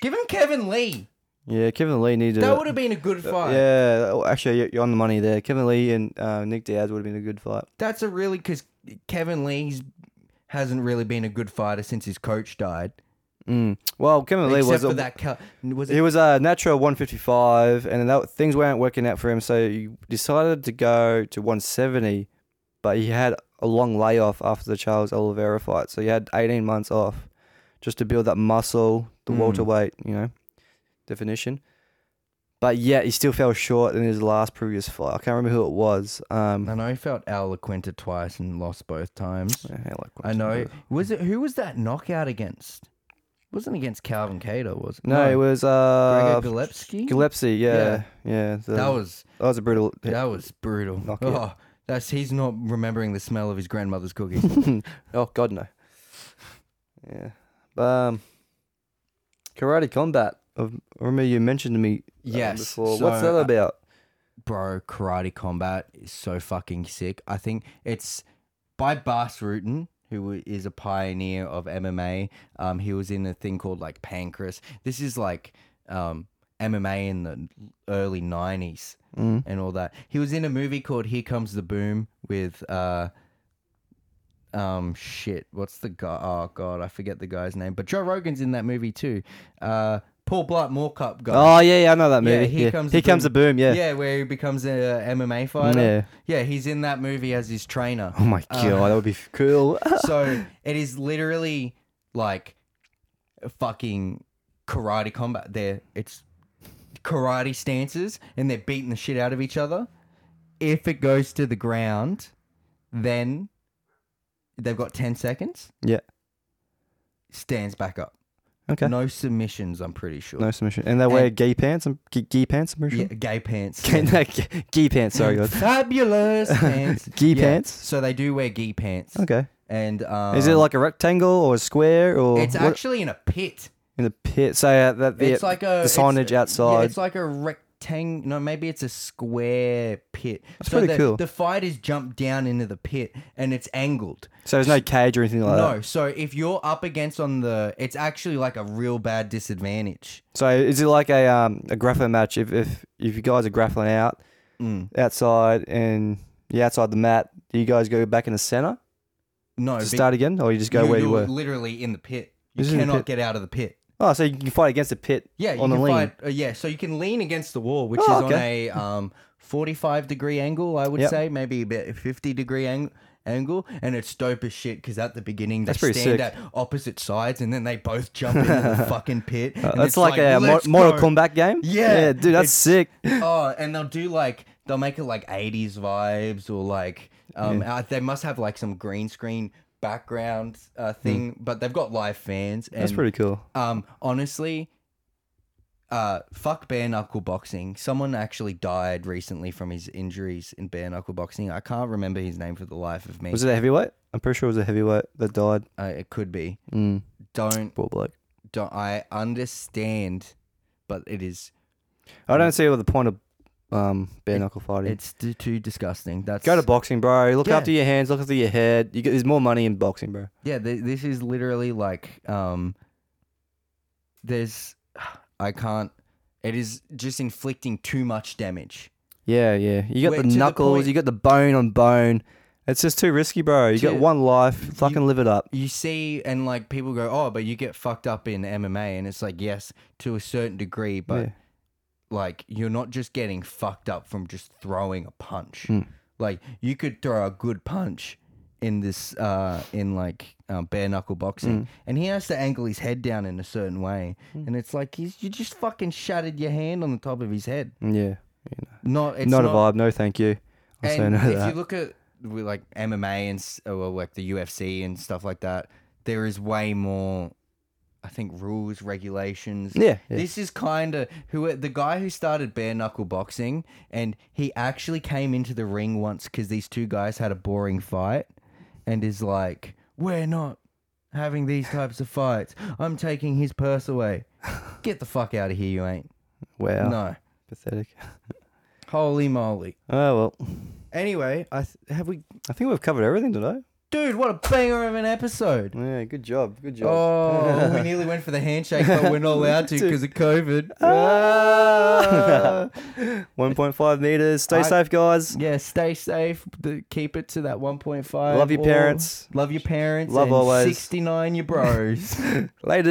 [SPEAKER 1] Give him Kevin Lee.
[SPEAKER 2] Uh, yeah, Kevin Lee needed
[SPEAKER 1] That
[SPEAKER 2] it.
[SPEAKER 1] would have been a good fight.
[SPEAKER 2] Yeah, oh, actually, you- you're on the money there. Kevin Lee and uh, Nick Diaz would have been a good fight.
[SPEAKER 1] That's a really because Kevin Lee's hasn't really been a good fighter since his coach died.
[SPEAKER 2] Mm. Well, Kevin Lee
[SPEAKER 1] Except
[SPEAKER 2] was
[SPEAKER 1] for
[SPEAKER 2] a-
[SPEAKER 1] that. Cal- was
[SPEAKER 2] He
[SPEAKER 1] it?
[SPEAKER 2] was uh, a natural 155, and then that, things weren't working out for him, so he decided to go to 170. But he had a long layoff after the Charles Oliveira fight, so he had 18 months off just to build that muscle, the
[SPEAKER 1] Mm.
[SPEAKER 2] welterweight, you know, definition. But yet he still fell short in his last previous fight. I can't remember who it was. Um,
[SPEAKER 1] I know he felt Al LaQuinta twice and lost both times.
[SPEAKER 2] yeah, like-
[SPEAKER 1] I know. Was it who was that knockout against? wasn't against Calvin Cato, was it?
[SPEAKER 2] No, it was uh,
[SPEAKER 1] Gregor Gillespie.
[SPEAKER 2] Gillespie. Yeah, yeah. the-
[SPEAKER 1] that was
[SPEAKER 2] that was a brutal.
[SPEAKER 1] That was brutal.
[SPEAKER 2] Knock it.
[SPEAKER 1] Oh, that's he's not remembering the smell of his grandmother's cookies.
[SPEAKER 2] <laughs> oh God, no. Yeah. Um, karate combat. I've, I remember you mentioned to me that one
[SPEAKER 1] Yes,
[SPEAKER 2] before.
[SPEAKER 1] so,
[SPEAKER 2] What's that
[SPEAKER 1] uh,
[SPEAKER 2] about?
[SPEAKER 1] bro, Karate Combat is so fucking sick. I think it's by Bas Rutten, who wa- is a pioneer of MMA. Um, he was in a thing called like Pancras. This is like um, MMA in the early 90s
[SPEAKER 2] Mm.
[SPEAKER 1] and all that. He was in a movie called Here Comes the Boom with. Uh, um shit what's the guy oh god i forget the guy's name but joe rogan's in that movie too uh paul blart more cup guy
[SPEAKER 2] Oh yeah, yeah, I know that
[SPEAKER 1] Yeah,
[SPEAKER 2] movie.
[SPEAKER 1] Here Comes
[SPEAKER 2] here
[SPEAKER 1] the
[SPEAKER 2] comes
[SPEAKER 1] Boom.
[SPEAKER 2] the boom. Yeah.
[SPEAKER 1] yeah, where he becomes a MMA fighter.
[SPEAKER 2] Yeah.
[SPEAKER 1] Yeah, he's in that movie as his trainer.
[SPEAKER 2] Oh my
[SPEAKER 1] Uh,
[SPEAKER 2] god, that would be f-
[SPEAKER 1] <laughs>
[SPEAKER 2] cool.
[SPEAKER 1] so it is literally like fucking karate combat. There, it's karate stances, and they're beating the shit out of each other. If it goes to the ground, then they've got ten seconds.
[SPEAKER 2] yeah.
[SPEAKER 1] Stands back up.
[SPEAKER 2] Okay.
[SPEAKER 1] No submissions. I'm pretty sure.
[SPEAKER 2] No submission. And they wear gay pants. and gee, gee pants. I'm pretty
[SPEAKER 1] Yeah,
[SPEAKER 2] sure.
[SPEAKER 1] gay pants.
[SPEAKER 2] Gay- <laughs> no, gee- gee pants.
[SPEAKER 1] <laughs>
[SPEAKER 2] Sorry, guys. <laughs>
[SPEAKER 1] Fabulous pants.
[SPEAKER 2] Gee pants?
[SPEAKER 1] So they do wear gee pants.
[SPEAKER 2] Okay.
[SPEAKER 1] And um,
[SPEAKER 2] Is it like a rectangle or a square or
[SPEAKER 1] It's
[SPEAKER 2] what-
[SPEAKER 1] actually in a pit.
[SPEAKER 2] in the pit? So uh, that the,
[SPEAKER 1] it's like a
[SPEAKER 2] the
[SPEAKER 1] it's-
[SPEAKER 2] signage
[SPEAKER 1] yeah,
[SPEAKER 2] outside.
[SPEAKER 1] it's like a rectangle. No, maybe it's a square pit. That's
[SPEAKER 2] pretty
[SPEAKER 1] the,
[SPEAKER 2] cool.
[SPEAKER 1] The fighters jump down into the pit, and it's angled.
[SPEAKER 2] so there's no cage or anything like that.
[SPEAKER 1] No, so if you're up against on the, it's actually like a real bad disadvantage.
[SPEAKER 2] So is it like a um, a grappling match? If if if you guys are grappling out
[SPEAKER 1] Mm.
[SPEAKER 2] outside and yeah outside the mat, do you guys go back in the center
[SPEAKER 1] No,
[SPEAKER 2] to
[SPEAKER 1] be-
[SPEAKER 2] start again, or you just go
[SPEAKER 1] you-
[SPEAKER 2] where you
[SPEAKER 1] you're
[SPEAKER 2] were?
[SPEAKER 1] Literally in the pit. You
[SPEAKER 2] This is in the
[SPEAKER 1] cannot
[SPEAKER 2] pit.
[SPEAKER 1] get out of the pit.
[SPEAKER 2] Oh, so you can fight against the pit.
[SPEAKER 1] Yeah, you
[SPEAKER 2] on
[SPEAKER 1] can
[SPEAKER 2] the lean.
[SPEAKER 1] fight. Uh, yeah, so you can lean against the wall, which
[SPEAKER 2] Oh,
[SPEAKER 1] is
[SPEAKER 2] okay.
[SPEAKER 1] on a um, 45 degree angle, I would
[SPEAKER 2] Yep.
[SPEAKER 1] say, maybe about 50 degree ang- angle. And it's dope as shit because at the beginning they
[SPEAKER 2] That's pretty
[SPEAKER 1] stand
[SPEAKER 2] sick.
[SPEAKER 1] at opposite sides and then they both jump into
[SPEAKER 2] <laughs>
[SPEAKER 1] the fucking pit.
[SPEAKER 2] Uh,
[SPEAKER 1] and
[SPEAKER 2] that's
[SPEAKER 1] it's
[SPEAKER 2] like, a Mo-
[SPEAKER 1] "Let's
[SPEAKER 2] Mortal
[SPEAKER 1] go."
[SPEAKER 2] Kombat game.
[SPEAKER 1] Yeah,
[SPEAKER 2] yeah, dude, that's
[SPEAKER 1] it's-
[SPEAKER 2] sick.
[SPEAKER 1] Oh, and they'll do like, they'll make it like 80s vibes or like, um, uh, they must have like some green screen background uh, thing, but they've got live fans. And
[SPEAKER 2] Hmm. That's pretty cool.
[SPEAKER 1] um, honestly, uh, fuck bare knuckle boxing. Someone actually died recently from his injuries in bare knuckle boxing. I can't remember his name for the life of me.
[SPEAKER 2] Was it a heavyweight? I'm pretty sure it was a heavyweight that died.
[SPEAKER 1] uh, it could be.
[SPEAKER 2] Mm.
[SPEAKER 1] Don't
[SPEAKER 2] Poor bloke.
[SPEAKER 1] don't. I understand, but it is.
[SPEAKER 2] I don't see what the point of um, bare knuckle fighting.
[SPEAKER 1] Mm. It's too, too disgusting. That's
[SPEAKER 2] Go to boxing, bro. Look
[SPEAKER 1] Yeah.
[SPEAKER 2] after your hands. Look after your head. You get, there's more money in boxing, bro.
[SPEAKER 1] yeah. Th- this is literally like um. There's, I can't. It is just inflicting too much damage.
[SPEAKER 2] Yeah, yeah. You got
[SPEAKER 1] Wait, to
[SPEAKER 2] the
[SPEAKER 1] the
[SPEAKER 2] knuckles.
[SPEAKER 1] point-
[SPEAKER 2] you got the bone on bone. It's just too risky, bro. You got
[SPEAKER 1] To-
[SPEAKER 2] one life. Fucking live it up.
[SPEAKER 1] you see and like people go oh but you get fucked up in mma and it's like yes to a certain degree but
[SPEAKER 2] Yeah.
[SPEAKER 1] like you're not just getting fucked up from just throwing a punch
[SPEAKER 2] Mm.
[SPEAKER 1] like you could throw a good punch in this uh in like um, bare knuckle
[SPEAKER 2] Hmm.
[SPEAKER 1] boxing and he has to angle his head down in a certain way and it's like he's you just fucking shattered your hand on the top of his head
[SPEAKER 2] Yeah. You know.
[SPEAKER 1] not it's
[SPEAKER 2] Not,
[SPEAKER 1] not,
[SPEAKER 2] a vibe. No, thank you. I say
[SPEAKER 1] and
[SPEAKER 2] no to
[SPEAKER 1] if
[SPEAKER 2] that.
[SPEAKER 1] you look at with like MMA and s- uh, well, like the UFC and stuff like that, there is way more. I think rules, regulations.
[SPEAKER 2] Yeah, yeah.
[SPEAKER 1] This is kind of who the guy who started bare knuckle boxing, and he actually came into the ring once because these two guys had a boring fight, and is like, "We're not having these types of fights. I'm taking his purse
[SPEAKER 2] <laughs>
[SPEAKER 1] away. Get the fuck out of here, you ain't.
[SPEAKER 2] wow.
[SPEAKER 1] No,
[SPEAKER 2] Pathetic. <laughs>
[SPEAKER 1] holy moly.
[SPEAKER 2] Oh well.
[SPEAKER 1] Anyway, I th- have we
[SPEAKER 2] I think we've covered everything today.
[SPEAKER 1] Dude, what a banger of an episode.
[SPEAKER 2] Yeah. Good job. Good job.
[SPEAKER 1] Oh, <laughs> we nearly went for the handshake, but we're not <laughs> allowed to because of COVID. Ah.
[SPEAKER 2] <laughs> One point five meters. Stay
[SPEAKER 1] I-
[SPEAKER 2] safe, guys.
[SPEAKER 1] <laughs> yeah, stay safe. The- Keep it to that 1.5.
[SPEAKER 2] Love your
[SPEAKER 1] or-
[SPEAKER 2] parents.
[SPEAKER 1] Love your parents.
[SPEAKER 2] Love
[SPEAKER 1] and <laughs>
[SPEAKER 2] always.
[SPEAKER 1] 69 your bros.
[SPEAKER 2] Later.